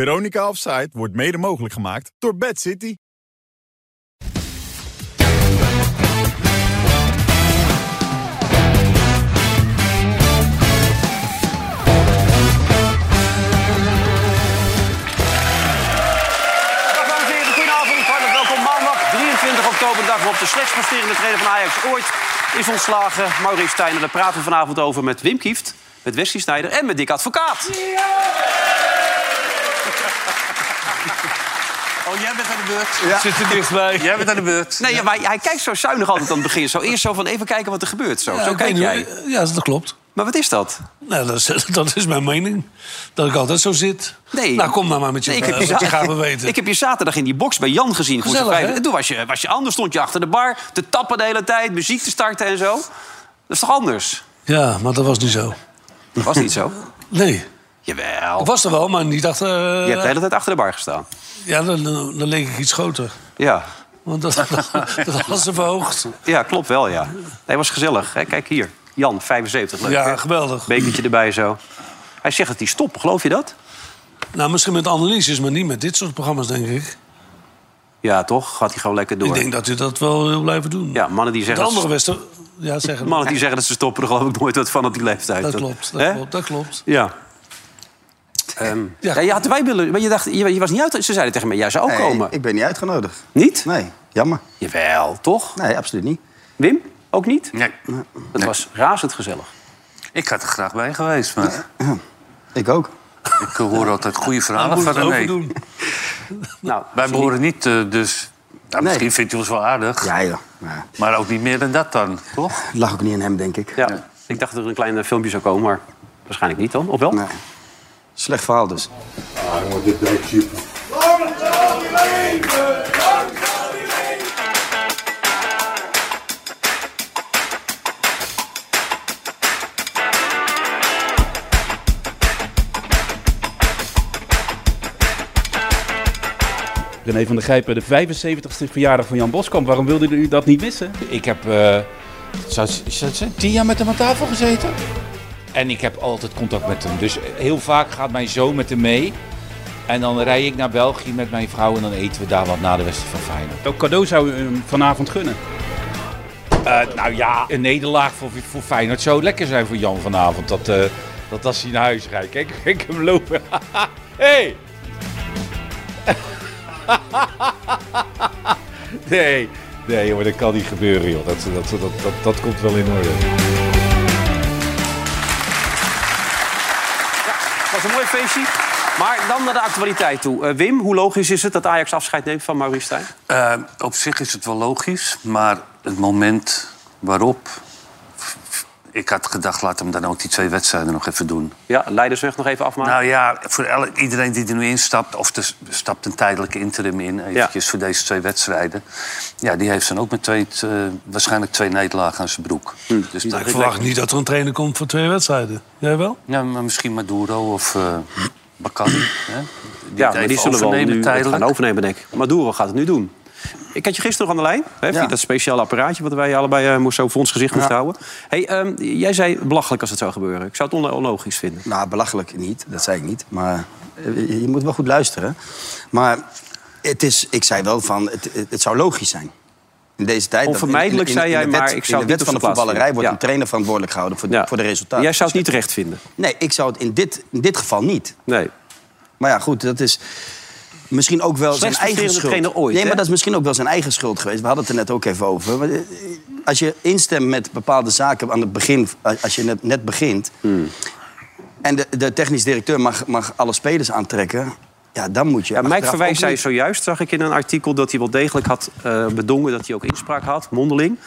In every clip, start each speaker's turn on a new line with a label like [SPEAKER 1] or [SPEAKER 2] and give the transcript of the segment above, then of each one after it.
[SPEAKER 1] Veronica Offside wordt mede mogelijk gemaakt door Bad City.
[SPEAKER 2] Dag dames en heren, goedenavond. Hartelijk welkom maandag 23 oktober, de dag waarop de slechts presterende trainer van Ajax ooit is ontslagen. Maurice Stijnen, daar praten we vanavond over met Wim Kieft, met Wesley Snijder en met Dick Advocaat.
[SPEAKER 3] Oh, jij bent aan de beurt.
[SPEAKER 4] Zit er dichtbij.
[SPEAKER 3] Jij bent aan de beurt.
[SPEAKER 2] Nee, ja, maar hij kijkt zo zuinig altijd aan het begin. Zo eerst zo van even kijken wat er gebeurt. Zo, zo
[SPEAKER 4] ik
[SPEAKER 2] kijk
[SPEAKER 4] weet
[SPEAKER 2] jij.
[SPEAKER 4] niet, Ja, dat klopt.
[SPEAKER 2] Maar wat is dat?
[SPEAKER 4] Nou, dat, is, dat is mijn mening. Dat ik altijd zo zit.
[SPEAKER 2] Nee.
[SPEAKER 4] Nou, kom nou maar met je
[SPEAKER 2] Nee,
[SPEAKER 4] nee,
[SPEAKER 2] je
[SPEAKER 4] dat je
[SPEAKER 2] za-
[SPEAKER 4] gaat me weten.
[SPEAKER 2] ik heb je zaterdag in die box bij Jan gezien. Goed,
[SPEAKER 4] Gezellig,
[SPEAKER 2] vijf-
[SPEAKER 4] hè?
[SPEAKER 2] Toen was je, was je anders, stond je achter de bar te tappen de hele tijd, muziek te starten en zo. Dat is toch anders?
[SPEAKER 4] Ja, maar dat was niet zo.
[SPEAKER 2] Dat was niet zo.
[SPEAKER 4] Nee.
[SPEAKER 2] Jawel.
[SPEAKER 4] Ik was er wel, maar niet achter...
[SPEAKER 2] Je
[SPEAKER 4] eh,
[SPEAKER 2] hebt de hele tijd achter de bar gestaan.
[SPEAKER 4] Ja, dan, dan, dan leek ik iets groter.
[SPEAKER 2] Ja.
[SPEAKER 4] Want dat, dat hadden ze verhoogd.
[SPEAKER 2] Ja, klopt wel, ja. Nee, was gezellig. Hè? Kijk hier, Jan, 75, leuk.
[SPEAKER 4] Ja,
[SPEAKER 2] hè?
[SPEAKER 4] geweldig.
[SPEAKER 2] Bekertje erbij zo. Hij zegt dat hij stopt, geloof je dat?
[SPEAKER 4] Nou, misschien met analyses, maar niet met dit soort programma's, denk ik.
[SPEAKER 2] Ja, toch? Gaat hij gewoon lekker
[SPEAKER 4] Ik
[SPEAKER 2] door.
[SPEAKER 4] denk dat u dat wel wil blijven doen.
[SPEAKER 2] Ja, mannen die
[SPEAKER 4] De
[SPEAKER 2] zeggen...
[SPEAKER 4] andere
[SPEAKER 2] Dat
[SPEAKER 4] westen... Ja, zeggen
[SPEAKER 2] ze, mannen die zeggen dat ze stoppen, er geloof ik nooit wat van op die leeftijd.
[SPEAKER 4] Dat klopt, dat
[SPEAKER 2] Hè?
[SPEAKER 4] klopt, dat klopt.
[SPEAKER 2] Ja. Ehm, ja.
[SPEAKER 4] Ja.
[SPEAKER 2] je had wij willen, maar je dacht, je, je was niet uit. Ze zeiden tegen mij, jij zou ook
[SPEAKER 5] Nee,
[SPEAKER 2] komen.
[SPEAKER 5] Ik ben niet uitgenodigd.
[SPEAKER 2] Niet?
[SPEAKER 5] Nee, jammer.
[SPEAKER 2] Jawel, toch?
[SPEAKER 5] Nee, absoluut niet.
[SPEAKER 2] Wim? Ook niet?
[SPEAKER 3] Nee,
[SPEAKER 2] Het was razend gezellig.
[SPEAKER 3] ik had er graag bij geweest, maar
[SPEAKER 5] Ik ook.
[SPEAKER 3] ik eh, hoor altijd goede
[SPEAKER 4] Daar
[SPEAKER 3] verhalen
[SPEAKER 4] moet
[SPEAKER 3] van
[SPEAKER 4] het over
[SPEAKER 3] René.
[SPEAKER 4] doen.
[SPEAKER 2] Nou,
[SPEAKER 3] Wij behoren niet, eh, dus... Nou, misschien
[SPEAKER 5] Nee.
[SPEAKER 3] vindt u ons wel aardig,
[SPEAKER 5] Ja, joh. Maar
[SPEAKER 3] maar ook niet meer dan dat dan, toch?
[SPEAKER 5] het lag ook niet aan hem, denk ik.
[SPEAKER 2] ja, ik dacht dat er een klein eh, filmpje zou komen, maar waarschijnlijk niet dan. Of wel?
[SPEAKER 5] Nee. Slecht verhaal dus.
[SPEAKER 6] Jongen, dit blijkt super.
[SPEAKER 7] René van der Grijpen, de 75ste verjaardag van Jan Boskamp. Waarom wilde u dat niet missen?
[SPEAKER 8] Ik heb eh, zou- zou- zou- tien jaar met hem aan tafel gezeten. En ik heb altijd contact met hem. Dus heel vaak gaat mijn zoon met hem mee. En dan rij ik naar België met mijn vrouw en dan eten we daar wat na de wedstrijd van Feyenoord.
[SPEAKER 7] Welk cadeau zou u hem vanavond gunnen?
[SPEAKER 8] Eh, nou ja, een nederlaag voor, voor Feyenoord zou lekker zijn voor Jan vanavond. Dat, eh, dat als hij naar huis rijdt. Kijk, kijk hem lopen. hey! nee, nee jongen, dat kan niet gebeuren joh. Dat, dat, dat, dat, dat komt wel in orde.
[SPEAKER 2] Het was een mooi feestje. Maar dan naar de actualiteit toe. Eh, Wim, hoe logisch is het dat Ajax afscheid neemt van Maurice Stijn?
[SPEAKER 3] Eh, op zich is het wel logisch, maar het moment waarop... Ik had gedacht, laat hem dan ook die twee wedstrijden nog even doen.
[SPEAKER 2] Ja, Leidersweg nog even afmaken.
[SPEAKER 3] Nou ja, voor el- iedereen die er nu instapt, of er s- stapt een tijdelijke interim in, eventjes voor deze twee wedstrijden. Ja, die heeft dan ook met twee, eh, waarschijnlijk twee nederlagen aan zijn broek.
[SPEAKER 2] Hm.
[SPEAKER 3] Dus dat-
[SPEAKER 4] Ik verwacht niet dat er een trainer komt voor twee wedstrijden. Jij wel?
[SPEAKER 3] Ja, maar misschien Maduro of eh Bakan. hè? Die
[SPEAKER 2] ja,
[SPEAKER 3] het
[SPEAKER 2] maar
[SPEAKER 3] even
[SPEAKER 2] die zullen wel
[SPEAKER 3] overnemen
[SPEAKER 2] nu het
[SPEAKER 3] tijdelijk. Nou,
[SPEAKER 2] gaan overnemen, denk ik. Maduro gaat het nu doen. Ik had je gisteren nog aan de lijn. Hè, via
[SPEAKER 5] Ja.
[SPEAKER 2] Dat speciale apparaatje wat wij allebei eh, moesten zo voor ons gezicht moesten houden. Hey, ehm, jij zei belachelijk als het zou gebeuren. Ik zou het on- onlogisch vinden.
[SPEAKER 5] Nou, belachelijk niet. Dat zei ik niet. Maar eh, je je moet wel goed luisteren. Maar het is, ik zei wel van, het, het- het zou logisch zijn. In deze tijd... dat in-
[SPEAKER 2] Onvermijdelijk, zei jij,
[SPEAKER 5] de wet-
[SPEAKER 2] maar ik zou
[SPEAKER 5] In
[SPEAKER 2] het niet
[SPEAKER 5] de wet van de
[SPEAKER 2] op zijn plaats
[SPEAKER 5] voetballerij wordt
[SPEAKER 2] vinden.
[SPEAKER 5] een trainer verantwoordelijk gehouden voor de,
[SPEAKER 2] Ja.
[SPEAKER 5] voor de resultaten.
[SPEAKER 2] Jij zou het niet terecht vinden.
[SPEAKER 5] Nee, ik zou het in dit, in dit geval niet.
[SPEAKER 2] Nee.
[SPEAKER 5] Maar ja, goed, dat is misschien ook wel zijn
[SPEAKER 2] Slechts
[SPEAKER 5] eigen
[SPEAKER 2] presterende
[SPEAKER 5] schuld.
[SPEAKER 2] trainer ooit,
[SPEAKER 5] nee,
[SPEAKER 2] hè?
[SPEAKER 5] maar dat is misschien ook wel zijn eigen schuld geweest. We hadden het er net ook even over. Maar, eh, Als je instemt met bepaalde zaken aan het begin, eh, als je net, net begint.
[SPEAKER 2] Hmm.
[SPEAKER 5] En de, de technisch directeur mag, mag alle spelers aantrekken. Ja, dan moet je.
[SPEAKER 2] Ja, Mike
[SPEAKER 5] achteraf ook
[SPEAKER 2] Verwijs zei
[SPEAKER 5] niet-
[SPEAKER 2] zojuist, zag ik in een artikel... dat hij wel degelijk had eh, bedongen dat hij ook inspraak had, mondeling.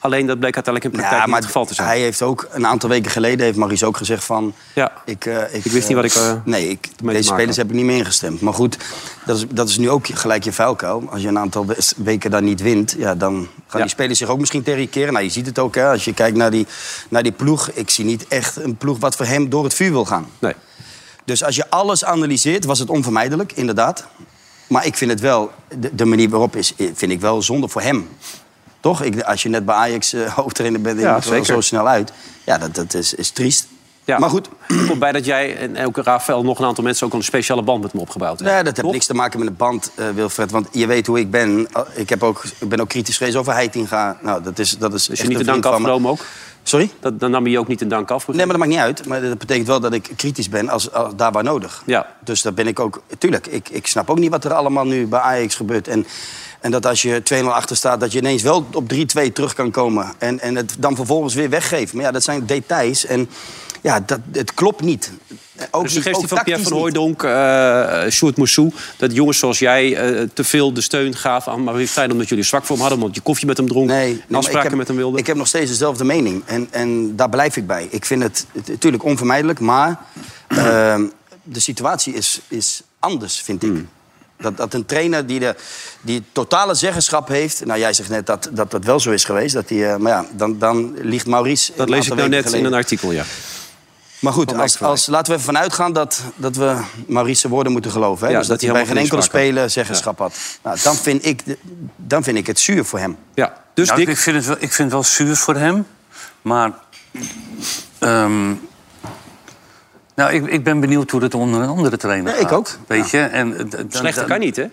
[SPEAKER 2] Alleen dat bleek uiteindelijk in praktijk
[SPEAKER 5] Ja,
[SPEAKER 2] niet
[SPEAKER 5] maar
[SPEAKER 2] het geval te zijn.
[SPEAKER 5] hij heeft ook een aantal weken geleden heeft Maurice ook gezegd van.
[SPEAKER 2] Ja.
[SPEAKER 5] Ik, eh, ik,
[SPEAKER 2] Ik wist niet wat ik, eh,
[SPEAKER 5] eh, nee, ik,
[SPEAKER 2] maken
[SPEAKER 5] deze
[SPEAKER 2] had.
[SPEAKER 5] spelers heb ik niet meer ingestemd. Maar goed, dat is, dat is nu ook gelijk je vuilkuil. Als je een aantal wes- weken daar niet wint, ja, dan gaan
[SPEAKER 2] Ja.
[SPEAKER 5] die spelers zich ook misschien tegen je keren. Nou, je ziet het ook, hè, als je kijkt naar die, naar die ploeg. Ik zie niet echt een ploeg wat voor hem door het vuur wil gaan.
[SPEAKER 2] Nee.
[SPEAKER 5] Dus als je alles analyseert, was het onvermijdelijk, inderdaad. Maar ik vind het wel, de, de manier waarop is, eh, vind ik wel zonde voor hem. Toch? Ik, als je net bij Ajax eh, hoofdtrainer bent, en
[SPEAKER 2] Ja,
[SPEAKER 5] je moet er wel
[SPEAKER 2] zeker.
[SPEAKER 5] zo snel uit. Ja, dat, dat is, is triest.
[SPEAKER 2] Ja.
[SPEAKER 5] Maar goed. eh,
[SPEAKER 2] Het komt bij dat jij en ook Rafael nog een aantal mensen... ook een speciale band met hem opgebouwd hebben.
[SPEAKER 5] Nee, dat heeft
[SPEAKER 2] Toch?
[SPEAKER 5] niks te maken met een band, eh, Wilfred. Want je weet hoe ik ben. Eh, Ik, heb ook, ik ben ook kritisch geweest over Heitinga. Nou, dat is, dat is,
[SPEAKER 2] Is
[SPEAKER 5] echt
[SPEAKER 2] Dus je niet
[SPEAKER 5] een
[SPEAKER 2] de dank
[SPEAKER 5] vriend van me.
[SPEAKER 2] afgenomen ook?
[SPEAKER 5] Sorry?
[SPEAKER 2] Dat, dan nam je je ook niet de dank af?
[SPEAKER 5] Nee, maar dat maakt niet uit. Maar dat betekent wel dat ik kritisch ben als, als daar waar nodig.
[SPEAKER 2] Ja.
[SPEAKER 5] Dus daar ben ik ook... Tuurlijk, ik, ik snap ook niet wat er allemaal nu bij Ajax gebeurt. En, en dat als je 2-0 achter staat, dat je ineens wel op 3-2 terug kan komen. En, en het dan vervolgens weer weggeeft. Maar ja, dat zijn details. En ja, dat, het klopt niet. Ook
[SPEAKER 2] De
[SPEAKER 5] niet, ook
[SPEAKER 2] suggestie van Pierre
[SPEAKER 5] tactisch
[SPEAKER 2] van
[SPEAKER 5] niet.
[SPEAKER 2] Hooijdonk, eh Sjoerd Moussou... dat jongens zoals jij eh, te veel de steun gaven aan Marie Stijn... omdat jullie zwak voor hem hadden, omdat je koffie met hem dronk...
[SPEAKER 5] Nee, nee,
[SPEAKER 2] en
[SPEAKER 5] maar
[SPEAKER 2] afspraken
[SPEAKER 5] ik heb,
[SPEAKER 2] met hem wilde.
[SPEAKER 5] Ik heb nog steeds dezelfde mening. En, en daar blijf ik bij. Ik vind het het- natuurlijk onvermijdelijk, maar ehm, de situatie is, is anders, vind ik.
[SPEAKER 2] Hmm.
[SPEAKER 5] Dat, dat een trainer die, de, die totale zeggenschap heeft. Nou, jij zegt net dat dat, dat wel zo is geweest. Dat die, eh, maar ja, dan, dan ligt Maurice.
[SPEAKER 2] dat
[SPEAKER 5] een
[SPEAKER 2] lees ik
[SPEAKER 5] aantal
[SPEAKER 2] nou net
[SPEAKER 5] weken geleden.
[SPEAKER 2] in een artikel, ja.
[SPEAKER 5] Maar goed, als, als, laten we even vanuit gaan dat, dat we Maurice zijn woorden moeten geloven. Hè?
[SPEAKER 2] Ja,
[SPEAKER 5] dus
[SPEAKER 2] dat
[SPEAKER 5] dat,
[SPEAKER 2] hij
[SPEAKER 5] hij bij geen
[SPEAKER 2] helemaal
[SPEAKER 5] enkele
[SPEAKER 2] geen inspraak
[SPEAKER 5] speler zeggenschap had. Nou, dan, vind ik, de- dan vind ik het zuur voor hem.
[SPEAKER 2] ja. Dus
[SPEAKER 3] Nou,
[SPEAKER 2] Dick,
[SPEAKER 3] ik, vind het wel, ik vind het wel zuur voor hem. Maar. ehm, nou, ik, ik ben benieuwd hoe het onder een andere trainer
[SPEAKER 5] Ja, ik
[SPEAKER 3] gaat,
[SPEAKER 5] ook.
[SPEAKER 3] Weet je? En, eh, d- dan-
[SPEAKER 2] slechter
[SPEAKER 3] dan-
[SPEAKER 2] kan niet, hè?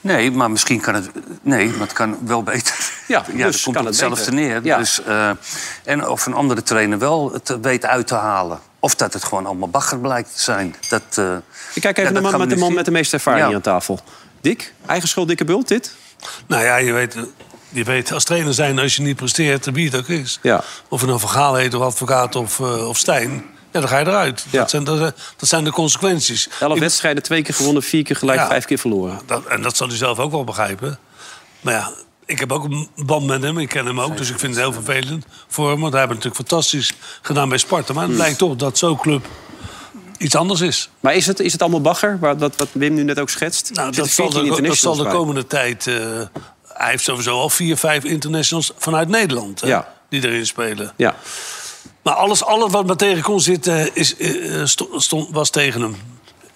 [SPEAKER 3] Nee, maar misschien kan het... Nee, maar het kan wel beter.
[SPEAKER 2] Ja,
[SPEAKER 3] dat
[SPEAKER 2] dus
[SPEAKER 3] komt
[SPEAKER 2] kan
[SPEAKER 3] op
[SPEAKER 2] het
[SPEAKER 3] hetzelfde
[SPEAKER 2] beter.
[SPEAKER 3] neer.
[SPEAKER 2] Ja.
[SPEAKER 3] Dus, eh, en of een andere trainer wel het weet uit te halen. Of dat het gewoon allemaal bagger blijkt te zijn. Dat,
[SPEAKER 2] Ik
[SPEAKER 3] eh,
[SPEAKER 2] kijk
[SPEAKER 3] ja,
[SPEAKER 2] even
[SPEAKER 3] dat
[SPEAKER 2] naar
[SPEAKER 3] gaan
[SPEAKER 2] man
[SPEAKER 3] we
[SPEAKER 2] met de
[SPEAKER 3] nu
[SPEAKER 2] man
[SPEAKER 3] zien.
[SPEAKER 2] met de meeste ervaring
[SPEAKER 3] Ja.
[SPEAKER 2] hier aan tafel. Dick, eigen schuld, dikke bult, dit?
[SPEAKER 4] Nou ja, je weet, eh, je weet als trainer zijn, als je niet presteert, wie het ook is.
[SPEAKER 2] Ja.
[SPEAKER 4] Of een verhaal heet, of advocaat, of, eh, of Stijn. Ja, dan ga je eruit.
[SPEAKER 2] Ja.
[SPEAKER 4] Dat, zijn, dat, zijn- dat zijn de consequenties.
[SPEAKER 2] Elf
[SPEAKER 4] Ik-
[SPEAKER 2] wedstrijden, twee keer gewonnen, vier keer gelijk,
[SPEAKER 4] Ja.
[SPEAKER 2] vijf keer verloren.
[SPEAKER 4] dat, en dat zal hij zelf ook wel begrijpen. Maar ja, ik heb ook een band met hem. Ik ken hem ook, dus ik vind het heel vervelend voor hem. Want hij heeft het natuurlijk fantastisch gedaan bij Sparta. Maar het
[SPEAKER 2] Hmm.
[SPEAKER 4] blijkt toch dat zo'n club iets anders is.
[SPEAKER 2] Maar is het, is het allemaal bagger, waar- wat, wat Wim nu net ook schetst?
[SPEAKER 4] Nou,
[SPEAKER 2] Zit
[SPEAKER 4] dat
[SPEAKER 2] er
[SPEAKER 4] zal,
[SPEAKER 2] 14
[SPEAKER 4] de, dat zal
[SPEAKER 2] internationals
[SPEAKER 4] de
[SPEAKER 2] bij?
[SPEAKER 4] komende tijd... eh, hij heeft sowieso al vier, vijf internationals vanuit Nederland... hè,
[SPEAKER 2] Ja.
[SPEAKER 4] die erin spelen.
[SPEAKER 2] Ja,
[SPEAKER 4] Maar alles, alles wat maar tegen kon zitten is, eh, sto- stond, was tegen hem.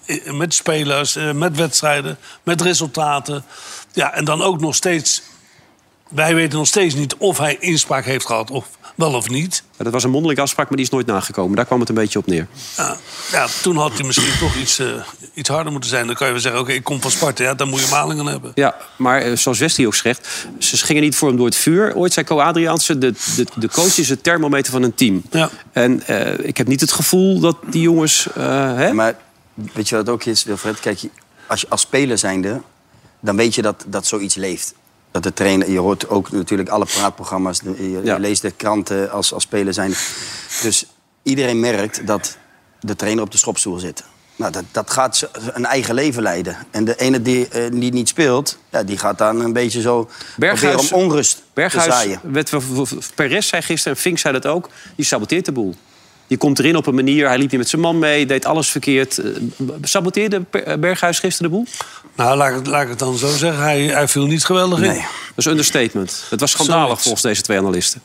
[SPEAKER 4] Eh, Met spelers, eh, met wedstrijden, met resultaten. Ja, en dan ook nog steeds... Wij weten nog steeds niet of hij inspraak heeft gehad, of wel of niet.
[SPEAKER 2] dat was een mondelinge afspraak, maar die is nooit nagekomen. Daar kwam het een beetje op neer.
[SPEAKER 4] Ja, ja, toen had hij misschien toch iets, eh, iets harder moeten zijn. Dan kan je wel zeggen, oké, ik kom van Sparta. Ja, dan moet je malingen hebben.
[SPEAKER 2] Ja, maar eh, zoals Westie ook zegt, ze gingen niet voor hem door het vuur. Ooit zei Co Adriaanse, de, de, de coach is het thermometer van een team.
[SPEAKER 4] Ja.
[SPEAKER 2] En eh, ik heb niet het gevoel dat die jongens... eh, hè?
[SPEAKER 5] Maar weet je wat het ook is, Wilfred? Kijk, je- als, je- als speler zijnde, dan weet je dat, dat zoiets leeft. Dat de trainer, je hoort ook natuurlijk alle praatprogramma's, de- je, je
[SPEAKER 2] Ja.
[SPEAKER 5] leest de kranten als, als speler zijnde. Dus iedereen merkt dat de trainer op de schopstoel zit. Nou, dat, dat gaat ze- een eigen leven leiden. En de ene die, eh, die niet speelt, ja, die gaat dan een beetje zo
[SPEAKER 2] Berghuis-
[SPEAKER 5] proberen om onrust te
[SPEAKER 2] Berghuis,
[SPEAKER 5] zaaien.
[SPEAKER 2] werd, w- w- w- Perez zei gisteren, en Fink zei dat ook, die saboteert de boel. Die komt erin op een manier, hij liep niet met zijn man mee, deed alles verkeerd. Eh, b- Saboteerde Per- eh, Berghuis gisteren de boel?
[SPEAKER 4] Nou, laat ik, het- laat ik het dan zo zeggen. Hij, hij viel niet geweldig in.
[SPEAKER 5] Nee.
[SPEAKER 2] Dat is understatement. Het was schandalig
[SPEAKER 4] Zoiets.
[SPEAKER 2] volgens deze twee analisten.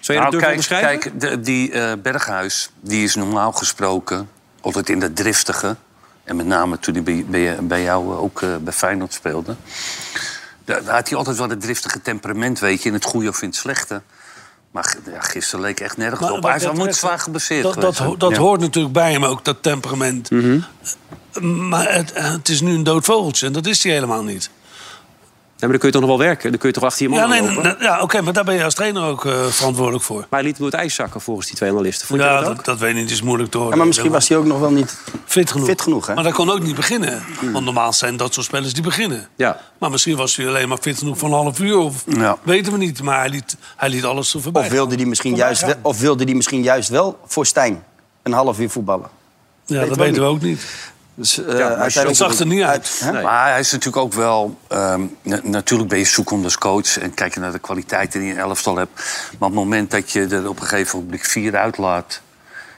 [SPEAKER 2] Zou je
[SPEAKER 3] Nou,
[SPEAKER 2] dat durven
[SPEAKER 3] kijk,
[SPEAKER 2] onderschrijven?
[SPEAKER 3] kijk de- die eh, Berghuis, die is normaal gesproken altijd in dat driftige. En met name toen hij bij, bij, bij jou eh, ook eh, bij Feyenoord speelde. Daar, daar had hij altijd wel het driftige temperament, weet je. In het goede of in het slechte. Maar g- ja, gisteren leek echt nergens
[SPEAKER 4] Maar
[SPEAKER 3] op.
[SPEAKER 4] wat
[SPEAKER 3] Hij is wel
[SPEAKER 4] dat
[SPEAKER 3] moet
[SPEAKER 4] betreft,
[SPEAKER 3] zwaar geblesseerd
[SPEAKER 4] Dat, dat,
[SPEAKER 3] geweest, hè?
[SPEAKER 4] ho- dat
[SPEAKER 3] Ja.
[SPEAKER 4] hoort natuurlijk bij hem ook, dat temperament.
[SPEAKER 5] Mhm.
[SPEAKER 4] Maar het, het is nu een dood vogeltje en dat is hij helemaal niet.
[SPEAKER 2] Ja, maar dan kun je toch nog wel werken? Dan kun je toch achter je man
[SPEAKER 4] Ja, nee,
[SPEAKER 2] aanlopen?
[SPEAKER 4] nee, ja oké, maar daar ben je als trainer ook eh, verantwoordelijk voor.
[SPEAKER 2] Maar hij liet hem door het ijs zakken volgens die twee analisten. Vond je
[SPEAKER 4] Ja,
[SPEAKER 2] dat ook?
[SPEAKER 4] dat, dat weet ik niet, is moeilijk te horen.
[SPEAKER 5] Ja, maar misschien was hij ook nog wel niet...
[SPEAKER 4] fit genoeg.
[SPEAKER 5] fit genoeg, hè? Mm.
[SPEAKER 4] Maar dat kon ook niet beginnen. Want normaal zijn dat soort spelers die beginnen.
[SPEAKER 2] Ja.
[SPEAKER 4] Maar misschien was hij alleen maar fit genoeg voor een half uur. Of,
[SPEAKER 3] Ja.
[SPEAKER 4] Weten we niet, maar hij liet, hij liet alles er voorbij.
[SPEAKER 5] Of wilde die misschien,
[SPEAKER 4] Voorbij
[SPEAKER 5] juist
[SPEAKER 4] gaan.
[SPEAKER 5] wel, of wilde die misschien juist wel voor Stijn een half uur voetballen?
[SPEAKER 4] Ja, dat
[SPEAKER 5] weten we
[SPEAKER 4] weten we ook niet.
[SPEAKER 5] Dus, eh,
[SPEAKER 2] maar
[SPEAKER 5] uiteindelijk-
[SPEAKER 4] het zag er niet uit.
[SPEAKER 5] hè?
[SPEAKER 3] Maar hij is natuurlijk ook wel... ehm, na- natuurlijk ben je zoekend als coach... en kijk je naar de kwaliteiten die je in elftal hebt. Maar op het moment dat je er op een gegeven moment vier uitlaat...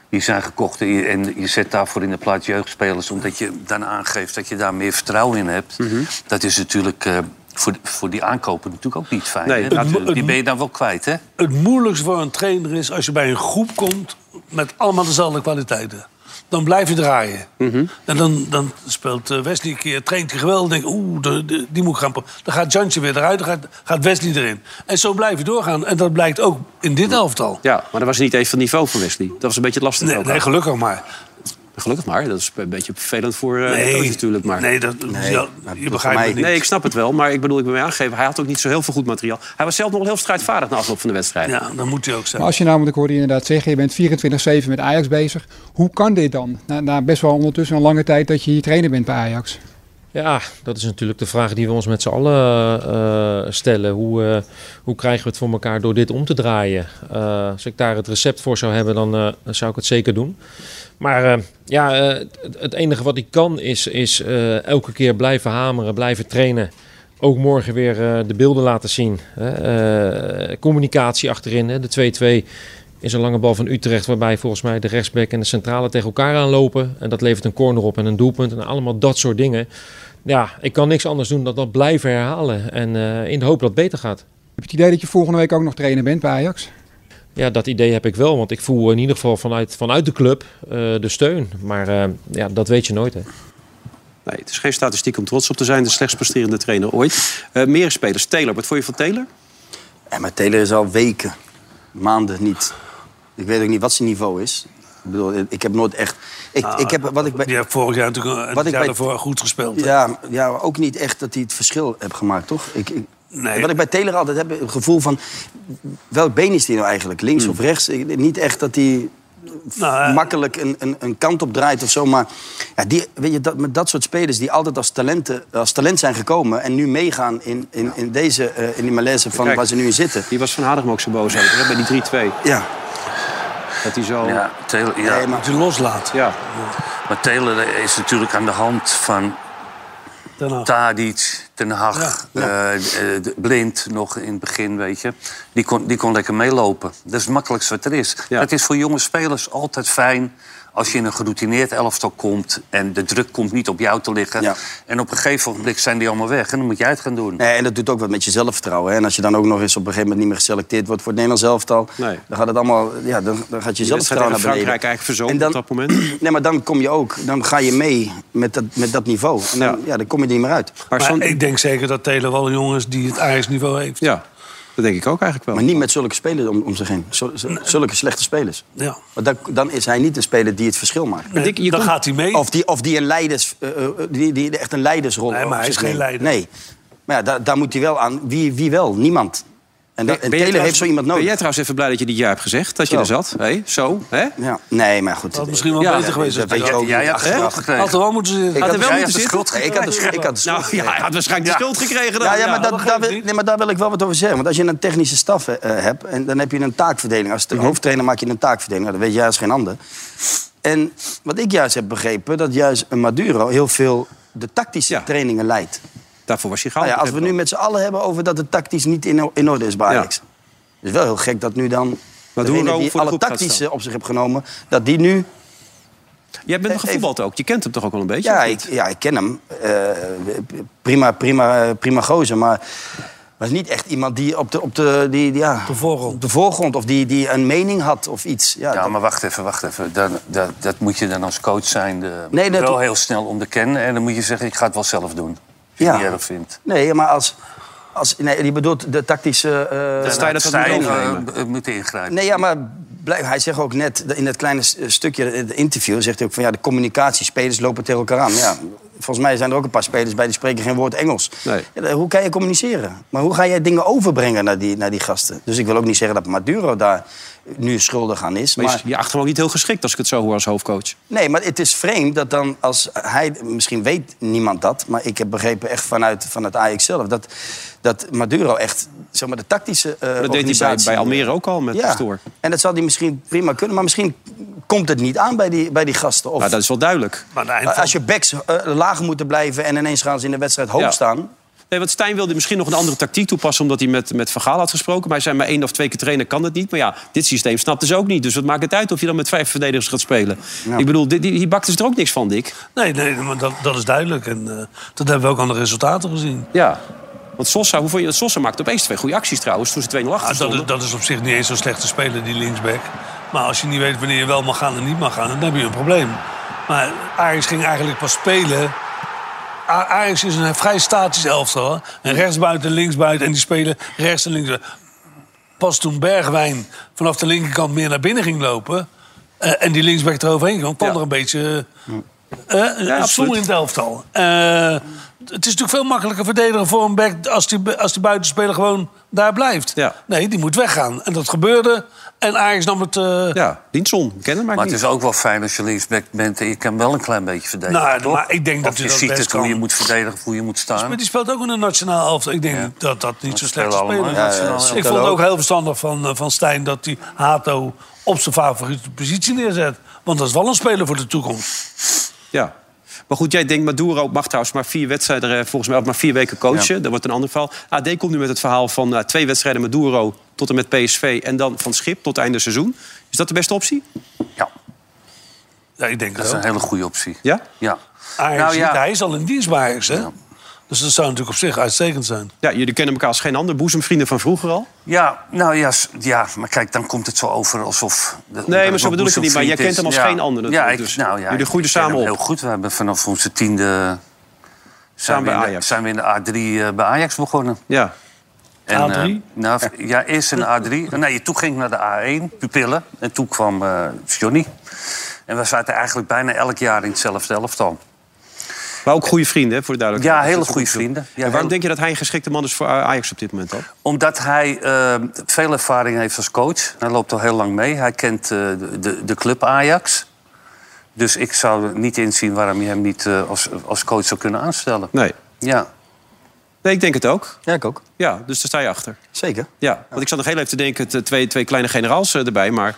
[SPEAKER 3] die zijn gekocht en je, en je zet daarvoor in de plaats jeugdspelers... omdat je dan aangeeft dat je daar meer vertrouwen in hebt...
[SPEAKER 2] Mhm.
[SPEAKER 3] dat is natuurlijk... eh, voor, voor die aankopen natuurlijk ook niet fijn.
[SPEAKER 2] Nee,
[SPEAKER 3] hè?
[SPEAKER 2] het
[SPEAKER 4] mo-
[SPEAKER 3] die ben je dan wel kwijt, hè?
[SPEAKER 4] Het moeilijkste voor een trainer is als je bij een groep komt met allemaal dezelfde kwaliteiten. dan blijf je draaien. En dan, dan speelt eh, Wesley een keer, traint hij geweldig. denk ik, oeh, de- de- die moet ik gaan... pro- Dan gaat Jantje weer eruit, dan gaat, gaat Wesley erin. En zo blijf je doorgaan. En dat blijkt ook in dit elftal.
[SPEAKER 2] Ja, maar dat was niet even het niveau van Wesley. Dat was een beetje lastig
[SPEAKER 4] Nee,
[SPEAKER 2] ook.
[SPEAKER 4] nee, gelukkig maar.
[SPEAKER 2] Gelukkig maar. Dat is een beetje vervelend voor eh de
[SPEAKER 4] Nee,
[SPEAKER 2] coach natuurlijk. Maar.
[SPEAKER 4] Nee, dat, ja, je begrijpt
[SPEAKER 5] mij-
[SPEAKER 4] het niet.
[SPEAKER 2] Nee, ik snap het wel. Maar ik bedoel, ik ben mij aangegeven... hij had ook niet zo heel veel goed materiaal. Hij was zelf nog wel heel strijdvaardig na afloop van de wedstrijd.
[SPEAKER 4] Ja, dat moet hij ook zijn.
[SPEAKER 9] Maar als je namelijk, ik hoorde je inderdaad zeggen, je bent 24-7 met Ajax bezig. Hoe kan dit dan? Na, na best wel ondertussen een lange tijd dat je hier trainer bent bij Ajax.
[SPEAKER 10] Ja, dat is natuurlijk de vraag die we ons met z'n allen eh, stellen. Hoe, eh, hoe krijgen we het voor elkaar door dit om te draaien? Eh, als ik daar het recept voor zou hebben, dan eh, zou ik het zeker doen. Maar eh, ja, eh, het, het enige wat ik kan is, is eh, elke keer blijven hameren, blijven trainen. Ook morgen weer eh, de beelden laten zien. hè. Eh, communicatie achterin, hè. de 2-2 is een lange bal van Utrecht waarbij volgens mij de rechtsback en de centrale tegen elkaar aanlopen. En dat levert een corner op en een doelpunt en allemaal dat soort dingen. Ja, ik kan niks anders doen dan dat blijven herhalen. En eh, in de hoop dat het beter gaat.
[SPEAKER 9] Heb je het idee dat je volgende week ook nog trainer bent bij Ajax?
[SPEAKER 10] Ja, dat idee heb ik wel. Want ik voel in ieder geval vanuit, vanuit de club eh, de steun. Maar eh, ja, dat weet je nooit. Hè.
[SPEAKER 2] Nee, het is geen statistiek om trots op te zijn. De slechtst presterende trainer ooit. Eh, meer spelers. Taylor, wat vond je van Taylor?
[SPEAKER 5] En maar Taylor is al weken, maanden niet. Ik weet ook niet wat zijn niveau is. Ik bedoel, ik heb nooit echt... Ik,
[SPEAKER 4] Ah,
[SPEAKER 5] ik heb, wat ik bij,
[SPEAKER 4] Die heeft vorig jaar natuurlijk
[SPEAKER 5] Wat
[SPEAKER 4] wat
[SPEAKER 5] ik
[SPEAKER 4] ik
[SPEAKER 5] bij-
[SPEAKER 4] daarvoor goed gespeeld. hè.
[SPEAKER 5] Ja, ja, maar ook niet echt dat hij het verschil heeft gemaakt, toch? Ik, ik-
[SPEAKER 4] Nee.
[SPEAKER 5] Wat ik bij Taylor altijd heb, het gevoel van... welk been is die nou eigenlijk? Links of rechts? Ik- niet echt dat hij
[SPEAKER 4] Nou, eh,
[SPEAKER 5] makkelijk een, een, een kant op draait of zo. Maar ja, die, weet je, dat, met dat soort spelers die altijd als, talenten, als talent zijn gekomen... en nu meegaan in, in, in, deze, eh, in die malaise van
[SPEAKER 2] Kijk.
[SPEAKER 5] waar ze nu in zitten.
[SPEAKER 2] Die was van Hadegem ook zo boos over. hè, Bij die 3-2.
[SPEAKER 5] Ja,
[SPEAKER 2] Dat hij zo...
[SPEAKER 3] Ja, Taylor, ja.
[SPEAKER 5] Nee, maar-
[SPEAKER 4] dat hij loslaat.
[SPEAKER 2] Ja.
[SPEAKER 3] Maar Taylor is natuurlijk aan de hand van
[SPEAKER 4] Daarna.
[SPEAKER 3] Tadic, Ten Hag, eh, eh, de- Blind nog in het begin, weet je. Die kon, die kon lekker meelopen. Dat is het makkelijkste wat er is.
[SPEAKER 2] Ja.
[SPEAKER 3] Het is voor jonge spelers altijd fijn als je in een geroutineerd elftal komt... en de druk komt niet op jou te liggen.
[SPEAKER 5] Ja.
[SPEAKER 3] En op een gegeven moment zijn die allemaal weg. En dan moet jij het gaan doen.
[SPEAKER 5] Nee, en dat doet ook wat met je zelfvertrouwen. Hè? En als je dan ook nog eens op een gegeven moment niet meer geselecteerd wordt voor het Nederlands elftal,
[SPEAKER 2] Nee.
[SPEAKER 5] dan gaat het allemaal, ja, dan, dan gaat je
[SPEAKER 2] Die wedstrijd
[SPEAKER 5] zelfvertrouwen
[SPEAKER 2] tegen
[SPEAKER 5] naar beneden.
[SPEAKER 2] Frankrijk eigenlijk verzoomd
[SPEAKER 5] En dan-
[SPEAKER 2] op dat moment.
[SPEAKER 5] Nee, maar dan kom je ook, dan ga je mee met dat, met dat niveau. En dan,
[SPEAKER 2] Ja.
[SPEAKER 5] ja. dan kom je er niet meer uit.
[SPEAKER 2] Maar,
[SPEAKER 4] Maar
[SPEAKER 2] zo'n-
[SPEAKER 4] ik denk zeker dat Taylor wel een jongen is die het Ajax-niveau heeft.
[SPEAKER 2] Ja, dat denk ik ook eigenlijk wel.
[SPEAKER 5] Maar niet met zulke spelers om, om zich heen. Zul- zul- Zulke slechte spelers.
[SPEAKER 4] Ja.
[SPEAKER 5] Want dan, dan is hij niet een speler die het verschil maakt.
[SPEAKER 4] Nee,
[SPEAKER 2] Dick, je
[SPEAKER 4] dan
[SPEAKER 2] komt-
[SPEAKER 4] gaat hij mee.
[SPEAKER 5] Of die, of die, een leiders, eh, eh, die, die echt een leidersrol
[SPEAKER 4] Nee, maar hij
[SPEAKER 5] op
[SPEAKER 4] is
[SPEAKER 5] zich
[SPEAKER 4] geen
[SPEAKER 5] neemt.
[SPEAKER 4] leider.
[SPEAKER 5] Nee. Maar ja, daar, daar moet hij wel aan. Wie, wie wel? Niemand. En, dat- en
[SPEAKER 2] Ben
[SPEAKER 5] Taylor
[SPEAKER 2] jij trouwens-
[SPEAKER 5] heeft zo iemand nodig.
[SPEAKER 2] Ben jij trouwens even blij dat je dit jaar hebt gezegd? Dat je
[SPEAKER 5] Zo.
[SPEAKER 2] er zat? Hé, zo, hè?
[SPEAKER 5] Ja, nee, maar goed.
[SPEAKER 4] Dat had misschien wel
[SPEAKER 2] Ja,
[SPEAKER 4] beter
[SPEAKER 2] ja,
[SPEAKER 4] geweest.
[SPEAKER 5] dat
[SPEAKER 4] als hij
[SPEAKER 5] weet je
[SPEAKER 4] dat-
[SPEAKER 5] ook
[SPEAKER 3] Jij
[SPEAKER 5] niet.
[SPEAKER 3] hebt het geld
[SPEAKER 5] Achteraf.
[SPEAKER 4] Had
[SPEAKER 3] gekregen.
[SPEAKER 4] er wel moeten zitten.
[SPEAKER 5] had dus-
[SPEAKER 2] er wel
[SPEAKER 5] jij
[SPEAKER 2] moeten
[SPEAKER 5] hebt de
[SPEAKER 2] zitten.
[SPEAKER 5] schuld gekregen. Ik had de schuld- ik had de schuld
[SPEAKER 2] Nou, ja, hij had waarschijnlijk de schuld gekregen. dan.
[SPEAKER 5] Ja, ja, maar,
[SPEAKER 4] dat
[SPEAKER 5] dat,
[SPEAKER 4] geeft
[SPEAKER 5] daar wil,
[SPEAKER 4] niet.
[SPEAKER 5] nee, maar daar wil ik wel wat over zeggen. Want als je een technische staf eh, eh, hebt, en dan heb je een taakverdeling. Als de
[SPEAKER 2] Mhm.
[SPEAKER 5] hoofdtrainer maak je een taakverdeling. Nou, dat weet jij als geen ander. En wat ik juist heb begrepen, dat juist een Maduro heel veel de tactische
[SPEAKER 2] Ja.
[SPEAKER 5] trainingen leidt.
[SPEAKER 2] Daarvoor was hij gehaald.
[SPEAKER 5] Nou ja, als we nu met z'n allen hebben over dat het tactisch niet in, o- in orde is bij
[SPEAKER 2] Ja.
[SPEAKER 5] Ajax. Het is wel heel gek dat nu dan
[SPEAKER 2] Maduro
[SPEAKER 5] degene
[SPEAKER 2] voor de
[SPEAKER 5] die alle
[SPEAKER 2] groep gaat
[SPEAKER 5] tactische op zich heeft genomen, dat die nu
[SPEAKER 2] Jij bent nog
[SPEAKER 5] Even-
[SPEAKER 2] gevoetbald ook. Je kent hem toch ook wel een beetje?
[SPEAKER 5] Ja,
[SPEAKER 2] of
[SPEAKER 5] ik,
[SPEAKER 2] niet?
[SPEAKER 5] ja, ik ken hem. Eh, prima, prima, eh, prima gozer, maar was niet echt iemand die op de, op de, die, die, ja,
[SPEAKER 4] De voorgrond.
[SPEAKER 5] op de voorgrond of die, die een mening had of iets. Ja,
[SPEAKER 3] Ja,
[SPEAKER 5] dat-
[SPEAKER 3] maar wacht even, wacht even. Dan, dat, dat moet je dan als coach zijn de,
[SPEAKER 5] Nee, dat-
[SPEAKER 3] wel heel snel onderkennen. En dan moet je zeggen, ik ga het wel zelf doen. Als je
[SPEAKER 5] Ja.
[SPEAKER 3] het niet erg vindt.
[SPEAKER 5] Nee, maar als, als nee, die bedoelt de tactische. eh,
[SPEAKER 2] Dan sta je dat wat
[SPEAKER 3] Stijn
[SPEAKER 2] moet
[SPEAKER 3] eh,
[SPEAKER 2] overnemen.
[SPEAKER 3] b- moet ingrijpen.
[SPEAKER 5] Nee, ja, maar blijf, hij zegt ook net in dat kleine s- eh, stukje, in het interview, zegt hij ook van ja, de communicatie, spelers lopen tegen elkaar aan. Ja, volgens mij zijn er ook een paar spelers bij die spreken geen woord Engels.
[SPEAKER 2] Nee.
[SPEAKER 5] Ja, dan- hoe kan je communiceren? Maar hoe ga jij dingen overbrengen naar die, naar die gasten? Dus ik wil ook niet zeggen dat Maduro daar nu schuldig aan is.
[SPEAKER 2] Maar Eh,
[SPEAKER 5] Maar,
[SPEAKER 2] je- je acht hem ook niet heel geschikt als ik het zo hoor als hoofdcoach.
[SPEAKER 5] nee, maar het is vreemd dat dan als hij, misschien weet niemand dat, maar ik heb begrepen echt vanuit, vanuit Ajax zelf, dat, dat Maduro echt zeg maar, de tactische eh
[SPEAKER 2] Dat deed hij bij, bij Almere ook al met de Pastoor.
[SPEAKER 5] en dat zal die misschien prima kunnen, maar misschien komt het niet aan bij die, bij die gasten. Of
[SPEAKER 2] Nou, dat is wel duidelijk.
[SPEAKER 4] Maar aan het eind van-
[SPEAKER 5] als je backs eh, laag moeten blijven en ineens gaan ze in de wedstrijd hoog
[SPEAKER 2] Ja.
[SPEAKER 5] staan.
[SPEAKER 2] Nee, want Stijn wilde misschien nog een andere tactiek toepassen... omdat hij met, met Van Gaal had gesproken. Maar hij zei, maar één of twee keer trainen kan dat niet. Maar ja, dit systeem snapte ze ook niet. Dus wat maakt het uit of je dan met vijf verdedigers gaat spelen? Ik bedoel, dit- die- hier bakten ze er ook niks van, Dick.
[SPEAKER 4] Nee, nee maar dat, dat is duidelijk. En eh, dat hebben we ook aan de resultaten gezien.
[SPEAKER 2] Ja. Want Sosa, hoe vond je dat? Sosa maakte opeens twee goede acties trouwens... toen ze 2-0 achter
[SPEAKER 3] Nou,
[SPEAKER 4] Ah, dat,
[SPEAKER 2] stonden.
[SPEAKER 4] is- dat is op zich niet eens zo'n slechte speler, die linksback. Maar als je niet weet wanneer je wel mag gaan en niet mag gaan, dan heb je een probleem. Maar Ajax ging eigenlijk pas spelen. A- Ajax is een vrij statisch elftal. hè. En rechtsbuiten, linksbuiten. En die spelen rechts en links. Pas toen Bergwijn vanaf de linkerkant meer naar binnen ging lopen... eh, en die linksback eroverheen kwam, kwam er een beetje... eh, eh, een stoel in het elftal. Eh, het is natuurlijk veel makkelijker verdedigen voor een back... als die, bu- als die buitenspeler gewoon daar blijft. Nee, die moet weggaan. En dat gebeurde. En Ajax nam het... eh,
[SPEAKER 2] Ja, Dienstson, kennen
[SPEAKER 3] Maar het is ook wel fijn als je linksback bent en je kan wel een klein beetje verdedigen.
[SPEAKER 4] Nou,
[SPEAKER 3] toch?
[SPEAKER 4] maar ik denk dat
[SPEAKER 3] Of
[SPEAKER 4] je
[SPEAKER 3] je
[SPEAKER 4] dat
[SPEAKER 3] ziet
[SPEAKER 4] best
[SPEAKER 3] het hoe je
[SPEAKER 4] kan.
[SPEAKER 3] moet verdedigen, hoe je moet staan.
[SPEAKER 4] Maar die speelt ook in een nationaal elftal. Ik denk dat dat niet zo slecht is.
[SPEAKER 3] spelen allemaal in het nationaal
[SPEAKER 4] ik
[SPEAKER 3] elftal.
[SPEAKER 4] vond het ook
[SPEAKER 3] Ook.
[SPEAKER 4] heel verstandig van, eh, van Stijn dat hij Hato op zijn favoriete positie neerzet. Want dat is wel een speler voor de toekomst.
[SPEAKER 2] Ja. Maar goed, jij denkt Maduro mag trouwens maar vier wedstrijden, eh, volgens mij ook maar vier weken coachen. Dat wordt een ander verhaal. AD komt nu met het verhaal van eh, twee wedstrijden Maduro tot en met PSV en dan van Schip tot einde seizoen. Is dat de beste optie?
[SPEAKER 4] Ja, ik denk
[SPEAKER 3] Dat is een hele goede optie.
[SPEAKER 2] Ja?
[SPEAKER 3] Ja.
[SPEAKER 4] Ajax,
[SPEAKER 3] Nou ja.
[SPEAKER 4] Hij is al in dienst bij Ajax, hè? Dus dat zou natuurlijk op zich uitstekend zijn.
[SPEAKER 2] Ja, jullie kennen elkaar als geen ander. Boezemvrienden van vroeger al.
[SPEAKER 3] Ja, nou ja, s- ja, maar kijk, dan komt het zo over alsof... de-
[SPEAKER 2] Nee, maar
[SPEAKER 3] dat
[SPEAKER 2] zo bedoel ik het niet. Maar jij
[SPEAKER 3] boezemvriend
[SPEAKER 2] kent hem als
[SPEAKER 3] is. Ja.
[SPEAKER 2] geen ander
[SPEAKER 3] Ja,
[SPEAKER 2] natuurlijk.
[SPEAKER 3] ik,
[SPEAKER 2] dus
[SPEAKER 3] nou ja,
[SPEAKER 2] jullie
[SPEAKER 3] ik
[SPEAKER 2] groeiden
[SPEAKER 3] ken
[SPEAKER 2] samen
[SPEAKER 3] hem
[SPEAKER 2] op.
[SPEAKER 3] heel goed. We hebben vanaf onze tiende... Zijn we,
[SPEAKER 2] bij
[SPEAKER 3] in de,
[SPEAKER 2] Ajax.
[SPEAKER 3] zijn we in de A3 eh, bij Ajax begonnen.
[SPEAKER 2] Ja.
[SPEAKER 3] En, eh,
[SPEAKER 2] A3?
[SPEAKER 3] nou, ja, eerst een A3. Nee, toen ging ik naar de A1, pupillen. En toen kwam eh, Johnny. En we zaten eigenlijk bijna elk jaar in hetzelfde elftal.
[SPEAKER 2] Maar ook goede vrienden, hè, voor de duidelijkheid.
[SPEAKER 3] Ja, hele
[SPEAKER 2] Dat is ook
[SPEAKER 3] goede
[SPEAKER 2] goed zo.
[SPEAKER 3] vrienden. Ja,
[SPEAKER 2] en waarom
[SPEAKER 3] hele-
[SPEAKER 2] denk je dat hij een geschikte man is voor eh, Ajax op dit moment dan?
[SPEAKER 3] Omdat hij eh, veel ervaring heeft als coach. Hij loopt al heel lang mee. Hij kent eh, de- de, de club Ajax. Dus ik zou er niet inzien waarom je hem niet eh, als, als coach zou kunnen aanstellen.
[SPEAKER 2] Nee.
[SPEAKER 3] Ja.
[SPEAKER 2] Nee, ik denk het ook.
[SPEAKER 5] Ja, ik ook.
[SPEAKER 2] Ja, dus daar sta je achter.
[SPEAKER 5] Zeker.
[SPEAKER 2] Ja, want ik zat nog heel even te denken, t- twee, twee kleine generaals eh, erbij. Maar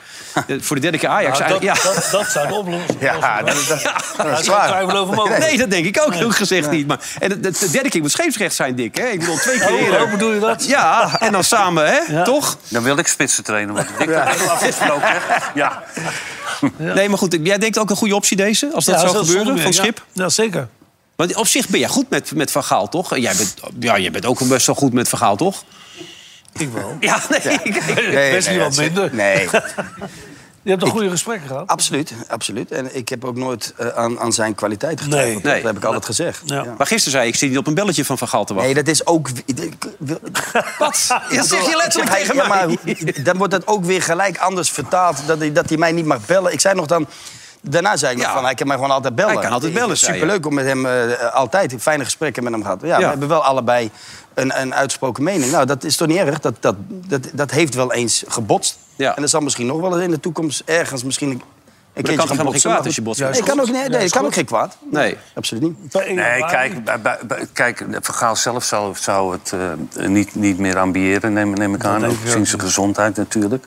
[SPEAKER 2] eh, voor de derde keer Ajax...
[SPEAKER 4] Nou, dat,
[SPEAKER 2] eigenlijk- ja.
[SPEAKER 4] dat, dat zou de oplossing
[SPEAKER 3] Ja, dat,
[SPEAKER 4] Daar is geen twijfel over mogelijk.
[SPEAKER 2] Nee, dat denk ik ook. Heel gezegd niet. Maar, en de, de derde keer moet scheepsrecht zijn, Dick. Hè? Ik bedoel, twee keer
[SPEAKER 4] Oh,
[SPEAKER 2] eerder.
[SPEAKER 4] oh, bedoel je dat?
[SPEAKER 2] Ja, en dan samen, hè? Toch?
[SPEAKER 3] Dan wil ik spitsen trainen, want ik heb heel afgesproken. hè. Ja.
[SPEAKER 2] Nee, maar goed. Jij denkt ook een goede optie deze? Als dat
[SPEAKER 4] Ja,
[SPEAKER 2] zou
[SPEAKER 4] dat is
[SPEAKER 2] gebeuren,
[SPEAKER 4] zonder
[SPEAKER 2] van
[SPEAKER 4] meer,
[SPEAKER 2] Schip?
[SPEAKER 4] Ja, Ja, zeker.
[SPEAKER 2] Want op zich ben jij goed met, met Van Gaal, toch? Jij bent, ja, jij bent ook best wel goed met Van Gaal, toch?
[SPEAKER 4] Ik wel.
[SPEAKER 2] Ja, nee. ik-
[SPEAKER 5] Nee,
[SPEAKER 4] Best niet
[SPEAKER 5] nee, dat
[SPEAKER 4] wat
[SPEAKER 5] is-
[SPEAKER 4] minder.
[SPEAKER 5] Nee,
[SPEAKER 4] Je hebt een goede gesprekken gehad.
[SPEAKER 5] absoluut, absoluut. En ik heb ook nooit eh, aan, aan zijn kwaliteit getwijfeld.
[SPEAKER 4] Nee.
[SPEAKER 5] Dat
[SPEAKER 2] Nee.
[SPEAKER 5] heb ik altijd gezegd.
[SPEAKER 4] Ja.
[SPEAKER 5] Ja.
[SPEAKER 2] Maar gisteren zei ik, ik zit niet op een belletje van Van Gaal te wachten.
[SPEAKER 5] Nee, dat is ook... ik wil-
[SPEAKER 2] Wat? Dat zeg je letterlijk
[SPEAKER 5] Hij-
[SPEAKER 2] tegen
[SPEAKER 5] ja, maar
[SPEAKER 2] mij.
[SPEAKER 5] hoe- dan wordt dat ook weer gelijk anders vertaald. Dat hij, dat hij mij niet mag bellen. Ik zei nog dan... Daarna zei ik nog
[SPEAKER 2] Ja.
[SPEAKER 5] van, hij kan mij gewoon altijd bellen.
[SPEAKER 2] Hij kan altijd bellen, zei je.
[SPEAKER 5] Superleuk om met hem eh, altijd fijne gesprekken met hem gehad. Ja, we hebben wel allebei een, een uitgesproken mening. Nou, dat is toch niet erg? Dat, dat, dat, dat heeft wel eens gebotst.
[SPEAKER 2] Ja.
[SPEAKER 5] En dat zal misschien nog wel eens in de toekomst ergens misschien... Een
[SPEAKER 2] kan
[SPEAKER 5] een keertje
[SPEAKER 2] toch
[SPEAKER 5] gaan
[SPEAKER 2] helemaal geen
[SPEAKER 5] botsen,
[SPEAKER 2] kwaad
[SPEAKER 5] maar
[SPEAKER 2] als je botst?
[SPEAKER 5] Nee,
[SPEAKER 2] Juist
[SPEAKER 5] kan ook, nee, nee, kan ook geen kwaad.
[SPEAKER 2] Nee.
[SPEAKER 5] Absoluut niet.
[SPEAKER 4] Bij één
[SPEAKER 3] Nee,
[SPEAKER 4] januari.
[SPEAKER 3] kijk, bij- bij- bij- kijk Van Gaal zelf zou, zou het eh, niet, niet meer ambiëren, neem, neem ik aan. Ook gezien zijn gezondheid natuurlijk.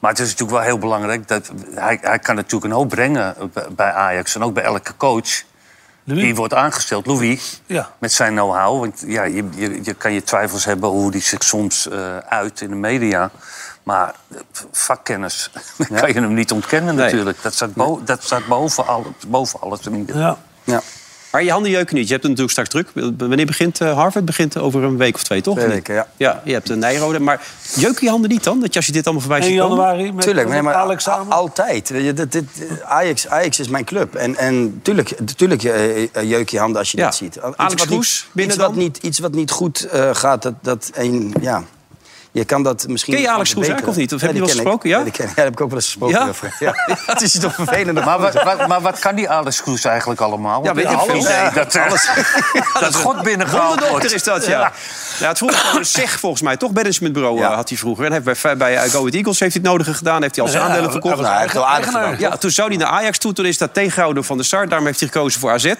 [SPEAKER 3] Maar het is natuurlijk wel heel belangrijk. Dat, hij, hij kan natuurlijk een hoop brengen bij- bij Ajax. En ook bij elke coach
[SPEAKER 4] Louis?
[SPEAKER 3] die wordt aangesteld. Louis,
[SPEAKER 4] Ja.
[SPEAKER 3] met zijn know-how. Want ja, je, je, je kan je twijfels hebben hoe die zich soms eh, uit in de media. Maar eh, vakkennis kan je hem niet ontkennen
[SPEAKER 2] Nee.
[SPEAKER 3] natuurlijk. Dat staat, bo- dat staat boven, al, boven alles. En ieder-
[SPEAKER 4] Ja.
[SPEAKER 5] Ja,
[SPEAKER 2] Maar je handen jeuken niet. Je hebt het natuurlijk straks druk. W- Wanneer begint eh, Harvard? Begint over een week of twee, toch?
[SPEAKER 5] Twee weken, ja.
[SPEAKER 2] Ja, je hebt een Nijrode. Maar jeuken je handen niet dan? Dat je als je dit allemaal voorbij
[SPEAKER 4] 1
[SPEAKER 2] ziet komen?
[SPEAKER 4] januari met,
[SPEAKER 5] Tuurlijk, nee,
[SPEAKER 4] met
[SPEAKER 5] maar
[SPEAKER 4] Alex samen.
[SPEAKER 5] a- altijd. Weet je, dit- dit- Ajax, Ajax is mijn club. En, en tuurlijk, tuurlijk eh, eh, jeuk je handen als je
[SPEAKER 2] Ja.
[SPEAKER 5] dit ziet. Iets
[SPEAKER 2] Alex
[SPEAKER 5] wat
[SPEAKER 2] Kroes
[SPEAKER 5] niet-
[SPEAKER 2] binnen
[SPEAKER 5] iets wat,
[SPEAKER 2] dan?
[SPEAKER 5] niet, iets wat niet goed eh, gaat, dat, dat en, ja... Je kan dat misschien
[SPEAKER 2] Ken je
[SPEAKER 5] niet
[SPEAKER 2] Alex Kroes
[SPEAKER 5] verbeteren.
[SPEAKER 2] eigenlijk of niet? Of heb je
[SPEAKER 5] die
[SPEAKER 2] wel eens
[SPEAKER 5] ken ik.
[SPEAKER 2] gesproken, ja?
[SPEAKER 5] die ken ik. Ja, daar heb ik ook wel eens gesproken.
[SPEAKER 2] Ja?
[SPEAKER 5] Wilfred. Ja. Het is toch vervelend.
[SPEAKER 3] Maar wat, wat- maar wat kan die Alex Kroes eigenlijk allemaal?
[SPEAKER 2] Ja, weet ik
[SPEAKER 3] alles.
[SPEAKER 2] veel.
[SPEAKER 3] Nee, dat, alles. dat God binnengehaald
[SPEAKER 2] Wonderdokter
[SPEAKER 3] wordt.
[SPEAKER 2] is dat, ja. ja. het vroeger gewoon een zeg volgens mij, toch? Managementbureau eh, had hij vroeger. En hij heeft bij, bij Go Ahead Eagles heeft hij het nodige gedaan. Heeft hij al zijn aandelen verkocht.
[SPEAKER 5] Nou, hij heeft wel aardig gedaan.
[SPEAKER 2] Ja, toen zou hij naar Ajax toe. Toen is dat tegengehouden van de Sar. Daarom heeft hij gekozen voor AZ. En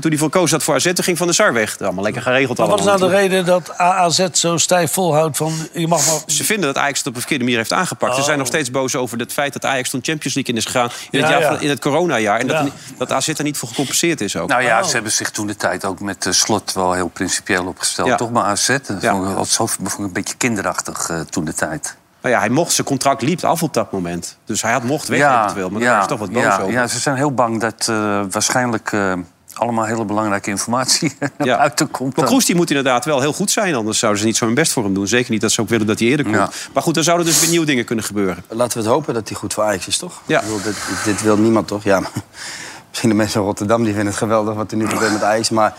[SPEAKER 2] toen hij voor koos had voor AZ, toen ging Van de Sar weg. Allemaal lekker geregeld
[SPEAKER 4] Maar wat is
[SPEAKER 2] allemaal.
[SPEAKER 4] nou de reden dat AAZ zo stijf volhoudt van... je mag maar
[SPEAKER 2] Ze vinden dat Ajax het op een verkeerde manier heeft aangepakt.
[SPEAKER 4] Oh.
[SPEAKER 2] Ze zijn nog steeds boos over het feit dat Ajax toen Champions League in is gegaan... in het,
[SPEAKER 4] Ja,
[SPEAKER 2] jaar van-
[SPEAKER 4] ja.
[SPEAKER 2] in het coronajaar. En dat,
[SPEAKER 4] Ja.
[SPEAKER 2] er niet- dat AZ er niet voor gecompenseerd is ook.
[SPEAKER 3] Nou ja, ze hebben zich toen de tijd ook met eh, slot wel heel principieel opgesteld.
[SPEAKER 2] Ja.
[SPEAKER 3] Toch maar AZ. Dat
[SPEAKER 2] Ja.
[SPEAKER 3] vond ik, dat vond ik een beetje kinderachtig eh, toen de tijd.
[SPEAKER 2] Nou ja, hij mocht, zijn contract liep af op dat moment. Dus hij had mocht weg eventueel. Maar daar is toch wat boos
[SPEAKER 3] ja,
[SPEAKER 2] over.
[SPEAKER 3] Ja, ze zijn heel bang dat eh, waarschijnlijk eh, allemaal hele belangrijke informatie naar
[SPEAKER 2] Ja.
[SPEAKER 3] buiten komt.
[SPEAKER 2] Maar Kroes die moet inderdaad wel heel goed zijn. Anders zouden ze niet zo hun best voor hem doen. Zeker niet dat ze ook willen dat hij eerder komt.
[SPEAKER 3] Ja.
[SPEAKER 2] Maar goed, dan zouden dus weer nieuwe dingen kunnen gebeuren.
[SPEAKER 5] Laten we het hopen dat hij goed voor Ajax is, toch?
[SPEAKER 2] Ja.
[SPEAKER 5] Ik bedoel, dit, dit wil niemand, toch? Ja, maar Misschien de mensen in Rotterdam die vinden het geweldig wat er nu gebeurt met Ajax. Maar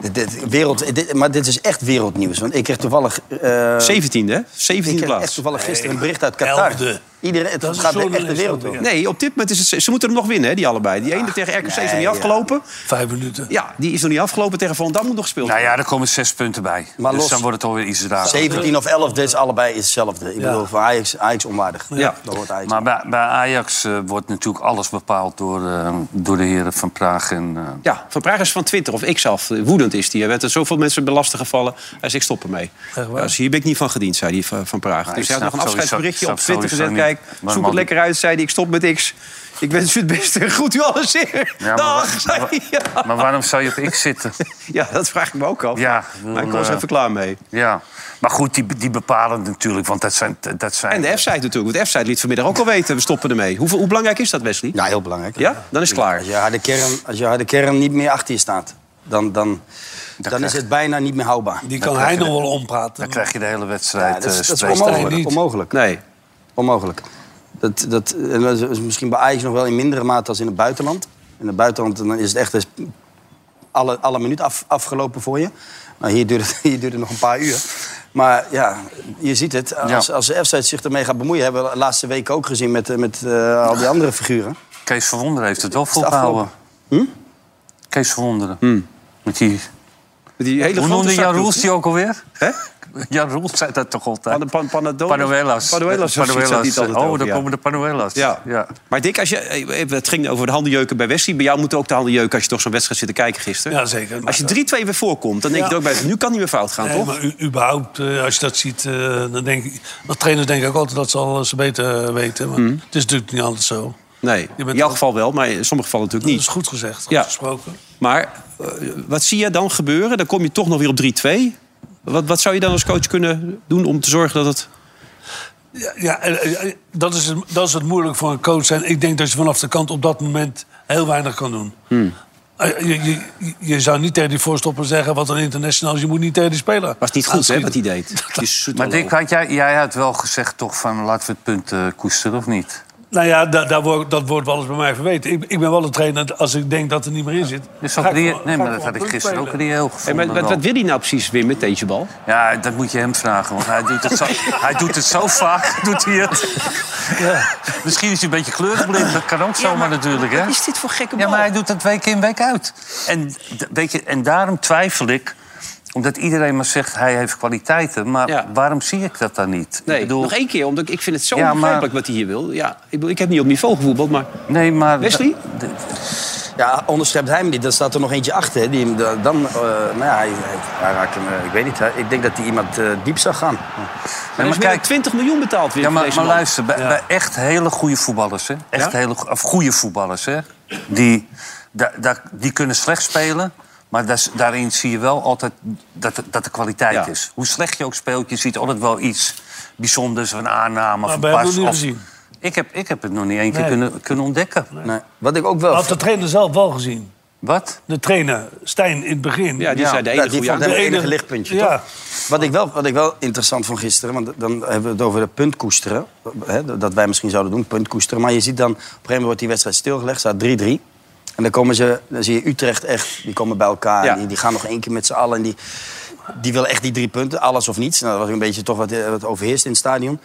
[SPEAKER 5] dit, dit- wereld, dit, maar dit is echt wereldnieuws. Want ik kreeg toevallig... eh
[SPEAKER 2] 17e, hè? 17e
[SPEAKER 5] Ik kreeg
[SPEAKER 2] plaats.
[SPEAKER 5] echt toevallig gisteren een bericht uit Qatar.
[SPEAKER 2] elfde.
[SPEAKER 5] Iedereen, het
[SPEAKER 2] Dat is
[SPEAKER 5] gaat
[SPEAKER 2] een
[SPEAKER 5] echt de
[SPEAKER 2] journalist
[SPEAKER 5] wereld
[SPEAKER 2] ook
[SPEAKER 5] door.
[SPEAKER 2] weer. Nee, op dit moment is het... Ze moeten hem nog winnen, hè, die allebei. Die ene tegen RKC is nog
[SPEAKER 5] nee,
[SPEAKER 2] niet
[SPEAKER 5] ja.
[SPEAKER 2] afgelopen.
[SPEAKER 4] Vijf minuten.
[SPEAKER 2] Ja, die is nog niet afgelopen. Tegen Van Dam moet nog gespeeld
[SPEAKER 3] Nou ja, er komen zes punten bij.
[SPEAKER 5] Maar
[SPEAKER 3] dus
[SPEAKER 5] los.
[SPEAKER 3] dan wordt het alweer iets raar.
[SPEAKER 5] 17 of 11, dit is allebei is hetzelfde. Ik bedoel, voor Ajax, Ajax onwaardig.
[SPEAKER 3] Ja.
[SPEAKER 5] Dat hoort Ajax.
[SPEAKER 3] Maar bij, bij Ajax eh, wordt natuurlijk alles bepaald door, eh, door de heren van Praag. En, eh,
[SPEAKER 2] Ja, Van Praag is van Twitter of ik zelf. eh, Woedend is die. Er werden zoveel mensen belast gevallen. Hij zei, ik stop ermee. Ja, dus hier ben ik niet van gediend, zei die van, van Praag.
[SPEAKER 3] Maar Nou, ik
[SPEAKER 2] dus hij had nog
[SPEAKER 3] snap
[SPEAKER 2] een
[SPEAKER 3] sowieso-
[SPEAKER 2] afscheidsberichtje
[SPEAKER 3] snap
[SPEAKER 2] op Twitter
[SPEAKER 3] sowieso
[SPEAKER 2] gezet.
[SPEAKER 3] niet
[SPEAKER 2] Kijk,
[SPEAKER 3] waarom
[SPEAKER 2] zoek
[SPEAKER 3] al
[SPEAKER 2] het
[SPEAKER 3] die-
[SPEAKER 2] lekker uit, zei hij. Ik stop met X. Ik wens u het beste. Goed u alles zeer.
[SPEAKER 3] Ja, maar
[SPEAKER 2] Dag,
[SPEAKER 3] wa-
[SPEAKER 2] zei hij. Ja.
[SPEAKER 3] Maar waarom zou je op X zitten?
[SPEAKER 2] Ja, dat vraag ik me ook af.
[SPEAKER 3] Ja,
[SPEAKER 2] Maar ik was
[SPEAKER 3] eh,
[SPEAKER 2] even klaar mee.
[SPEAKER 3] Ja, maar goed, die, die bepalen natuurlijk, want dat zijn... Dat zijn
[SPEAKER 2] En de F-site natuurlijk. Want de F-site liet vanmiddag ook al weten. We stoppen ermee. Hoe, hoe belangrijk is dat, Wesley?
[SPEAKER 5] Ja, Nou, heel belangrijk.
[SPEAKER 2] Ja? Dan is het klaar.
[SPEAKER 5] Als je harde kern, als je harde kern niet meer achter je staat, dan, dan, dan is het bijna niet meer houdbaar.
[SPEAKER 4] Die
[SPEAKER 5] Dan
[SPEAKER 4] kan
[SPEAKER 5] krijg
[SPEAKER 4] hij
[SPEAKER 5] je
[SPEAKER 4] nog
[SPEAKER 5] de-
[SPEAKER 4] wel ompraten.
[SPEAKER 3] dan krijg je de hele wedstrijd.
[SPEAKER 5] Ja, dat,
[SPEAKER 3] eh,
[SPEAKER 5] is, dat is
[SPEAKER 3] spreekt
[SPEAKER 5] onmogelijk.
[SPEAKER 3] tegen.
[SPEAKER 5] onmogelijk.
[SPEAKER 2] Nee.
[SPEAKER 5] Onmogelijk. Dat, dat, en dat is misschien bij Ajax nog wel in mindere mate dan in het buitenland. In het buitenland dan is het echt eens alle, alle minuut af, afgelopen voor je. Nou, hier, duurt het, hier duurt het nog een paar uur. Maar ja, je ziet het. Als, als de F-site zich ermee gaat bemoeien... hebben we de laatste weken ook gezien met, eh, met eh, al die andere figuren.
[SPEAKER 3] Kees Verwonder heeft het wel
[SPEAKER 5] het
[SPEAKER 3] volgehouden. Kees Verwonderen. Met die...
[SPEAKER 2] Die Hm? hele
[SPEAKER 3] Hoe
[SPEAKER 2] grote
[SPEAKER 3] noemde Jan
[SPEAKER 2] zakdoek.
[SPEAKER 3] Roels die ook alweer?
[SPEAKER 2] Hè?
[SPEAKER 3] Jan Roels zei dat toch altijd?
[SPEAKER 2] Pan, pan, panadones?
[SPEAKER 3] Panuelas.
[SPEAKER 2] Panuelas. of zoiets had hij het altijd
[SPEAKER 3] Oh,
[SPEAKER 2] over,
[SPEAKER 3] daar
[SPEAKER 2] ja.
[SPEAKER 3] komen de panuelas.
[SPEAKER 2] Ja. Maar Dick, als je, eh, eh, het ging over de handenjeuken bij Wesley. Bij jou moet ook de handenjeuken als je toch zo'n wedstrijd zit te kijken gisteren.
[SPEAKER 4] Ja, zeker.
[SPEAKER 2] Als je 3-2 weer voorkomt, dan denk je
[SPEAKER 4] Ja.
[SPEAKER 2] er ook bij... nu kan niet meer fout gaan,
[SPEAKER 4] Nee,
[SPEAKER 2] toch?
[SPEAKER 4] maar u- überhaupt, eh, als je dat ziet, eh, dan denk ik... Want trainers denken ook altijd dat ze alles beter eh, weten. Maar het is natuurlijk niet altijd zo.
[SPEAKER 2] Nee, in jouw geval wel, maar in sommige gevallen natuurlijk niet.
[SPEAKER 4] Dat is goed gezegd, goed
[SPEAKER 2] Ja.
[SPEAKER 4] gesproken.
[SPEAKER 2] Maar eh, wat zie je dan gebeuren? Dan kom je toch nog weer op 3-2. Wat, wat zou je dan als coach kunnen doen om te zorgen dat het...
[SPEAKER 4] Ja, ja eh, eh, dat, is het, dat is het moeilijk voor een coach. En ik denk dat je vanaf de kant op dat moment heel weinig kan doen.
[SPEAKER 2] Hmm.
[SPEAKER 4] Eh, Je, je, je zou niet tegen die voorstopper zeggen wat een internationaal is. Je moet niet tegen die speler.
[SPEAKER 2] Was niet goed, hè, wat hij deed? Dus
[SPEAKER 3] Maar Dick, had jij, jij had wel gezegd toch van laten we het punt eh, koesteren, of niet?
[SPEAKER 4] Nou ja, da- daar wordt, dat wordt wel eens bij mij verweten. Ik, ik ben wel een trainer, als ik denk dat er niet meer in zit...
[SPEAKER 3] Dus
[SPEAKER 4] ga
[SPEAKER 3] ook
[SPEAKER 4] ik
[SPEAKER 3] rea-
[SPEAKER 4] gewoon-
[SPEAKER 3] nee,
[SPEAKER 4] ga
[SPEAKER 3] maar dat
[SPEAKER 4] ik gewoon
[SPEAKER 3] had ik
[SPEAKER 4] punt
[SPEAKER 3] gisteren
[SPEAKER 4] spelen.
[SPEAKER 3] ook reëel
[SPEAKER 2] Hey, maar
[SPEAKER 3] gevonden.
[SPEAKER 2] wat, wat
[SPEAKER 3] wel.
[SPEAKER 2] wil hij nou precies, Wim, met deze bal?
[SPEAKER 3] Ja, dat moet je hem vragen, want hij doet het zo, hij doet het zo vaak. Doet hij het. Misschien is hij een beetje kleurenblind, dat kan ook zomaar natuurlijk. Hè?
[SPEAKER 2] Wat is dit voor gekke bal?
[SPEAKER 3] Ja, maar hij doet dat week in, week uit. En, d- weet je, en daarom twijfel ik, omdat iedereen maar zegt hij heeft kwaliteiten. Maar
[SPEAKER 2] Ja.
[SPEAKER 3] waarom zie ik dat dan niet?
[SPEAKER 2] Nee,
[SPEAKER 3] ik bedoel,
[SPEAKER 2] nog één keer, omdat ik- ik vind het zo
[SPEAKER 3] Ja, maar-
[SPEAKER 2] onbegrijpelijk wat hij hier wil. Ja, ik, bedoel, ik heb niet op niveau gevoetbald, maar...
[SPEAKER 3] nee, maar
[SPEAKER 2] Wesley?
[SPEAKER 3] d- d-
[SPEAKER 5] Ja, onderschept hij hem niet. Daar staat er nog eentje achter. hè, Die hem da- dan, eh, nou ja, hij, hij, hij raakt hem, eh, ik weet niet. hij- ik denk dat hij iemand eh, diep zag gaan.
[SPEAKER 2] Er
[SPEAKER 3] maar
[SPEAKER 2] is meer dan
[SPEAKER 3] kijk,
[SPEAKER 2] 20 miljoen betaald weer
[SPEAKER 3] ja,
[SPEAKER 2] voor
[SPEAKER 3] maar,
[SPEAKER 2] deze
[SPEAKER 3] maar
[SPEAKER 2] man.
[SPEAKER 3] luister, bij, bij echt hele goede voetballers, hè? Echt
[SPEAKER 2] Ja?
[SPEAKER 3] hele, go- of goede voetballers, hè? Die, da, da- die kunnen slecht spelen. Maar das- daarin zie je wel altijd dat, er- dat er kwaliteit
[SPEAKER 2] Ja.
[SPEAKER 3] is. Hoe slecht je ook speelt, je ziet altijd wel iets bijzonders. Een aanname, of
[SPEAKER 4] Maar
[SPEAKER 3] een
[SPEAKER 4] we
[SPEAKER 3] pas.
[SPEAKER 4] hebben het niet
[SPEAKER 3] of-
[SPEAKER 4] gezien.
[SPEAKER 3] Ik heb, ik heb het nog niet één keer
[SPEAKER 4] Nee.
[SPEAKER 3] kunnen, kunnen ontdekken.
[SPEAKER 5] Nee. Wat ik ook wel...
[SPEAKER 4] Had de trainer zelf wel gezien.
[SPEAKER 3] Wat?
[SPEAKER 4] De trainer, Stijn, in het begin.
[SPEAKER 2] Ja, die
[SPEAKER 3] Ja,
[SPEAKER 2] zei de
[SPEAKER 5] ja,
[SPEAKER 2] enige goede
[SPEAKER 5] die vond hem
[SPEAKER 2] aankoop.
[SPEAKER 5] het enige
[SPEAKER 4] ene-
[SPEAKER 5] lichtpuntje,
[SPEAKER 4] Ja.
[SPEAKER 5] toch? Wat ik, wel, wat ik wel interessant vond gisteren, want dan hebben we het over de punt koesteren. Hè, dat wij misschien zouden doen, punt koesteren. Maar je ziet dan, op een gegeven moment wordt die wedstrijd stilgelegd, staat 3-3. En dan, komen ze, dan zie je Utrecht echt, die komen bij elkaar.
[SPEAKER 2] Ja.
[SPEAKER 5] Die, die gaan nog één keer met z'n allen. En die, die willen echt die drie punten, alles of niets. Nou, dat was een beetje toch wat, eh, wat overheerst in het stadion.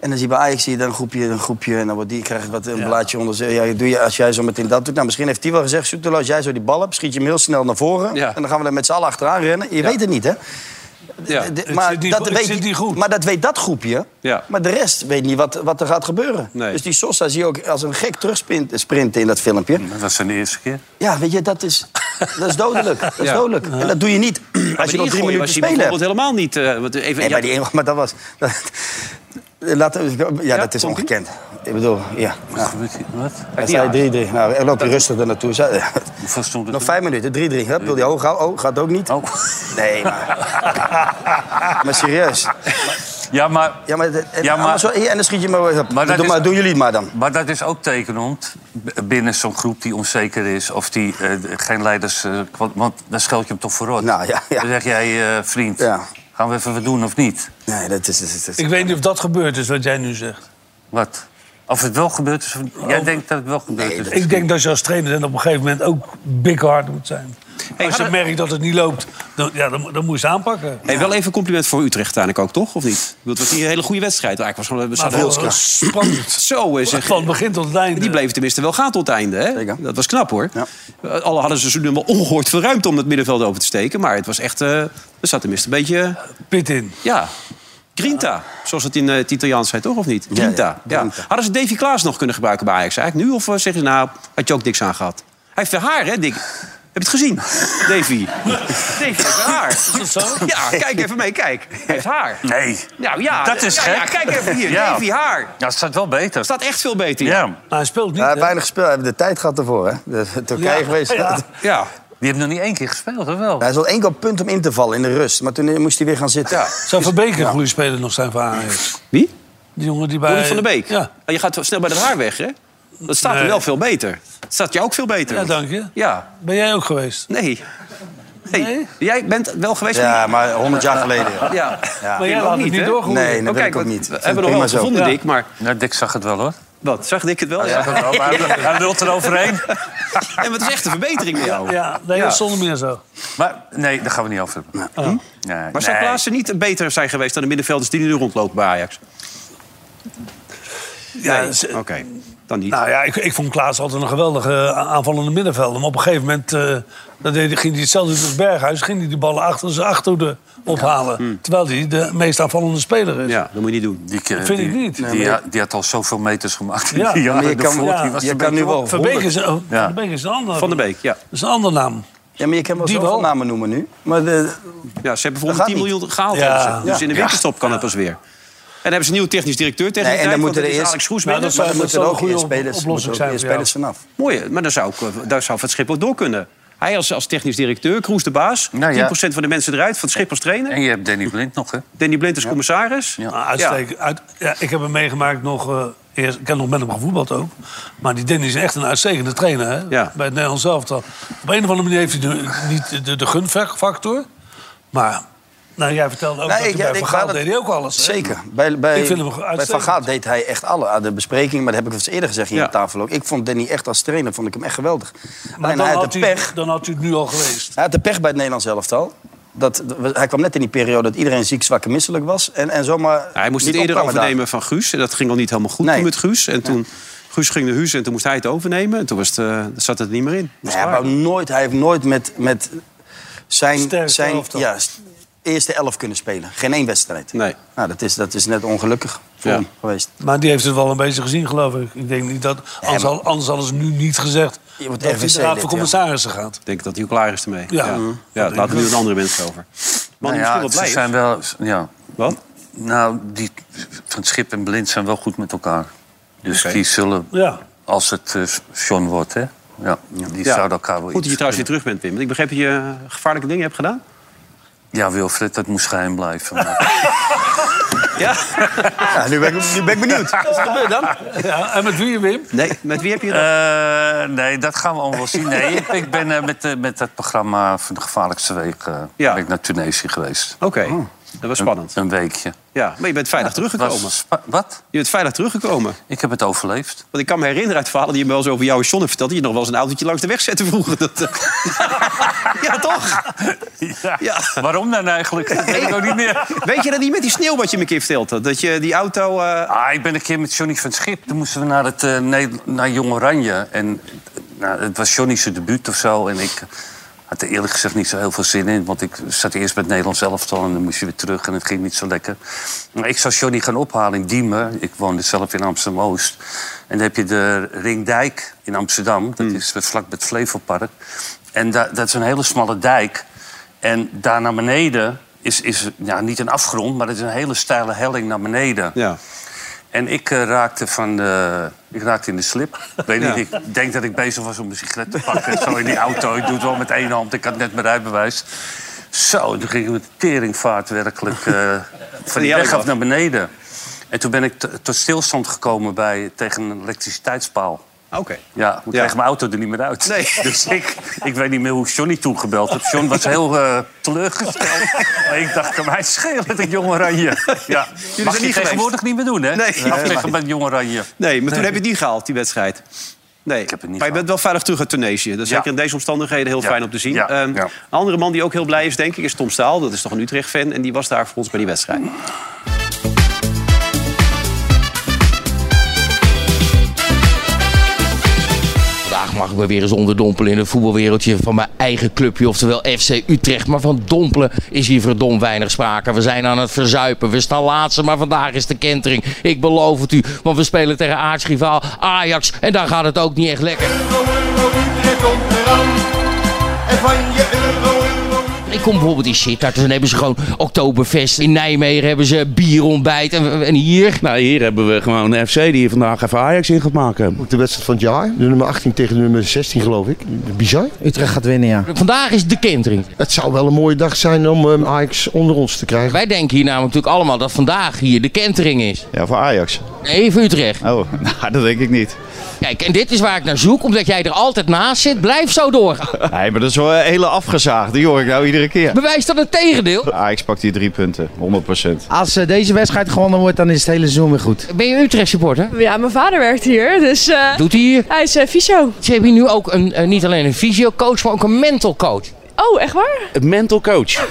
[SPEAKER 5] En dan zie je bij Ajax zie je dan een groepje, een groepje. En dan wordt die, krijgt wat een blaadje onder zich. Ja, doe je, als jij zo meteen dat doet. Nou, misschien heeft hij wel gezegd, Soetelo, als jij zo die bal hebt, schiet je hem heel snel naar voren.
[SPEAKER 2] Ja.
[SPEAKER 5] En dan gaan we er met z'n allen achteraan rennen. Je weet het niet, hè?
[SPEAKER 2] Ja.
[SPEAKER 5] De-
[SPEAKER 4] Het
[SPEAKER 5] maar,
[SPEAKER 4] zit niet
[SPEAKER 5] dat
[SPEAKER 4] goed- het
[SPEAKER 5] weet,
[SPEAKER 4] zit
[SPEAKER 5] die-
[SPEAKER 4] niet goed.
[SPEAKER 5] maar dat weet dat groepje.
[SPEAKER 2] Ja.
[SPEAKER 5] Maar de rest weet niet wat, wat er gaat gebeuren.
[SPEAKER 2] Nee.
[SPEAKER 5] Dus die Sosa zie je ook als een gek terugsprinten in dat filmpje.
[SPEAKER 3] Dat was zijn eerste keer.
[SPEAKER 5] Ja, weet je, dat is, dat is dodelijk. Dat is
[SPEAKER 2] Ja.
[SPEAKER 5] dodelijk. En dat doe je niet als je
[SPEAKER 2] Maar
[SPEAKER 5] nog
[SPEAKER 2] die
[SPEAKER 5] drie
[SPEAKER 2] ingooi
[SPEAKER 5] minuten
[SPEAKER 2] was hij
[SPEAKER 5] spelen hebt.
[SPEAKER 2] bijvoorbeeld helemaal niet... eh, want even,
[SPEAKER 5] Nee,
[SPEAKER 2] ja,
[SPEAKER 5] maar, die ene- maar dat was... Dat, laat, ja, dat is
[SPEAKER 2] komt-ie?
[SPEAKER 5] ongekend. Ik bedoel, ja.
[SPEAKER 3] Wat gebeurt hier? Wat?
[SPEAKER 5] Hij
[SPEAKER 2] niet uit.
[SPEAKER 5] zei 3-3. Nou, er loopt hij rustig er naartoe. Zei-
[SPEAKER 3] Hoeveel stond het
[SPEAKER 5] Nog
[SPEAKER 3] toen?
[SPEAKER 5] vijf minuten, 3-3. Hup, Wil die hoog houden? Oh, gaat ook niet?
[SPEAKER 3] Oh.
[SPEAKER 5] Nee, maar... maar serieus.
[SPEAKER 3] Ja, maar,
[SPEAKER 5] Ja, maar, en,
[SPEAKER 3] Ja, maar-
[SPEAKER 5] maar... Zo, hier, en dan schiet je maar weer op.
[SPEAKER 3] Maar dat
[SPEAKER 5] doe,
[SPEAKER 3] is-
[SPEAKER 5] maar, doen jullie het maar dan.
[SPEAKER 3] maar dat is ook tekenend b- binnen zo'n groep die onzeker is... of die eh, d- geen leiders... eh, kwa- want dan scheld je hem toch vooruit.
[SPEAKER 5] Nou, ja, ja.
[SPEAKER 3] Dan zeg jij, eh, vriend,
[SPEAKER 5] Ja.
[SPEAKER 3] gaan we even wat doen of niet?
[SPEAKER 5] Nee, dat is... Dat is, dat is-
[SPEAKER 4] Ik weet niet of dat gebeurd is, wat jij nu zegt.
[SPEAKER 3] Wat? Of het wel gebeurd is, of-
[SPEAKER 5] Oh.
[SPEAKER 3] jij denkt dat het wel gebeurd is.
[SPEAKER 4] Ik denk dat je als trainer dan op een gegeven moment ook big hard moet zijn. als je merkt dat het niet loopt, dan, ja, dan, dan moet je het aanpakken.
[SPEAKER 2] Hey, wel even een compliment voor Utrecht uiteindelijk ook, toch? Of niet? Want Het was hier een hele goede wedstrijd. Eigenlijk was gewoon, we zaten
[SPEAKER 4] Nou,
[SPEAKER 2] heel
[SPEAKER 4] dat was spannend.
[SPEAKER 2] Zo is het.
[SPEAKER 4] Van het begin tot het einde.
[SPEAKER 2] Die bleven tenminste wel gaan tot het einde. Hè? Dat was knap hoor. Eh, Alle hadden ze zo nummer ongehoord veel ruimte om het middenveld over te steken. Maar het was echt. eh, er zat tenminste een beetje.
[SPEAKER 4] pit in.
[SPEAKER 2] Ja. Grinta, zoals het in eh, het Italiaans zei, toch? Of niet?
[SPEAKER 5] ja,
[SPEAKER 2] Grinta. Ja, Hadden ze Davy Klaas nog kunnen gebruiken bij Ajax eigenlijk nu? Of eh, zeggen ze, nou, had je ook niks aan gehad? Hij heeft weer haar, hè, Dick? Heb je het gezien? Davy. Davy heeft weer haar. Is dat zo? Ja, kijk even mee, kijk. Hij heeft haar.
[SPEAKER 3] Nee.
[SPEAKER 2] Nou ja,
[SPEAKER 3] dat is
[SPEAKER 2] ja,
[SPEAKER 3] gek.
[SPEAKER 2] ja, kijk even hier,
[SPEAKER 3] Ja.
[SPEAKER 2] Davy haar.
[SPEAKER 3] Ja, het staat wel beter.
[SPEAKER 2] Staat echt veel beter.
[SPEAKER 3] Ja.
[SPEAKER 4] hij speelt niet.
[SPEAKER 5] Ja, weinig speel. Hebben de tijd gehad ervoor, hè? De Turkije geweest.
[SPEAKER 2] Ja.
[SPEAKER 3] Die hebben nog niet één keer gespeeld, of wel?
[SPEAKER 5] Hij is al één keer op punt om in te vallen in de rust. Maar toen eh, moest hij weer gaan zitten.
[SPEAKER 4] Zou Verbeek een goede speler nog zijn voor Ajax?
[SPEAKER 2] Wie?
[SPEAKER 4] Die jongen die bij...
[SPEAKER 2] Donny van der Beek.
[SPEAKER 4] Eh, Ja,
[SPEAKER 2] Ah, Je gaat snel bij dat haar weg, hè? Dat staat
[SPEAKER 4] Nee.
[SPEAKER 2] er wel veel beter. Het staat jou ook veel beter.
[SPEAKER 4] ja dank je.
[SPEAKER 2] Ja.
[SPEAKER 4] Ben jij ook geweest?
[SPEAKER 2] Nee. Nee. Jij bent wel geweest.
[SPEAKER 5] Ja, maar 100 jaar geleden. ja.
[SPEAKER 2] Ja.
[SPEAKER 4] Maar jij
[SPEAKER 2] Ook
[SPEAKER 4] laat het niet
[SPEAKER 2] hè?
[SPEAKER 4] doorgroeien.
[SPEAKER 5] Nee, dat
[SPEAKER 2] Oh,
[SPEAKER 5] wil ik
[SPEAKER 2] kijk,
[SPEAKER 5] ook
[SPEAKER 2] want
[SPEAKER 5] niet.
[SPEAKER 2] We
[SPEAKER 5] Vind ik
[SPEAKER 2] hebben nog
[SPEAKER 5] prima
[SPEAKER 2] wel
[SPEAKER 5] zo.
[SPEAKER 2] gevonden,
[SPEAKER 5] Ja. Oh,
[SPEAKER 2] Dick, maar...
[SPEAKER 3] Nou, Dick zag het wel, hoor.
[SPEAKER 2] Wat, zag ik het wel?
[SPEAKER 3] Zag
[SPEAKER 2] Ja.
[SPEAKER 3] het wel, maar hij, hij lult eroverheen.
[SPEAKER 2] En wat is echt een verbetering bij jou.
[SPEAKER 4] Ja, nee,
[SPEAKER 2] Ja.
[SPEAKER 4] dat is zonder meer zo.
[SPEAKER 3] Maar nee, daar gaan we niet over hebben.
[SPEAKER 4] Oh.
[SPEAKER 3] Nee,
[SPEAKER 2] Maar zou
[SPEAKER 3] nee.
[SPEAKER 2] Klaassen niet beter zijn geweest dan de middenvelders die nu rondlopen bij Ajax?
[SPEAKER 4] Ja,
[SPEAKER 2] Nee.
[SPEAKER 4] Eh, ze-
[SPEAKER 2] Oké, dan niet.
[SPEAKER 4] Nou ja, ik, ik vond Klaas altijd een geweldige eh, aanvallende middenvelder. Maar op een gegeven moment eh, dan deed, hij- ging hij hetzelfde doen als Berghuis. Ging hij die ballen achter zijn achterhoede ophalen. Terwijl hij de meest aanvallende speler is.
[SPEAKER 2] Ja, dat moet je niet doen.
[SPEAKER 3] Die, keer-
[SPEAKER 4] Vind ik
[SPEAKER 3] die-
[SPEAKER 4] niet.
[SPEAKER 3] Die,
[SPEAKER 4] Nee, maar-
[SPEAKER 3] had- die had al zoveel meters gemaakt.
[SPEAKER 4] Ja,
[SPEAKER 3] Die jaren
[SPEAKER 5] maar je kan-
[SPEAKER 3] ervoor,
[SPEAKER 5] ja,
[SPEAKER 3] die was
[SPEAKER 5] je
[SPEAKER 3] een
[SPEAKER 5] kan
[SPEAKER 3] beetje
[SPEAKER 5] nu wel-
[SPEAKER 3] op.
[SPEAKER 4] Verbeek is, oh,
[SPEAKER 3] Ja.
[SPEAKER 4] Verbeek is een ander.
[SPEAKER 2] Van der Beek, ja.
[SPEAKER 4] Dat is een andere naam.
[SPEAKER 5] Ja, maar je kan wel
[SPEAKER 4] Die
[SPEAKER 5] zoveel
[SPEAKER 4] wel.
[SPEAKER 5] namen noemen nu. Maar de,
[SPEAKER 2] Ja, ze hebben bijvoorbeeld
[SPEAKER 5] gaat
[SPEAKER 2] 10
[SPEAKER 5] niet.
[SPEAKER 2] miljoen gehaald.
[SPEAKER 4] Ja.
[SPEAKER 2] hebben ze. Dus in de
[SPEAKER 5] Ja.
[SPEAKER 2] winterstop kan het pas weer. En dan hebben ze een nieuwe technisch directeur tegen
[SPEAKER 5] Nee,
[SPEAKER 2] die
[SPEAKER 5] en dan
[SPEAKER 2] tijd, want
[SPEAKER 5] moeten
[SPEAKER 2] dat
[SPEAKER 5] er
[SPEAKER 2] is Alex
[SPEAKER 5] eerst-
[SPEAKER 2] Groes
[SPEAKER 4] Nou,
[SPEAKER 2] mee.
[SPEAKER 4] dat zou-
[SPEAKER 5] maar er moeten
[SPEAKER 4] wel
[SPEAKER 5] er
[SPEAKER 4] een
[SPEAKER 5] ook
[SPEAKER 4] goede
[SPEAKER 5] eerst spelers,
[SPEAKER 4] oplossing
[SPEAKER 5] moeten er ook
[SPEAKER 4] zijn
[SPEAKER 5] eerst
[SPEAKER 4] voor jou.
[SPEAKER 5] spelers vanaf.
[SPEAKER 2] Mooi, maar daar zou, ik, daar zou Van Schiphol door kunnen. Hij als, als technisch directeur, Kroes de baas.
[SPEAKER 3] Nou ja.
[SPEAKER 2] 10% van de mensen eruit, Van Schip als trainer.
[SPEAKER 3] En je hebt Danny Blind nog, hè?
[SPEAKER 2] Danny Blind als commissaris.
[SPEAKER 4] Ja. uitstekend. Nou, Uit, ja, ik heb hem meegemaakt nog. eh, eerst, ik heb nog met hem gevoetbald ook. Maar die Denny is echt een uitstekende trainer. Hè?
[SPEAKER 2] Ja.
[SPEAKER 4] Bij het Nederlands elftal. Op een of andere manier heeft hij de, niet de, de gunfactor. Maar nou, jij vertelde ook
[SPEAKER 5] Nee,
[SPEAKER 4] dat hij
[SPEAKER 5] ik-
[SPEAKER 4] bij
[SPEAKER 5] ik
[SPEAKER 4] Van
[SPEAKER 5] ga
[SPEAKER 4] Gaal
[SPEAKER 5] dat-
[SPEAKER 4] deed hij ook alles. hè?
[SPEAKER 5] Zeker. Bij, bij,
[SPEAKER 4] Ik vind hem
[SPEAKER 5] bij
[SPEAKER 4] uitstekend.
[SPEAKER 5] Van Gaal deed hij echt alle. Aan de bespreking, maar dat heb ik eens eerder gezegd hier
[SPEAKER 2] Ja.
[SPEAKER 5] aan tafel ook. Ik vond Danny echt als trainer vond ik hem echt geweldig.
[SPEAKER 4] Maar
[SPEAKER 5] Alleen
[SPEAKER 4] dan
[SPEAKER 5] hij
[SPEAKER 4] had,
[SPEAKER 5] had de
[SPEAKER 4] u,
[SPEAKER 5] pech.
[SPEAKER 4] dan had u het nu al geweest.
[SPEAKER 5] Hij had de pech bij het Nederlands elftal. Dat, hij kwam net in die periode dat iedereen ziek, zwak en misselijk was. En, en zomaar
[SPEAKER 2] Ja, hij moest het
[SPEAKER 5] niet
[SPEAKER 2] eerder
[SPEAKER 5] opkwamen daar.
[SPEAKER 2] overnemen van Guus. En dat ging al niet helemaal goed
[SPEAKER 5] Nee.
[SPEAKER 2] toen met Guus. En toen Guus ging naar Huus en toen moest hij het overnemen. En toen was het, eh, zat het er niet meer in. Was
[SPEAKER 5] Nee, hij,
[SPEAKER 2] klaar.
[SPEAKER 5] wou nooit, hij heeft nooit met, met zijn,
[SPEAKER 4] Sterkte
[SPEAKER 5] zijn
[SPEAKER 4] elftal.
[SPEAKER 5] ja, s- eerste elf kunnen spelen. Geen één wedstrijd.
[SPEAKER 2] Nee.
[SPEAKER 5] Nou, dat, is, dat is net ongelukkig voor
[SPEAKER 2] Ja.
[SPEAKER 5] hem geweest.
[SPEAKER 4] Maar die heeft het wel een beetje gezien, geloof ik. Ik denk niet dat. Anders,
[SPEAKER 5] maar-
[SPEAKER 4] had- anders hadden ze nu niet gezegd.
[SPEAKER 5] Je wordt
[SPEAKER 4] dat hij
[SPEAKER 5] RVC
[SPEAKER 4] de Raad
[SPEAKER 5] lid,
[SPEAKER 4] van
[SPEAKER 5] ja.
[SPEAKER 4] Commissarissen gaat.
[SPEAKER 2] Ik denk dat hij ook klaar is ermee.
[SPEAKER 4] Ja.
[SPEAKER 2] Ja, ja. laten we nu een andere mensen over. Maar
[SPEAKER 3] Nou
[SPEAKER 2] misschien
[SPEAKER 3] ja,
[SPEAKER 2] wel
[SPEAKER 3] ze
[SPEAKER 2] blij
[SPEAKER 3] zijn
[SPEAKER 2] is.
[SPEAKER 3] wel... Ja.
[SPEAKER 2] Wat?
[SPEAKER 3] Nou, die van Schip en Blind zijn wel goed met elkaar. Dus
[SPEAKER 2] Oké.
[SPEAKER 3] die zullen,
[SPEAKER 4] Ja.
[SPEAKER 3] als het eh, John wordt, hè? Ja, die
[SPEAKER 2] Ja.
[SPEAKER 3] zouden elkaar wel
[SPEAKER 2] Goed dat
[SPEAKER 3] iets
[SPEAKER 2] je trouwens weer terug bent, Wim. Want ik begreep dat je eh, gevaarlijke dingen hebt gedaan.
[SPEAKER 3] Ja, Wilfred, dat moest geheim blijven. Maar-
[SPEAKER 5] Ja, nu, ben ik, nu ben ik benieuwd. Wat gebeurt dan?
[SPEAKER 4] ja. En met wie, Wim?
[SPEAKER 2] Nee, met wie heb je dat?
[SPEAKER 3] Eh, nee, dat gaan we allemaal wel zien. Nee, ik, ik ben eh, met, eh, met dat programma van de Gevaarlijkste Week eh,
[SPEAKER 2] Ja.
[SPEAKER 3] ben ik naar Tunesië geweest.
[SPEAKER 2] Oké, dat was spannend.
[SPEAKER 3] Een weekje.
[SPEAKER 2] Ja, maar je bent veilig teruggekomen.
[SPEAKER 3] Was spa- Wat?
[SPEAKER 2] Je bent veilig teruggekomen.
[SPEAKER 3] Ik heb het overleefd.
[SPEAKER 2] Want ik kan me herinneren uit verhalen die je me wel eens over jou en John hebt verteld... dat je nog wel eens een autootje langs de weg zette vroeger. Dat, eh, ja, toch?
[SPEAKER 3] Ja.
[SPEAKER 2] Ja.
[SPEAKER 3] Waarom dan eigenlijk? Dat weet ik ook niet meer.
[SPEAKER 2] Weet je dat niet met die sneeuw wat je me een keer verteld had? Dat je die auto... eh,
[SPEAKER 3] Ah, ik ben een keer met Johnny van het Schip. Toen moesten we naar, het, eh, Ne- naar Jong Oranje. En eh, nou, het was Johnny's debuut of zo. En ik had er eerlijk gezegd niet zo heel veel zin in. Want ik zat eerst met het Nederlands elftal en dan moest je weer terug. En het ging niet zo lekker. Maar ik zou Johnny gaan ophalen in Diemen. Ik woonde zelf in Amsterdam-Oost. En dan heb je de Ringdijk in Amsterdam. Dat is vlak bij het Flevopark. En da- dat is een hele smalle dijk. En daar naar beneden is, is ja, niet een afgrond... maar het is een hele steile helling naar beneden.
[SPEAKER 2] ja.
[SPEAKER 3] En ik eh, raakte van de... Ik raakte in de slip. Ik Weet
[SPEAKER 2] Ja.
[SPEAKER 3] niet, ik denk dat ik bezig was om een sigaret te pakken. Zo in die auto. Ik doe het wel met één hand. Ik had net mijn rijbewijs. Zo, toen ging ik met teringvaart werkelijk... eh, van die weg af naar beneden. En toen ben ik t- tot stilstand gekomen bij, tegen een elektriciteitspaal.
[SPEAKER 2] Oké.
[SPEAKER 3] Ja, ik kreeg mijn auto er niet meer uit.
[SPEAKER 2] Nee.
[SPEAKER 3] Dus ik, ik weet niet meer hoe ik Johnny toen gebeld heb. John was heel eh, teleurgesteld. maar ik dacht, kan mij schelen, dat jonge oranje. Ja.
[SPEAKER 2] zijn
[SPEAKER 3] Mag je
[SPEAKER 2] niet
[SPEAKER 3] tegenwoordig
[SPEAKER 2] geweest.
[SPEAKER 3] niet meer doen, hè?
[SPEAKER 2] Nee.
[SPEAKER 3] Afleggen met jonge oranje.
[SPEAKER 2] Nee, maar toen
[SPEAKER 3] Nee.
[SPEAKER 2] heb je het niet gehaald, die wedstrijd. Nee, maar je bent wel veilig terug uit Tunesië. Dat is
[SPEAKER 3] Ja.
[SPEAKER 2] zeker in deze omstandigheden heel
[SPEAKER 3] Ja.
[SPEAKER 2] fijn om te zien.
[SPEAKER 3] Ja.
[SPEAKER 2] Ehm,
[SPEAKER 3] Ja.
[SPEAKER 2] Een andere man die ook heel blij is, denk ik, is Tom Staal. Dat is toch een Utrecht-fan. En die was daar voor ons bij die wedstrijd.
[SPEAKER 10] Vandaag mag ik me weer eens onderdompelen in het voetbalwereldje van mijn eigen clubje, oftewel FC Utrecht. Maar van dompelen is hier verdom weinig sprake. We zijn aan het verzuipen, we staan laatste, maar vandaag is de kentering. Ik beloof het u, want we spelen tegen aartsrivaal Ajax en daar gaat het ook niet echt lekker. Ik kom bijvoorbeeld in Sittard, dan hebben ze gewoon Oktoberfest. In Nijmegen hebben ze bierontbijt en, en hier...
[SPEAKER 1] Nou, hier hebben we gewoon de FC die vandaag even Ajax in gaat maken. De wedstrijd van het jaar, de nummer 18 tegen de nummer 16 geloof ik. Bizar. Utrecht gaat winnen, ja.
[SPEAKER 10] Vandaag is de kentering.
[SPEAKER 1] Het zou wel een mooie dag zijn om ehm, Ajax onder ons te krijgen.
[SPEAKER 10] Wij denken hier namelijk natuurlijk allemaal dat vandaag hier de kentering is.
[SPEAKER 11] Ja, voor Ajax.
[SPEAKER 10] Nee, voor Utrecht.
[SPEAKER 11] Oh, nou, dat denk ik niet.
[SPEAKER 10] Kijk, en dit is waar ik naar zoek, omdat jij er altijd naast zit. Blijf zo doorgaan.
[SPEAKER 11] Nee, maar dat is wel een hele afgezaagd. Die hoor ik nou iedere keer.
[SPEAKER 10] Bewijs dat het tegendeel.
[SPEAKER 11] Ajax pakt die drie punten, 100
[SPEAKER 12] Als eh, deze wedstrijd gewonnen wordt, dan is het hele seizoen weer goed.
[SPEAKER 10] Ben je Utrecht supporter?
[SPEAKER 9] Ja, mijn vader werkt hier, dus... eh,
[SPEAKER 10] Doet hij hier?
[SPEAKER 9] Hij is eh, fysio.
[SPEAKER 10] Ze hebben hier nu ook een, eh, niet alleen een fysiocoach, maar ook een mental coach.
[SPEAKER 9] Oh, echt waar?
[SPEAKER 10] Mental coach?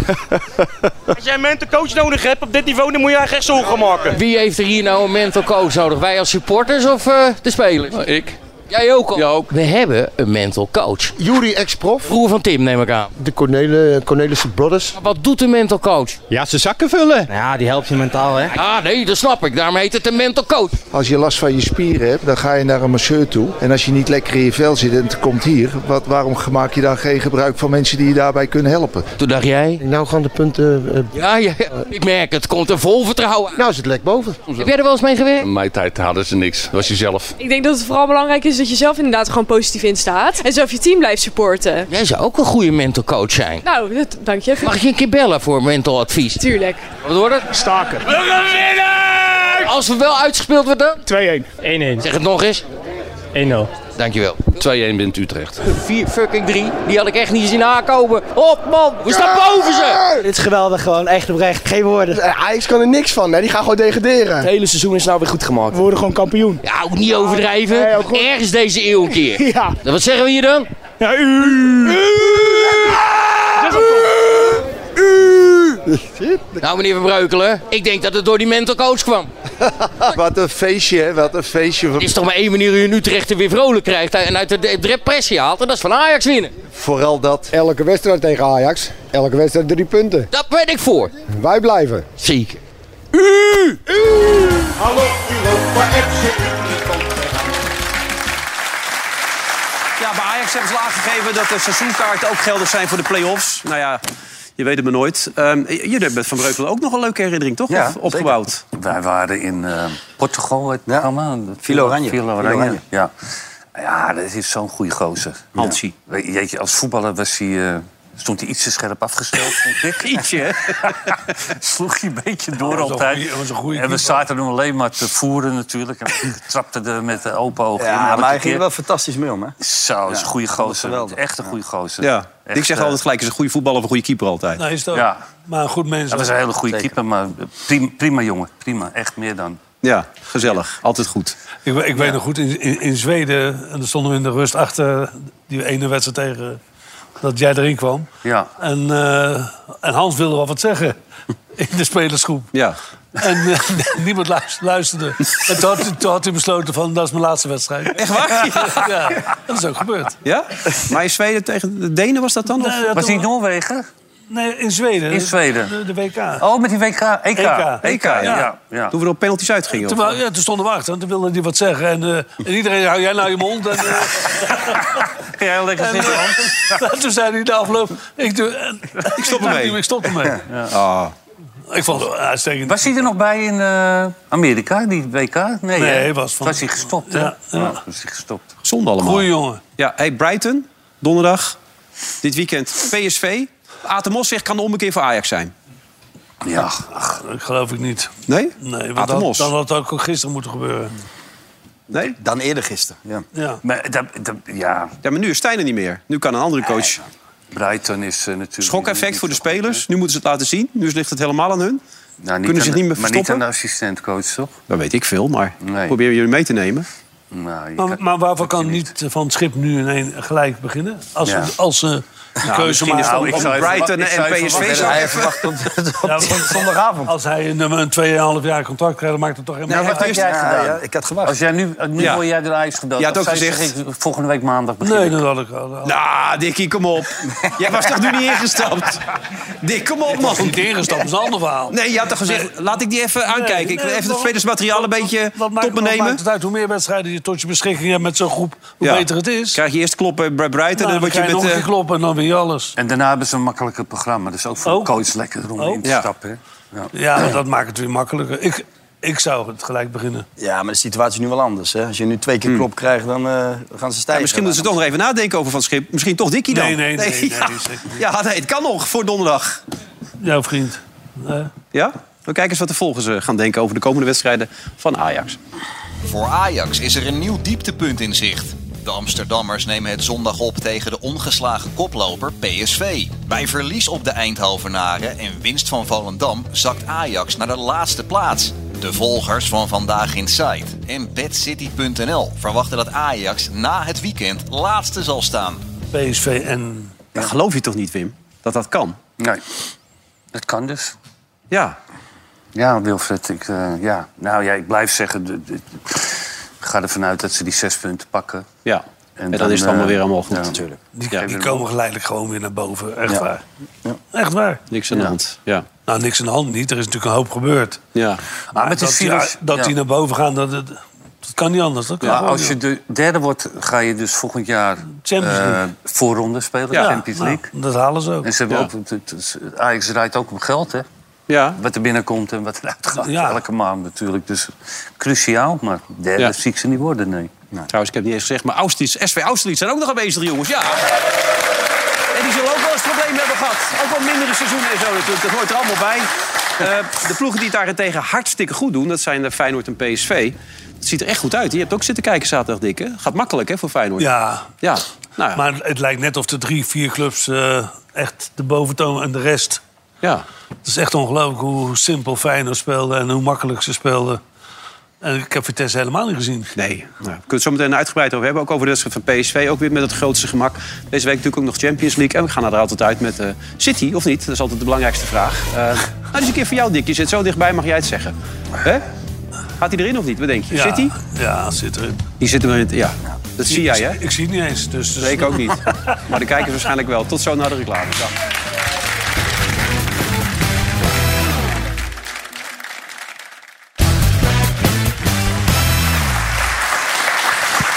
[SPEAKER 13] Als jij een mental coach nodig hebt op dit niveau, dan moet je eigenlijk echt zorgen maken.
[SPEAKER 10] Wie heeft er hier nou een mental coach nodig? Wij als supporters of eh, de spelers? ik. Jij ook al? We hebben een mental coach.
[SPEAKER 1] Jury ex-prof.
[SPEAKER 10] Broer van Tim, neem ik aan.
[SPEAKER 1] De Cornel- Cornelissen Brothers.
[SPEAKER 10] Wat doet een mental coach?
[SPEAKER 1] Ja, ze zakken vullen.
[SPEAKER 10] Ja, die helpt je mentaal, hè? Ah, nee, dat snap ik. Daarmee heet het een mental coach.
[SPEAKER 7] Als je last van je spieren hebt, dan ga je naar een masseur toe. En als je niet lekker in je vel zit en het komt hier, wat, waarom maak je dan geen gebruik van mensen die je daarbij kunnen helpen?
[SPEAKER 10] Toen dacht jij?
[SPEAKER 1] Nou gaan de punten...
[SPEAKER 10] Ja, ja, ja. ik merk het. Komt er vol vertrouwen uit.
[SPEAKER 1] Nou is het lek boven.
[SPEAKER 10] Heb jij er wel eens mee gewerkt?
[SPEAKER 14] In mijn tijd hadden ze niks. Dat was jezelf.
[SPEAKER 9] Ik denk dat het vooral belangrijk is dat je zelf inderdaad gewoon positief in staat. En zelf je team blijft supporten.
[SPEAKER 10] Jij zou ook een goede mental coach zijn.
[SPEAKER 9] Nou, dat, dank je.
[SPEAKER 10] Mag ik je een keer bellen voor mental advies?
[SPEAKER 9] Tuurlijk.
[SPEAKER 10] Wat wordt het? Staken. We gaan winnen! Als we wel uitgespeeld worden? 2-1. 1-1. Zeg het nog eens. 1-0. Dankjewel.
[SPEAKER 14] 2-1 wint Utrecht.
[SPEAKER 10] 4 fucking 3. Die had ik echt niet zien aankomen. Op man, we staan boven ze!
[SPEAKER 15] Dit is geweldig gewoon, echt oprecht. Geen woorden. Ajax kan er niks van, hè. die gaan gewoon degraderen. Het hele seizoen is nou weer goed gemaakt. We worden gewoon kampioen.
[SPEAKER 10] Ja, ook niet overdrijven. Ergens deze eeuw een keer.
[SPEAKER 15] Ja.
[SPEAKER 10] Dan Wat zeggen we hier dan?
[SPEAKER 15] Ja, u.
[SPEAKER 10] Nou meneer Van Breukelen, ik denk dat het door die mental coach kwam.
[SPEAKER 7] Wat een feestje, hè? Wat een feestje.
[SPEAKER 10] Er is toch maar één manier hoe je nu terecht er weer vrolijk krijgt en uit de de depressie haalt. En dat is van Ajax winnen.
[SPEAKER 7] Vooral dat. Elke wedstrijd tegen Ajax. Elke wedstrijd drie punten.
[SPEAKER 10] Dat ben ik voor.
[SPEAKER 7] Wij blijven.
[SPEAKER 10] Zeker.
[SPEAKER 7] U!
[SPEAKER 16] Hallo Europa FC
[SPEAKER 2] Ja, bij Ajax hebben ze al aangegeven dat de seizoenkaarten ook geldig zijn voor de play-offs. Nou ja, je weet het maar nooit. Ehm, jullie hebben met Van Breukelen ook nog een leuke herinnering, toch? Of opgebouwd.
[SPEAKER 3] Wij waren in eh, Portugal, het programma.
[SPEAKER 5] Villa Oranje.
[SPEAKER 3] Villa Oranje,
[SPEAKER 5] Villa Oranje.
[SPEAKER 3] ja. Ja, dat is zo'n goede gozer. Hansi. Jeetje, als voetballer was hij... eh, Stond hij iets te scherp afgesteld, vond ik.
[SPEAKER 2] Ietsje,
[SPEAKER 3] Sloeg hij een beetje door
[SPEAKER 4] Dat was een
[SPEAKER 3] altijd.
[SPEAKER 4] goeie- dat was een goeie
[SPEAKER 3] en we
[SPEAKER 4] keeper.
[SPEAKER 3] zaten toen alleen maar te voeren natuurlijk. En we trapten er met de open ogen in.
[SPEAKER 5] Ja,
[SPEAKER 3] elke
[SPEAKER 5] maar hij ging
[SPEAKER 3] keer.
[SPEAKER 5] er wel fantastisch mee om, hè?
[SPEAKER 3] Zo, is een goede
[SPEAKER 5] dat was
[SPEAKER 3] gozer.
[SPEAKER 5] geweldig.
[SPEAKER 3] Echt een goede gozer.
[SPEAKER 2] Ja,
[SPEAKER 3] Echt,
[SPEAKER 2] ik zeg
[SPEAKER 3] eh,
[SPEAKER 2] altijd gelijk, is een goede voetballer of een goede keeper altijd.
[SPEAKER 4] Nou, is dat...
[SPEAKER 3] Ja.
[SPEAKER 4] Maar een goed mens.
[SPEAKER 3] Dat was een hele goede
[SPEAKER 4] Zeker.
[SPEAKER 3] keeper, maar prima, prima jongen. Prima, echt meer dan.
[SPEAKER 2] Ja, gezellig. Altijd goed.
[SPEAKER 4] Ik, we- ik weet nog goed, in, in, in Zweden, en daar stonden we in de rust achter die ene wedstrijd tegen dat jij erin kwam.
[SPEAKER 3] Ja.
[SPEAKER 4] En, eh, en Hans wilde wel wat zeggen in de spelersgroep.
[SPEAKER 2] Ja.
[SPEAKER 4] En eh, niemand luis- luisterde. En toen had, toen had hij besloten van, dat is mijn laatste wedstrijd.
[SPEAKER 2] Echt waar?
[SPEAKER 4] Ja, dat is ook gebeurd.
[SPEAKER 2] Ja? Maar in Zweden tegen de Denen was dat dan? Of?
[SPEAKER 4] Nee, dat
[SPEAKER 3] Was
[SPEAKER 4] toen-
[SPEAKER 3] hij in Noorwegen?
[SPEAKER 4] Nee, in Zweden.
[SPEAKER 3] In Zweden.
[SPEAKER 4] De, de WK.
[SPEAKER 3] Oh, met die WK. EK.
[SPEAKER 4] EK,
[SPEAKER 3] EK, ja. ja.
[SPEAKER 2] Toen we er op penalties uitgingen.
[SPEAKER 4] Toen,
[SPEAKER 2] of-
[SPEAKER 4] wa- ja, toen stonden we achter en toen wilde hij wat zeggen. En, eh, en iedereen, hou jij nou je mond. En, eh,
[SPEAKER 3] ja, lekker
[SPEAKER 4] en, eh, en toen zei hij de afloop, ik, doe, en- ik
[SPEAKER 3] stop
[SPEAKER 4] maak
[SPEAKER 3] ermee.
[SPEAKER 4] niet meer, Ik stop ermee.
[SPEAKER 2] Ah.
[SPEAKER 4] Ik vond het uitstekend.
[SPEAKER 3] Was hij er nog bij in eh, Amerika, die WK? Nee,
[SPEAKER 4] Nee,
[SPEAKER 3] hè?
[SPEAKER 4] hij was van-
[SPEAKER 3] Was hij gestopt, hè? Oh,
[SPEAKER 4] Ja, ja.
[SPEAKER 3] was hij gestopt.
[SPEAKER 2] Zonde allemaal.
[SPEAKER 4] Goeie jongen.
[SPEAKER 2] Ja, hey, Brighton, donderdag. Dit weekend PSV. Atemos zegt, kan de ommekeer voor Ajax zijn.
[SPEAKER 3] Ja.
[SPEAKER 4] Ach, dat geloof ik niet.
[SPEAKER 2] Nee?
[SPEAKER 4] Nee, want
[SPEAKER 2] Atemos.
[SPEAKER 4] dat, dan had het ook gisteren moeten gebeuren.
[SPEAKER 2] Nee?
[SPEAKER 5] Dan eerder gisteren, ja.
[SPEAKER 4] Ja.
[SPEAKER 3] Maar, dat, dat, ja.
[SPEAKER 2] ja, maar nu is Stijn er niet meer. Nu kan een andere coach.
[SPEAKER 3] Brighton is eh, natuurlijk...
[SPEAKER 2] Schok-effect voor de spelers. Nu moeten ze het laten zien. Nu ligt het helemaal aan hun.
[SPEAKER 3] Nou, niet
[SPEAKER 2] Kunnen ze het niet
[SPEAKER 3] aan de-
[SPEAKER 2] meer
[SPEAKER 3] Maar niet
[SPEAKER 2] verstoppen?
[SPEAKER 3] aan de assistentcoach, toch?
[SPEAKER 2] Dat weet ik veel, maar
[SPEAKER 3] Nee.
[SPEAKER 2] proberen jullie mee te nemen.
[SPEAKER 3] Nou, je
[SPEAKER 4] Maar, maar waarvoor kan niet eh, van het schip nu in één gelijk beginnen? Als ze
[SPEAKER 2] Ja.
[SPEAKER 4] als ze de
[SPEAKER 2] Nou,
[SPEAKER 4] keuze
[SPEAKER 2] misschien is
[SPEAKER 4] maken
[SPEAKER 2] dat-
[SPEAKER 4] om
[SPEAKER 2] ik zou even-
[SPEAKER 4] Brighton
[SPEAKER 2] ik zou
[SPEAKER 4] en
[SPEAKER 2] even
[SPEAKER 4] PSV
[SPEAKER 2] wachten.
[SPEAKER 4] zou
[SPEAKER 2] Hij
[SPEAKER 4] even-
[SPEAKER 2] verwacht
[SPEAKER 4] Ja, want
[SPEAKER 5] zondagavond.
[SPEAKER 4] Als hij een, een 2,5 jaar contract krijgt, dan maakt het toch helemaal
[SPEAKER 2] Nou,
[SPEAKER 3] Nee,
[SPEAKER 4] niet
[SPEAKER 3] wat
[SPEAKER 4] uit.
[SPEAKER 3] had jij gedaan?
[SPEAKER 5] ik had gewacht.
[SPEAKER 3] Als jij nu, nu
[SPEAKER 2] Ja.
[SPEAKER 3] word jij de ijs gedood.
[SPEAKER 2] Je had
[SPEAKER 3] Of
[SPEAKER 2] ook
[SPEAKER 3] zij
[SPEAKER 2] gezegd-
[SPEAKER 3] zegt, ik- volgende week maandag begin
[SPEAKER 4] Nee,
[SPEAKER 3] ik.
[SPEAKER 4] dat had ik al.
[SPEAKER 2] Nou, Dikkie, kom op. Jij was toch nu niet ingestapt? Dik, kom op, man.
[SPEAKER 4] Ik was niet ingestapt, dat is een ander verhaal.
[SPEAKER 2] Nee, je had toch gezegd, laat ik die even aankijken. Ik wil even het spelersmateriaal een beetje
[SPEAKER 4] wat maakt-
[SPEAKER 2] top
[SPEAKER 4] Wat maakt
[SPEAKER 2] benemen.
[SPEAKER 4] het uit? Hoe meer wedstrijden je tot je beschikking hebt met zo'n groep, hoe
[SPEAKER 2] Ja.
[SPEAKER 4] beter het is.
[SPEAKER 2] Krijg je eerst kloppen bij Brighton
[SPEAKER 4] Nou,
[SPEAKER 2] en dan word je
[SPEAKER 4] krijg
[SPEAKER 2] met...
[SPEAKER 4] nog een
[SPEAKER 2] eh,
[SPEAKER 4] keer kloppen en dan weer alles.
[SPEAKER 3] En daarna hebben ze een makkelijker programma. Dus ook voor
[SPEAKER 4] Oh.
[SPEAKER 3] de coach lekker om
[SPEAKER 4] Oh.
[SPEAKER 3] in te
[SPEAKER 4] Ja.
[SPEAKER 3] stappen. hè. Ja.
[SPEAKER 4] Ja, maar dat maakt het weer makkelijker. Ik, ik zou het gelijk beginnen.
[SPEAKER 5] Ja, maar de situatie is nu wel anders. Hè? Als je nu twee keer klop krijgt, dan eh, gaan ze stijgen.
[SPEAKER 2] Hmm. Ja, misschien moeten ze toch nog even nadenken over Van Schip. Misschien toch Dikkie dan.
[SPEAKER 4] Nee, nee, nee, nee,
[SPEAKER 2] ja.
[SPEAKER 4] zeker niet.
[SPEAKER 2] Ja, nee, het kan nog voor donderdag.
[SPEAKER 4] Jouw vriend. Nee.
[SPEAKER 2] Ja? We kijken eens wat de volgers eh, gaan denken over de komende wedstrijden van Ajax.
[SPEAKER 17] Voor Ajax is er een nieuw dieptepunt in zicht. De Amsterdammers nemen het zondag op tegen de ongeslagen koploper PSV. Bij verlies op de Eindhovenaren en winst van Volendam zakt Ajax naar de laatste plaats. De volgers van Vandaag Insight en BadCity.nl verwachten dat Ajax na het weekend laatste zal staan.
[SPEAKER 4] PSV en...
[SPEAKER 2] Dat geloof je toch niet, Wim? Dat dat kan?
[SPEAKER 3] Nee. Dat kan dus.
[SPEAKER 2] Ja.
[SPEAKER 3] Ja, Wilfred. Ik, eh, ja. Nou ja, ik blijf zeggen... de- de- ik ga ervan uit dat ze die zes punten pakken.
[SPEAKER 2] Ja. En, dan, is het allemaal weer allemaal goed natuurlijk.
[SPEAKER 4] Die,
[SPEAKER 2] Ja.
[SPEAKER 4] die komen geleidelijk gewoon weer naar boven. Echt
[SPEAKER 2] Ja.
[SPEAKER 4] waar. Echt waar.
[SPEAKER 2] Niks aan de hand. Ja.
[SPEAKER 4] Nou, niks aan de hand niet. Er is natuurlijk een hoop gebeurd.
[SPEAKER 2] Ja.
[SPEAKER 4] Maar
[SPEAKER 3] met
[SPEAKER 4] dat,
[SPEAKER 3] die
[SPEAKER 4] die-
[SPEAKER 3] virus-
[SPEAKER 4] dat
[SPEAKER 3] ja.
[SPEAKER 4] die naar boven gaan, dat, dat, dat kan niet anders. Dat kan
[SPEAKER 3] Ja,
[SPEAKER 4] gewoon
[SPEAKER 3] als je
[SPEAKER 4] niet.
[SPEAKER 3] de derde wordt, ga je dus volgend jaar
[SPEAKER 4] Champions
[SPEAKER 3] eh,
[SPEAKER 4] League.
[SPEAKER 3] voorronde spelen.
[SPEAKER 4] Ja,
[SPEAKER 3] Champions
[SPEAKER 4] nou,
[SPEAKER 3] League.
[SPEAKER 4] dat halen ze ook.
[SPEAKER 3] En ze hebben
[SPEAKER 4] Ja.
[SPEAKER 3] ook, het- het- Ajax draait ook om geld, hè?
[SPEAKER 2] Ja.
[SPEAKER 3] Wat er binnenkomt en wat eruit gaat. Elke maand natuurlijk. Dus cruciaal, maar derde
[SPEAKER 2] Ja.
[SPEAKER 3] zie ik ze niet worden, nee. Nou,
[SPEAKER 2] Trouwens, ik heb het niet eens gezegd, maar Austrits, SV Austerlitz zijn ook nog aanwezig, jongens. Ja. En die zullen ook wel eens problemen hebben gehad. Ook wel mindere seizoenen en zo natuurlijk. Dat hoort er allemaal bij. Eh, de ploegen die het daarentegen hartstikke goed doen, dat zijn de Feyenoord en PSV. Dat ziet er echt goed uit. Je hebt ook zitten kijken zaterdag, Dikke. Gaat makkelijk, hè, voor Feyenoord?
[SPEAKER 4] Ja.
[SPEAKER 2] Ja. Nou ja.
[SPEAKER 4] Maar het lijkt net of de drie, vier clubs eh, echt de boventoon en de rest.
[SPEAKER 2] Ja.
[SPEAKER 4] Het is echt ongelooflijk hoe simpel Feyenoord speelde en hoe makkelijk ze speelden. En ik heb Vitesse helemaal niet gezien.
[SPEAKER 2] Nee. Nou, we kunnen het zo meteen uitgebreid over hebben. Ook over de wedstrijd van PSV. Ook weer met het grootste gemak. Deze week natuurlijk ook nog Champions League. En we gaan er altijd uit met eh, City, of niet? Dat is altijd de belangrijkste vraag. Eh nou, die is een keer voor jou, Dick. Je zit zo dichtbij, mag jij het zeggen. Hè? Gaat hij erin of niet? Wat denk je?
[SPEAKER 4] Ja,
[SPEAKER 2] City?
[SPEAKER 4] Ja, zit erin.
[SPEAKER 2] Die zit erin. Ja. Dat zie jij, hè?
[SPEAKER 4] Ik zie het niet eens. Dus, dus...
[SPEAKER 2] Nee, ik ook niet. Maar de kijkers waarschijnlijk wel. Tot zo naar de reclame. Dag.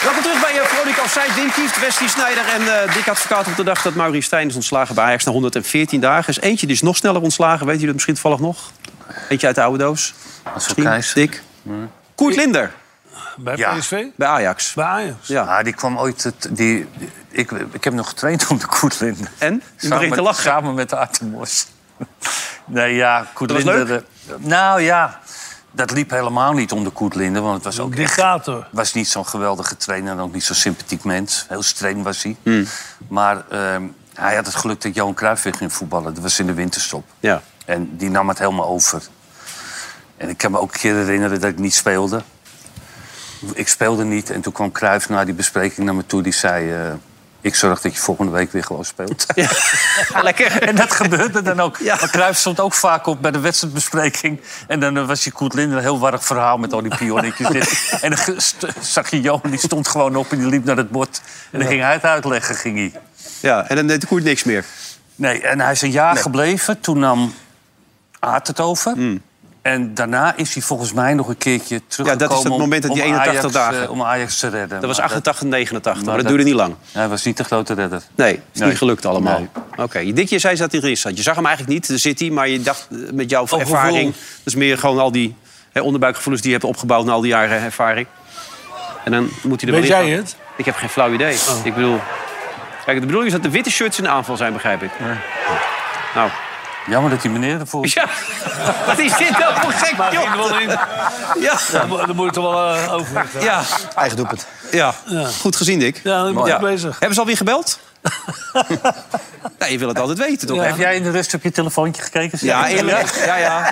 [SPEAKER 2] Welkom terug bij eh, Veronica Offside. Wim Kieft, Wesley Snijder en eh Dick Advocaat op de dag dat Maurice Stijn is ontslagen bij Ajax na 114 dagen. Is eentje die is nog sneller ontslagen. Weet jullie dat misschien toevallig nog? Eentje uit de oude doos. Misschien, Dick. Koert Linder.
[SPEAKER 4] Bij PSV?
[SPEAKER 2] Bij Ajax.
[SPEAKER 4] Bij Ajax.
[SPEAKER 2] Ja.
[SPEAKER 3] Ah, die kwam ooit... Het, die, ik, ik heb nog getraind om de Koetlinde.
[SPEAKER 2] En?
[SPEAKER 3] Je samen,
[SPEAKER 2] begint te lachen.
[SPEAKER 3] Samen met de Artemos. nee, ja,
[SPEAKER 2] Dat was
[SPEAKER 3] Koetlinde... Nou ja, dat liep helemaal niet om de Koetlinde. Want het was ook echt-
[SPEAKER 4] Dictator.
[SPEAKER 3] was niet zo'n geweldige trainer en ook niet zo'n sympathiek mens. Heel streng was hij. Maar ehm, hij had het geluk dat Johan Cruijff weer ging voetballen. Dat was in de winterstop.
[SPEAKER 2] Ja.
[SPEAKER 3] En die nam het helemaal over. En ik kan me ook een keer herinneren dat ik niet speelde. Ik speelde niet en toen kwam Cruijff na die bespreking naar me toe. Die zei, eh, ik zorg dat je volgende week weer gewoon speelt.
[SPEAKER 2] Lekker.
[SPEAKER 3] En dat gebeurde dan ook. Maar Cruijff stond ook vaak op bij de wedstrijdbespreking. En dan eh, was die Koet Linder een heel warrig verhaal met al die pionnetjes. dit. en dan ge- st- zag je Johan, die stond gewoon op en die liep naar het bord. En dan ging hij het uitleggen, ging hij.
[SPEAKER 2] Ja, en dan deed Koert niks meer.
[SPEAKER 3] Nee, en hij is een jaar gebleven. Toen nam Aad het over. En daarna is hij volgens mij nog een keertje teruggekomen...
[SPEAKER 2] Hmm. dat is het
[SPEAKER 3] om-
[SPEAKER 2] moment dat
[SPEAKER 3] om
[SPEAKER 2] die 81
[SPEAKER 3] Ajax,
[SPEAKER 2] dagen-
[SPEAKER 3] eh, om Ajax te redden.
[SPEAKER 2] Dat was
[SPEAKER 3] Maar
[SPEAKER 2] 88, 89, maar
[SPEAKER 3] maar
[SPEAKER 2] dat
[SPEAKER 3] dat-
[SPEAKER 2] duurde niet lang.
[SPEAKER 3] Hij was niet de grote redder.
[SPEAKER 2] Nee, het is
[SPEAKER 3] Nee.
[SPEAKER 2] niet gelukt allemaal.
[SPEAKER 3] Nee.
[SPEAKER 2] Oké, Dick, je zei dat hij erin zat. Je zag hem eigenlijk niet, daar zit hij. Maar je dacht eh, met jouw ervaring... dus meer gewoon al die hè, onderbuikgevoelens die je hebt opgebouwd... na al die jaren ervaring. En dan moet hij er
[SPEAKER 4] Weet
[SPEAKER 2] wel in
[SPEAKER 4] jij
[SPEAKER 2] gaan.
[SPEAKER 4] het?
[SPEAKER 2] Ik heb geen flauw idee.
[SPEAKER 4] Oh.
[SPEAKER 2] Ik bedoel... Kijk, de bedoeling is dat de witte shirts in de aanval zijn, begrijp ik. Nou,
[SPEAKER 3] Jammer dat die meneer ervoor...
[SPEAKER 2] Ja, wat is dit nou voor gek,
[SPEAKER 4] Maar
[SPEAKER 2] joh?
[SPEAKER 4] ging wel in.
[SPEAKER 2] Ja.
[SPEAKER 4] Dan mo- dan moet je toch wel eh, over. moeten.
[SPEAKER 2] Ja.
[SPEAKER 5] Eigen doelpunt.
[SPEAKER 2] Ja. goed gezien, Dick. Ja,
[SPEAKER 4] ik ben goed bezig.
[SPEAKER 2] Hebben ze alweer gebeld? nee, je wil het altijd weten, toch?
[SPEAKER 4] Ja.
[SPEAKER 2] Heb
[SPEAKER 3] jij in de rust op je telefoontje gekeken?
[SPEAKER 2] Ja, eerlijk. Ja, ja.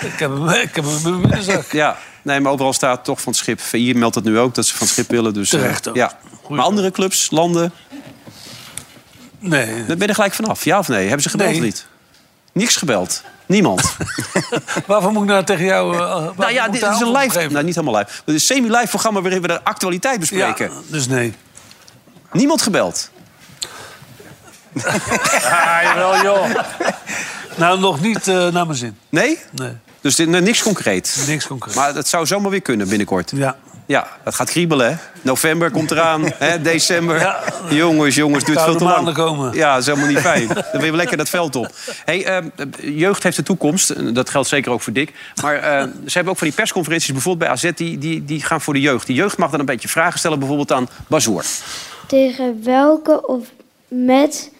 [SPEAKER 4] Ik heb hem, ik heb hem in mijn binnenzak.
[SPEAKER 2] ja. Nee, maar overal staat toch van het schip. VI meldt het nu ook, dat ze van het schip willen. Dus, eh,
[SPEAKER 4] Terecht ook.
[SPEAKER 2] Ja. Maar andere clubs, landen,
[SPEAKER 4] Nee.
[SPEAKER 2] daar ben je er gelijk vanaf. Ja of nee? Hebben ze gebeld
[SPEAKER 4] Nee.
[SPEAKER 2] of niet? Niks gebeld. Niemand.
[SPEAKER 4] Waarvoor moet ik nou tegen jou... eh, waarvoor
[SPEAKER 2] nou ja,
[SPEAKER 4] moet
[SPEAKER 2] dit
[SPEAKER 4] ik daar
[SPEAKER 2] is een
[SPEAKER 4] antwoord op
[SPEAKER 2] live...
[SPEAKER 4] geven?
[SPEAKER 2] Nou, niet helemaal live. Het is een semi-live programma waarin we de actualiteit bespreken.
[SPEAKER 4] dus nee.
[SPEAKER 2] Niemand gebeld.
[SPEAKER 4] Ah, jawel, joh. nou, nog niet eh, naar mijn zin.
[SPEAKER 2] Nee?
[SPEAKER 4] Nee.
[SPEAKER 2] Dus dit, nee, niks concreet.
[SPEAKER 4] Niks concreet.
[SPEAKER 2] Maar het zou zomaar weer kunnen binnenkort.
[SPEAKER 4] Ja.
[SPEAKER 2] Ja, het gaat kriebelen, hè? November komt eraan, hè? december.
[SPEAKER 4] Ja.
[SPEAKER 2] Jongens, jongens, duurt
[SPEAKER 4] Koude
[SPEAKER 2] veel te lang.
[SPEAKER 4] maanden komen.
[SPEAKER 2] Ja, dat is helemaal niet fijn. Dan ben je wel lekker dat veld op. Hey, ehm, jeugd heeft de toekomst. En Dat geldt zeker ook voor Dick. Maar ehm, ze hebben ook van die persconferenties bijvoorbeeld bij AZ... Die, die, die gaan voor de jeugd. Die jeugd mag dan een beetje vragen stellen bijvoorbeeld aan Bazoer.
[SPEAKER 18] Tegen welke of met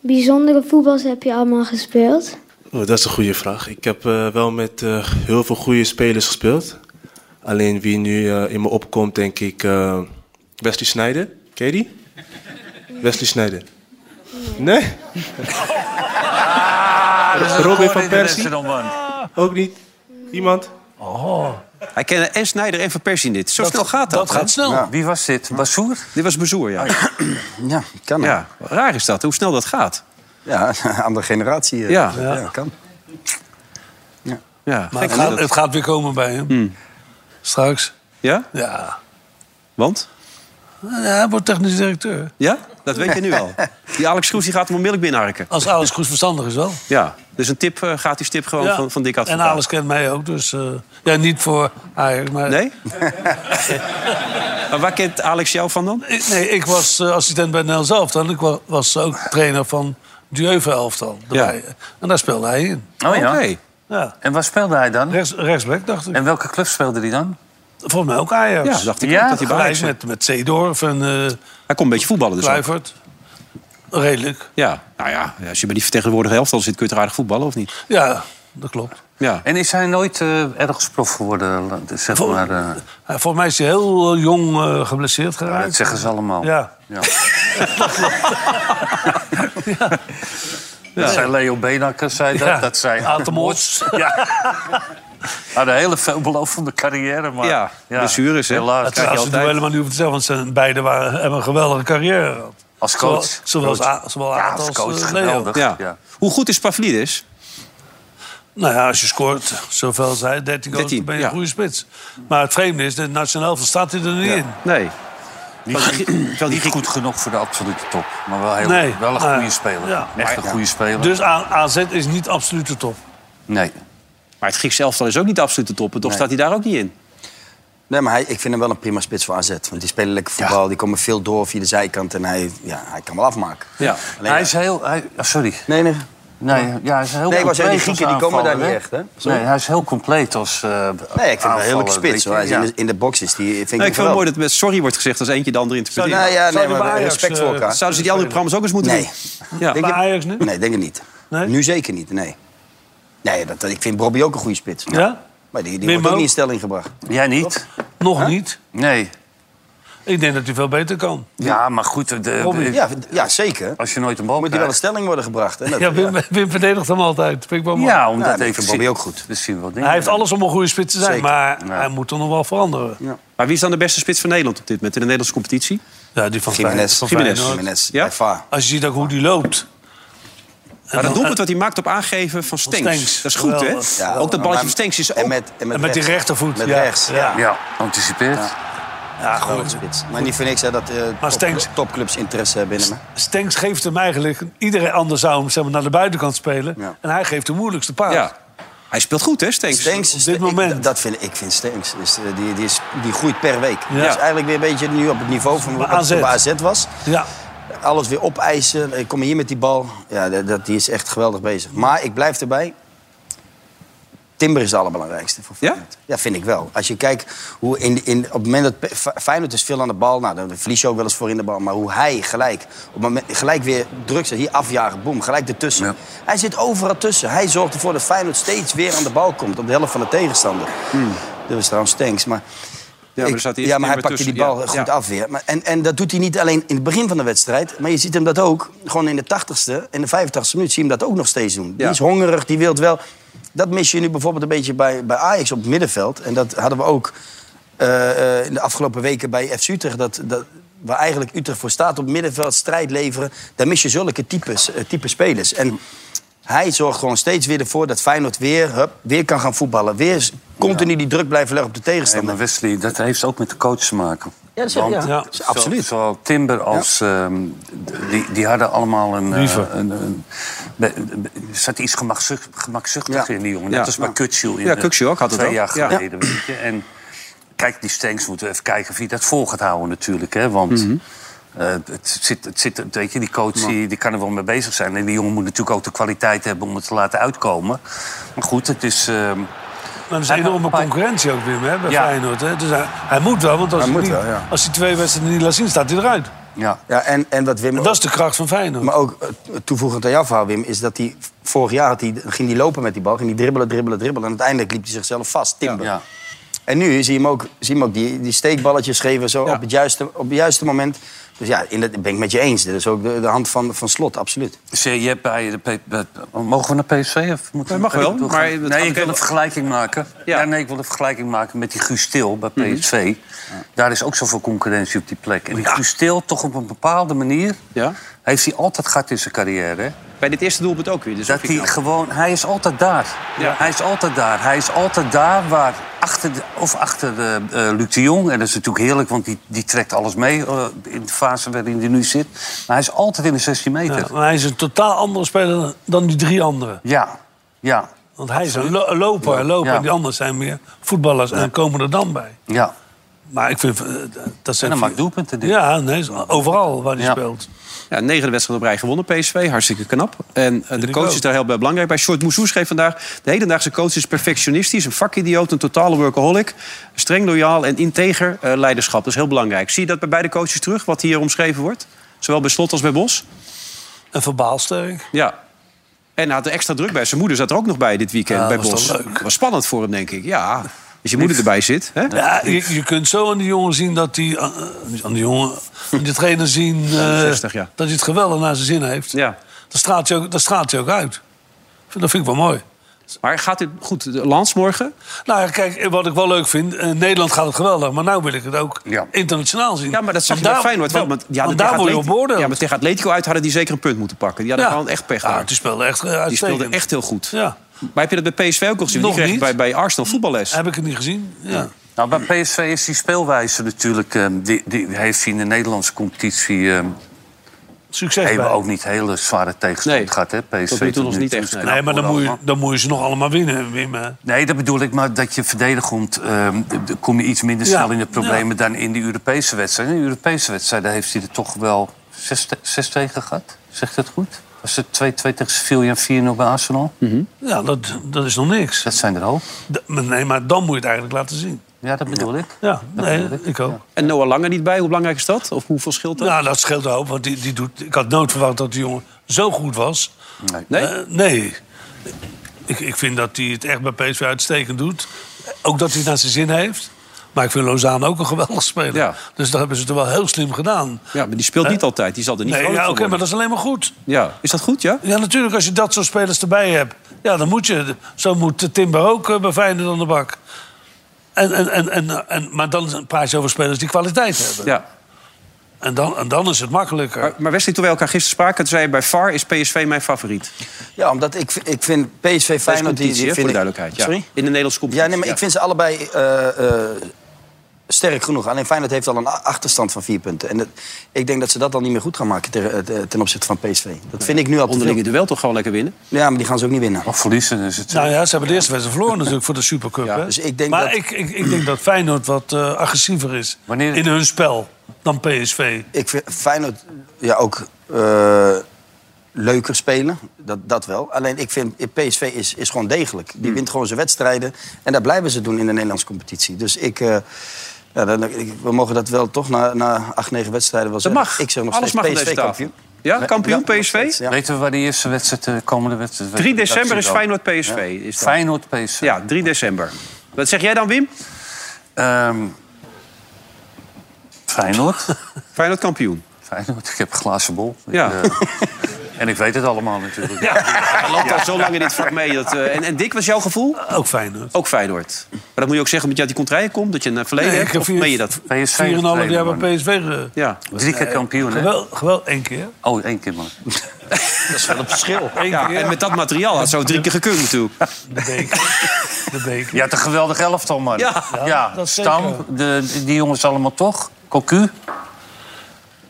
[SPEAKER 18] bijzondere voetbals heb je allemaal gespeeld?
[SPEAKER 19] Oh, dat is een goede vraag. Ik heb eh, wel met eh, heel veel goede spelers gespeeld. Alleen wie nu eh, in me opkomt, denk ik eh, Wesley Sneijder. Ken je die? Wesley Sneijder. Nee? Robin van Persie? Ook niet. Iemand?
[SPEAKER 2] Oh. Hij kende en Snijder en Van Persie in dit. Zo snel gaat dat.
[SPEAKER 3] dat gaat snel. Ja.
[SPEAKER 2] Wie was dit? Bazoer? Dit was Bazoer, ja.
[SPEAKER 5] Ja, nou. kan
[SPEAKER 2] Ja, raar is dat, hoe snel dat gaat.
[SPEAKER 5] Ja, andere generatie. eh,
[SPEAKER 2] Ja.
[SPEAKER 5] ja kan.
[SPEAKER 2] Ja,
[SPEAKER 4] Maar nou, eh,
[SPEAKER 2] gek
[SPEAKER 4] het
[SPEAKER 2] is
[SPEAKER 4] gaat,
[SPEAKER 2] dat.
[SPEAKER 4] het gaat weer komen bij hem.
[SPEAKER 3] Hmm.
[SPEAKER 4] Straks.
[SPEAKER 2] Ja?
[SPEAKER 4] Ja.
[SPEAKER 2] Want?
[SPEAKER 4] Ja, hij wordt technisch directeur.
[SPEAKER 2] Ja? Dat weet je nu al. Die Alex Kroes die gaat hem onmiddellijk binnenharken.
[SPEAKER 4] Als Alex Kroes verstandig is wel.
[SPEAKER 2] Ja, dus een tip, eh, gratis tip gewoon
[SPEAKER 4] Ja.
[SPEAKER 2] van, van Dick
[SPEAKER 4] En
[SPEAKER 2] Advocaat.
[SPEAKER 4] Alex kent mij ook, dus... eh, ja, niet voor Ajax, maar...
[SPEAKER 2] Nee? Maar waar kent Alex jou van dan?
[SPEAKER 4] Ik- Nee, ik was eh, assistent bij Nel zelf. En ik wa- was ook trainer van Dueuven elftal. erbij. En daar speelde hij in.
[SPEAKER 3] Oh ja?
[SPEAKER 4] Oké. Ja.
[SPEAKER 3] En waar speelde hij dan?
[SPEAKER 4] Rechts, rechtsback, dacht ik.
[SPEAKER 3] En welke club speelde hij dan?
[SPEAKER 4] Volgens mij ook Ajax.
[SPEAKER 3] Ja, dacht ik ook dat hij bij Ajax
[SPEAKER 4] gelijk met, met Seedorf en... eh
[SPEAKER 2] Hij kon een beetje voetballen dus ook.
[SPEAKER 4] Kluivert. Redelijk.
[SPEAKER 2] Ja, nou ja, als je bij die vertegenwoordigde helft al zit... kun je toch aardig voetballen, of niet?
[SPEAKER 4] Ja, dat klopt.
[SPEAKER 2] Ja.
[SPEAKER 3] En is hij nooit eh, ergens prof geworden? la- Zeg
[SPEAKER 4] Vol-
[SPEAKER 3] maar, eh,
[SPEAKER 4] Hij- Volgens mij is hij heel eh, jong eh, geblesseerd geraakt.
[SPEAKER 3] dat zeggen ze allemaal.
[SPEAKER 4] Ja.
[SPEAKER 3] Ja. Dat zei Leo Benakker, zei dat.
[SPEAKER 4] Ja.
[SPEAKER 3] Dat zei
[SPEAKER 4] Aad de
[SPEAKER 3] Mots. Ja. Had een hele veelbelovende carrière, maar...
[SPEAKER 2] Ja, blessures, hè?
[SPEAKER 3] Helaas,
[SPEAKER 4] Dat ze
[SPEAKER 3] krijg je
[SPEAKER 4] helemaal
[SPEAKER 3] altijd.
[SPEAKER 4] niet hoeven te zeggen, want ze beiden waren, hebben een geweldige carrière gehad.
[SPEAKER 3] Als coach.
[SPEAKER 4] Zowel, zowel, als
[SPEAKER 3] Coach.
[SPEAKER 4] A- zowel
[SPEAKER 3] Ja,
[SPEAKER 4] Aad
[SPEAKER 3] als
[SPEAKER 4] als,
[SPEAKER 3] coach,
[SPEAKER 4] eh, Leo.
[SPEAKER 3] geweldig.
[SPEAKER 2] Ja. Hoe goed is Pavlidis?
[SPEAKER 4] Nou ja, als je scoort, zoveel als hij, 13 goals,
[SPEAKER 2] 13,
[SPEAKER 4] dan ben je
[SPEAKER 2] ja.
[SPEAKER 4] een goede spits. Maar het vreemde is, de nationaal staat hij er niet in.
[SPEAKER 2] Nee.
[SPEAKER 3] Niet, niet, goed genoeg voor de absolute top. Maar wel, heel,
[SPEAKER 4] Nee,
[SPEAKER 3] wel een
[SPEAKER 4] maar-
[SPEAKER 3] goede speler.
[SPEAKER 4] ja.
[SPEAKER 3] Echt een
[SPEAKER 4] Maar-
[SPEAKER 3] goede speler.
[SPEAKER 4] Dus A- AZ is niet absoluut de top.
[SPEAKER 3] Nee.
[SPEAKER 2] Maar het Griekse elftal is ook niet de absolute top. En toch
[SPEAKER 5] Nee.
[SPEAKER 2] staat hij daar ook niet in.
[SPEAKER 5] Nee, maar hij, ik vind hem wel een prima spits voor AZ. Want die spelen lekker voetbal, die komen veel door via de zijkant en hij, ja, hij kan wel afmaken.
[SPEAKER 2] Ja.
[SPEAKER 5] Alleen-
[SPEAKER 3] hij is heel... Hij, ah, sorry.
[SPEAKER 5] Nee, nee.
[SPEAKER 3] Nee, ja, hij is heel
[SPEAKER 5] Nee, ik wou zeggen, die
[SPEAKER 3] compleet als
[SPEAKER 5] Grieken, die komen daar
[SPEAKER 3] aanvaller,
[SPEAKER 5] niet echt, hè? Sorry.
[SPEAKER 3] Nee, hij is heel compleet als eh
[SPEAKER 5] Nee, ik vind hem een heerlijke
[SPEAKER 3] aanvaller,
[SPEAKER 5] spits.
[SPEAKER 3] weet je.
[SPEAKER 5] Hoor. Hij is
[SPEAKER 3] Ja.
[SPEAKER 5] in, de, in de box is die, vind
[SPEAKER 2] Nee,
[SPEAKER 5] ik
[SPEAKER 2] ik vind het
[SPEAKER 5] wel.
[SPEAKER 2] mooi dat met sorry wordt gezegd als eentje de ander interpreteert.
[SPEAKER 5] Nou ja, nee, maar respect voor elkaar.
[SPEAKER 2] Zouden ze die andere programma's ook eens eh, moeten
[SPEAKER 5] nee.
[SPEAKER 2] doen? Ja.
[SPEAKER 5] Denk je-
[SPEAKER 4] Ajax nu?
[SPEAKER 5] Nee, denk ik niet. Nu zeker niet, nee. Nee, dat, dat- ik vind Bobby ook een goede spits.
[SPEAKER 4] Ja?
[SPEAKER 5] Maar die, die
[SPEAKER 4] Wim
[SPEAKER 5] wordt ook
[SPEAKER 4] ook?
[SPEAKER 5] niet in stelling gebracht.
[SPEAKER 3] Jij niet?
[SPEAKER 4] Nog niet.
[SPEAKER 3] Nee.
[SPEAKER 4] Ik denk dat hij veel beter kan.
[SPEAKER 3] Ja, maar goed. De,
[SPEAKER 4] Robin.
[SPEAKER 5] Ja, ja, zeker.
[SPEAKER 3] Als je nooit een bal
[SPEAKER 5] Moet die wel in stelling worden gebracht. Hè? Dat-
[SPEAKER 4] Ja, Wim, Wim verdedigt hem altijd. Vind ik wel mooi.
[SPEAKER 3] Ja, omdat
[SPEAKER 5] Ja, dat
[SPEAKER 3] ik
[SPEAKER 5] vindt Bobby ook goed.
[SPEAKER 3] Dus zien we wat dingen.
[SPEAKER 4] Hij heeft alles om een goede spits te zijn,
[SPEAKER 3] Zeker.
[SPEAKER 4] maar hij moet er nog wel veranderen.
[SPEAKER 5] Ja,
[SPEAKER 2] Maar wie is dan de beste spits van Nederland op dit moment in de Nederlandse competitie?
[SPEAKER 4] die van
[SPEAKER 5] Gimenez.
[SPEAKER 4] Feyenoord.
[SPEAKER 2] Gimenez.
[SPEAKER 5] Jiménez,
[SPEAKER 2] Ja?
[SPEAKER 5] bij Vaar.
[SPEAKER 4] Als je ziet ook hoe die loopt.
[SPEAKER 2] Maar dat
[SPEAKER 4] dan-
[SPEAKER 2] doelpunt wat hij maakt op aangeven van Stenks.
[SPEAKER 4] Stenks.
[SPEAKER 2] Dat is goed, hè?
[SPEAKER 4] Geweldig.
[SPEAKER 5] Ja,
[SPEAKER 2] ook dat balletje
[SPEAKER 5] maar-
[SPEAKER 2] van Stenks is ook...
[SPEAKER 5] En met, en met,
[SPEAKER 4] En met die
[SPEAKER 5] rechts.
[SPEAKER 4] rechtervoet,
[SPEAKER 5] Met
[SPEAKER 4] ja.
[SPEAKER 5] rechts, ja.
[SPEAKER 4] Ja.
[SPEAKER 3] Ja, anticipeert.
[SPEAKER 5] Ja, gewoon spits. Maar niet voor niks hè, dat eh top-
[SPEAKER 4] Stenks-
[SPEAKER 5] topclubs interesse hebben in hem. hè.
[SPEAKER 4] Stenks geeft hem eigenlijk... Iedereen anders zou hem zeg maar, naar de buitenkant spelen. En hij geeft de moeilijkste paas.
[SPEAKER 2] Ja. Hij speelt goed, hè, Stenks?
[SPEAKER 5] Stenks,
[SPEAKER 4] Op dit moment.
[SPEAKER 5] Ik, dat vind, ik vind Stenks. Dus, eh, die, die, is, die groeit per week.
[SPEAKER 4] Ja.
[SPEAKER 5] Dat is eigenlijk weer een beetje nu op het niveau van
[SPEAKER 4] Maar
[SPEAKER 5] wat
[SPEAKER 4] AZ.
[SPEAKER 5] waar AZ was.
[SPEAKER 4] Ja.
[SPEAKER 5] Alles weer opeisen. Ik kom hier met die bal. Ja, dat, dat- die is echt geweldig bezig. Maar ik blijf erbij. Timber is het allerbelangrijkste voor Feyenoord. Ja? vind ik wel. Als je kijkt hoe in, in, op het moment dat Pe- Fe- Feyenoord is veel aan de bal... Nou, dan verlies je ook wel eens voor in de bal. Maar hoe hij gelijk, op het moment, gelijk weer druk zet, hier afjagen, boem, gelijk ertussen. Hij zit overal tussen. Hij zorgt ervoor dat Feyenoord steeds weer aan de bal komt... op de helft van de tegenstander. Dat was trouwens Stanks, maar...
[SPEAKER 2] Hmm. maar
[SPEAKER 5] ik-
[SPEAKER 2] er zat hij
[SPEAKER 5] ja,
[SPEAKER 2] eerst
[SPEAKER 5] maar hij
[SPEAKER 2] Timber
[SPEAKER 5] pakte die
[SPEAKER 2] tussen,
[SPEAKER 5] bal
[SPEAKER 2] ja.
[SPEAKER 5] goed
[SPEAKER 2] Ja.
[SPEAKER 5] af weer. Maar, en, en dat doet hij niet alleen in het begin van de wedstrijd... maar je ziet hem dat ook gewoon in de 80ste en de 85ste minuut... zie je hem dat ook nog steeds doen. Die
[SPEAKER 2] Ja.
[SPEAKER 5] is hongerig, die wil het wel. Dat mis je nu bijvoorbeeld een beetje bij, bij Ajax op het middenveld. En dat hadden we ook eh, eh, in de afgelopen weken bij FC Utrecht... Dat, dat, waar eigenlijk Utrecht voor staat op het middenveld, strijd leveren... daar mis je zulke types, eh, type spelers. En hij zorgt gewoon steeds weer ervoor dat Feyenoord weer, hup, weer kan gaan voetballen. Weer continu die druk blijven leggen op de tegenstander.
[SPEAKER 3] Maar Wesley, dat heeft ook met de coach te maken.
[SPEAKER 5] Ja, dat zeg ik,
[SPEAKER 3] Want
[SPEAKER 5] ja.
[SPEAKER 3] zo-
[SPEAKER 5] Absoluut.
[SPEAKER 3] Zowel Timber als... ehm, d- die, die hadden allemaal een... eh,
[SPEAKER 5] Liever.
[SPEAKER 3] een, een- be- be- er zat iets gemakzucht, gemakzuchtigs in die jongen.
[SPEAKER 2] Ja.
[SPEAKER 3] Net als bij
[SPEAKER 2] Ja.
[SPEAKER 3] Kutschil. in
[SPEAKER 2] Ja,
[SPEAKER 3] de-
[SPEAKER 2] Kutschil ook had het
[SPEAKER 3] Twee
[SPEAKER 2] ook.
[SPEAKER 3] jaar
[SPEAKER 2] Ja.
[SPEAKER 3] geleden, weet je. En kijk, die Stanks moeten we even kijken of hij dat vol gaat houden natuurlijk. Hè? Want
[SPEAKER 2] Mhm.
[SPEAKER 3] eh, het zit, het zit, weet je, die coach die, die kan er wel mee bezig zijn. En die jongen moet natuurlijk ook de kwaliteit hebben om het te laten uitkomen. Maar goed, het is... ehm,
[SPEAKER 4] Maar er is een enorme concurrentie ook weer hè, bij
[SPEAKER 3] Ja.
[SPEAKER 4] Feyenoord. Hè? Dus hij, hij moet wel, want als
[SPEAKER 5] Hij
[SPEAKER 4] hij,
[SPEAKER 5] moet
[SPEAKER 4] niet-
[SPEAKER 5] wel, ja.
[SPEAKER 4] als hij twee wedstrijden niet laat zien, staat hij eruit.
[SPEAKER 3] Ja,
[SPEAKER 5] ja en, en wat Wim.
[SPEAKER 4] dat is de kracht van Feyenoord.
[SPEAKER 5] Maar ook eh, toevoegend aan jouw verhaal, Wim, is dat hij vorig jaar had hij, ging hij lopen met die bal, ging hij dribbelen, dribbelen, dribbelen. En uiteindelijk liep hij zichzelf vast, timber. En nu zie je hem ook, zie je hem ook die, die steekballetjes geven zo op, het juiste, op het juiste moment. Dus ja, in dat ben ik met je eens. Dit is ook de, de hand van, van slot, absoluut.
[SPEAKER 3] Zie je hebt bij de P- bij- mogen we naar PSV? Of moeten we
[SPEAKER 5] mag wel,
[SPEAKER 3] naartoe
[SPEAKER 5] maar
[SPEAKER 3] gaan?
[SPEAKER 5] het
[SPEAKER 3] nee,
[SPEAKER 5] gaat
[SPEAKER 3] ik wil een vergelijking maken. Ja. nee, ik wil een vergelijking maken met die Guus Til bij
[SPEAKER 5] Mhm.
[SPEAKER 3] PSV. Daar is ook zoveel concurrentie op die plek. En die Guus Til, toch op een bepaalde manier... heeft hij altijd gehad in zijn carrière. hè?
[SPEAKER 2] Bij dit eerste doelpunt ook weer. Dus
[SPEAKER 3] dat hij gewoon... Hij is altijd daar. Hij is altijd daar. Hij is altijd daar waar... Achter de- of achter de, eh, Luc de Jong. En dat is natuurlijk heerlijk, want die, die trekt alles mee... eh, in de fase waarin hij nu zit. Maar hij is altijd in de 16 meter.
[SPEAKER 4] Ja, maar hij is een totaal andere speler dan die drie anderen.
[SPEAKER 3] Ja, ja.
[SPEAKER 4] Want hij is een lo- loper en loper.
[SPEAKER 3] Ja.
[SPEAKER 4] En die anderen zijn meer voetballers en komen er dan bij.
[SPEAKER 3] Ja.
[SPEAKER 4] Maar ik vind... eh, dat zijn
[SPEAKER 2] En hij
[SPEAKER 4] vier-
[SPEAKER 2] maakt doelpunten, dit.
[SPEAKER 3] dus.
[SPEAKER 4] Ja, nee, overal waar hij
[SPEAKER 2] Ja.
[SPEAKER 4] speelt.
[SPEAKER 2] Ja, negende wedstrijd op rij gewonnen, PSV. Hartstikke knap. En eh, de
[SPEAKER 4] ik
[SPEAKER 2] coach
[SPEAKER 4] ook.
[SPEAKER 2] is daar heel bij belangrijk bij. Short Moussou schreef vandaag... de hedendaagse coach is perfectionistisch, een vakidioot... een totale workaholic, streng loyaal en integer eh, leiderschap. Dat is heel belangrijk. Zie je dat bij beide coaches terug, wat hier omschreven wordt? Zowel bij Slot als bij Bos?
[SPEAKER 4] En verbaal sterk.
[SPEAKER 2] Ja. En hij had er extra druk bij. Zijn moeder zat er ook nog bij dit weekend
[SPEAKER 4] Ja,
[SPEAKER 2] bij
[SPEAKER 4] was
[SPEAKER 2] Bos.
[SPEAKER 4] toch
[SPEAKER 2] was spannend voor hem, denk ik. Ja, als je moeder erbij zit. Hè?
[SPEAKER 4] Ja, je, je kunt zo aan die jongen zien dat hij... Aan, aan die jongen, aan die trainer zien... eh,
[SPEAKER 2] 60, ja.
[SPEAKER 4] Dat hij het geweldig naar zijn zin heeft.
[SPEAKER 2] Ja.
[SPEAKER 4] Dat straalt hij ook, dat straalt hij ook uit. Dat vind ik wel mooi.
[SPEAKER 2] Maar gaat dit goed, de Lans morgen?
[SPEAKER 4] Nou ja, kijk, wat ik wel leuk vind... eh, Nederland gaat het geweldig, maar nou wil ik het ook internationaal zien. Ja,
[SPEAKER 2] Maar dat zag je bij Feyenoord wel. Want, ja,
[SPEAKER 4] want
[SPEAKER 2] tegen
[SPEAKER 4] daar word je op
[SPEAKER 2] Atleti-
[SPEAKER 4] beoordeeld.
[SPEAKER 2] Ja, maar tegen Atletico uit hadden die zeker een punt moeten pakken. Die hadden
[SPEAKER 4] Ja.
[SPEAKER 2] gewoon echt pech
[SPEAKER 4] Ja,
[SPEAKER 2] gehad.
[SPEAKER 4] die speelden echt eh,
[SPEAKER 2] die speelden
[SPEAKER 4] uitstekend.
[SPEAKER 2] echt heel goed.
[SPEAKER 4] Ja.
[SPEAKER 2] Maar heb je dat bij PSV ook al gezien?
[SPEAKER 4] Nog
[SPEAKER 2] die kreeg
[SPEAKER 4] niet.
[SPEAKER 2] Bij, bij Arsenal voetballes.
[SPEAKER 4] Heb ik het niet gezien? Ja.
[SPEAKER 3] Nou, bij PSV is die speelwijze natuurlijk... eh, die, die heeft hij in de Nederlandse competitie... eh
[SPEAKER 4] Succes
[SPEAKER 3] Hebben
[SPEAKER 4] bij.
[SPEAKER 3] ook niet hele zware tegenstand gehad, hè, PSV.
[SPEAKER 4] Tot nu toe
[SPEAKER 3] tot
[SPEAKER 4] nog
[SPEAKER 3] nu
[SPEAKER 4] niet
[SPEAKER 3] toe.
[SPEAKER 4] echt, nee.
[SPEAKER 3] Knap
[SPEAKER 4] Nee, maar dan
[SPEAKER 3] hoor,
[SPEAKER 4] moet je-
[SPEAKER 3] allemaal.
[SPEAKER 4] dan moet je ze nog allemaal winnen, Wim. hè.
[SPEAKER 3] Nee, dat bedoel ik, maar dat je verdedigend... eh, d- d- kom je iets minder
[SPEAKER 4] Ja,
[SPEAKER 3] snel in de problemen dan in die Europese wedstrijden. In de Europese wedstrijden heeft hij er toch wel zes, te- zes tegen gehad. Zegt dat goed? Was het 2-2 tegen Sevilla en 4-0 bij Arsenal?
[SPEAKER 4] Hm. Ja, dat, dat is nog niks.
[SPEAKER 3] Dat zijn er ook.
[SPEAKER 4] Nee, maar dan moet je het eigenlijk laten zien.
[SPEAKER 3] Ja, dat bedoel ik.
[SPEAKER 4] Ja, nee, ik ook.
[SPEAKER 2] En Noah Lange niet bij. Hoe belangrijk is dat? Of hoeveel scheelt dat?
[SPEAKER 4] Nou, dat scheelt een hoop, want die, die doet, ik had nooit verwacht dat die jongen zo goed was. Eh,
[SPEAKER 3] Nee.
[SPEAKER 2] Nee?
[SPEAKER 4] nee. Ik, ik vind dat hij het echt bij PSV uitstekend doet. Ook dat hij het naar zijn zin heeft. Maar ik vind Lozano ook een geweldig speler. Dus dat hebben ze er wel heel slim gedaan.
[SPEAKER 2] Ja, maar die speelt
[SPEAKER 4] Hè?
[SPEAKER 2] niet altijd. Die zal er niet
[SPEAKER 4] Nee, ja,
[SPEAKER 2] vrolijk
[SPEAKER 4] oké,
[SPEAKER 2] van worden.
[SPEAKER 4] maar dat is alleen maar goed.
[SPEAKER 2] Ja, is dat goed, ja?
[SPEAKER 4] Ja, natuurlijk, als je dat soort spelers erbij hebt. Ja, dan moet je. Zo moet eh, Timber ook eh, bij Feyenoord aan de bak. En, en, en, en, en, maar dan praat je over spelers die kwaliteit hebben.
[SPEAKER 2] Ja.
[SPEAKER 4] En, dan, en dan is het makkelijker.
[SPEAKER 2] Maar, maar Wesley, toen wij elkaar gisteren spraken, toen zei je... bij VAR is PSV mijn favoriet.
[SPEAKER 5] Ja, omdat ik, ik vind PSV Feyenoord...
[SPEAKER 2] competitie,
[SPEAKER 5] Die,
[SPEAKER 2] hè,
[SPEAKER 5] die
[SPEAKER 2] voor
[SPEAKER 5] vind
[SPEAKER 2] de
[SPEAKER 5] ik-
[SPEAKER 2] duidelijkheid. Ja.
[SPEAKER 5] Sorry?
[SPEAKER 2] In de Nederlandse competitie.
[SPEAKER 5] Ja, nee, maar ik vind ze allebei eh, eh, sterk genoeg. Alleen Feyenoord heeft al een a- achterstand van vier punten. En dat- ik denk dat ze dat dan niet meer goed gaan maken ter- eh, ten opzichte van PSV. Dat vind ik nu al te
[SPEAKER 2] Onderlinge
[SPEAKER 5] veel.
[SPEAKER 2] duel toch gewoon lekker winnen?
[SPEAKER 5] Ja, maar die gaan ze ook niet winnen.
[SPEAKER 3] Of verliezen is het.
[SPEAKER 4] Nou ja, ze hebben de eerste wedstrijd verloren natuurlijk voor de Supercup. hè?
[SPEAKER 5] dus ik denk
[SPEAKER 4] maar
[SPEAKER 5] dat-
[SPEAKER 4] ik, ik, ik denk dat Feyenoord wat eh, agressiever is in hun spel dan PSV.
[SPEAKER 5] Ik vind Feyenoord ja, ook eh, leuker spelen. Dat, dat wel. Alleen ik vind eh, PSV is, is gewoon degelijk.
[SPEAKER 2] Hmm.
[SPEAKER 5] Die wint gewoon zijn wedstrijden. En dat blijven ze doen in de Nederlandse competitie. Dus ik. eh, ja, dan- ik- we mogen dat wel toch na, na acht, negen wedstrijden wel
[SPEAKER 2] Dat
[SPEAKER 5] zeggen.
[SPEAKER 2] mag.
[SPEAKER 5] Ik zeg nog
[SPEAKER 2] Alles
[SPEAKER 5] steeds
[SPEAKER 2] mag aan
[SPEAKER 5] PSV
[SPEAKER 2] deze tafel.
[SPEAKER 5] kampioen.
[SPEAKER 2] Ja,
[SPEAKER 5] Nee,
[SPEAKER 2] kampioen
[SPEAKER 5] ja,
[SPEAKER 2] PSV?
[SPEAKER 3] Weten we waar de eerste wedstrijd, de komende wedstrijd...
[SPEAKER 2] 3
[SPEAKER 3] dat
[SPEAKER 2] december is
[SPEAKER 3] dan?
[SPEAKER 2] Feyenoord PSV.
[SPEAKER 3] Ja.
[SPEAKER 2] Is dat.
[SPEAKER 3] Feyenoord PSV.
[SPEAKER 2] Ja, 3 december. Wat zeg jij dan, Wim?
[SPEAKER 3] Ehm, Feyenoord.
[SPEAKER 2] Feyenoord kampioen.
[SPEAKER 3] Feyenoord, ik heb een glazen bol.
[SPEAKER 2] Ja.
[SPEAKER 3] Ik, eh, en ik weet het allemaal natuurlijk.
[SPEAKER 2] Hij loopt al zo lang in dit vak mee. Dat, eh, en, en Dick, was jouw gevoel?
[SPEAKER 4] Ook Feyenoord.
[SPEAKER 2] Ook Feyenoord. Maar dat moet je ook zeggen omdat je uit die contraien komt. Dat je een eh, verleden
[SPEAKER 4] Nee, ik
[SPEAKER 2] hebt.
[SPEAKER 4] heb
[SPEAKER 2] Of
[SPEAKER 4] vier-
[SPEAKER 2] meen je dat?
[SPEAKER 4] 4,5 jaar bij PSV. ge-
[SPEAKER 2] Ja.
[SPEAKER 3] Drie keer kampioen, hè?
[SPEAKER 4] eh, Gewel, geweld één keer.
[SPEAKER 3] Oh, één keer maar.
[SPEAKER 2] Dat is wel een verschil.
[SPEAKER 4] Eén
[SPEAKER 2] Ja,
[SPEAKER 4] keer.
[SPEAKER 2] en met dat materiaal had zo drie keer gekund natuurlijk.
[SPEAKER 4] De beker. De beker.
[SPEAKER 3] Je had een geweldig elftal, man.
[SPEAKER 2] Ja.
[SPEAKER 3] ja.
[SPEAKER 4] dat zeker.
[SPEAKER 3] Stam, de, die jongens allemaal toch? Cocu.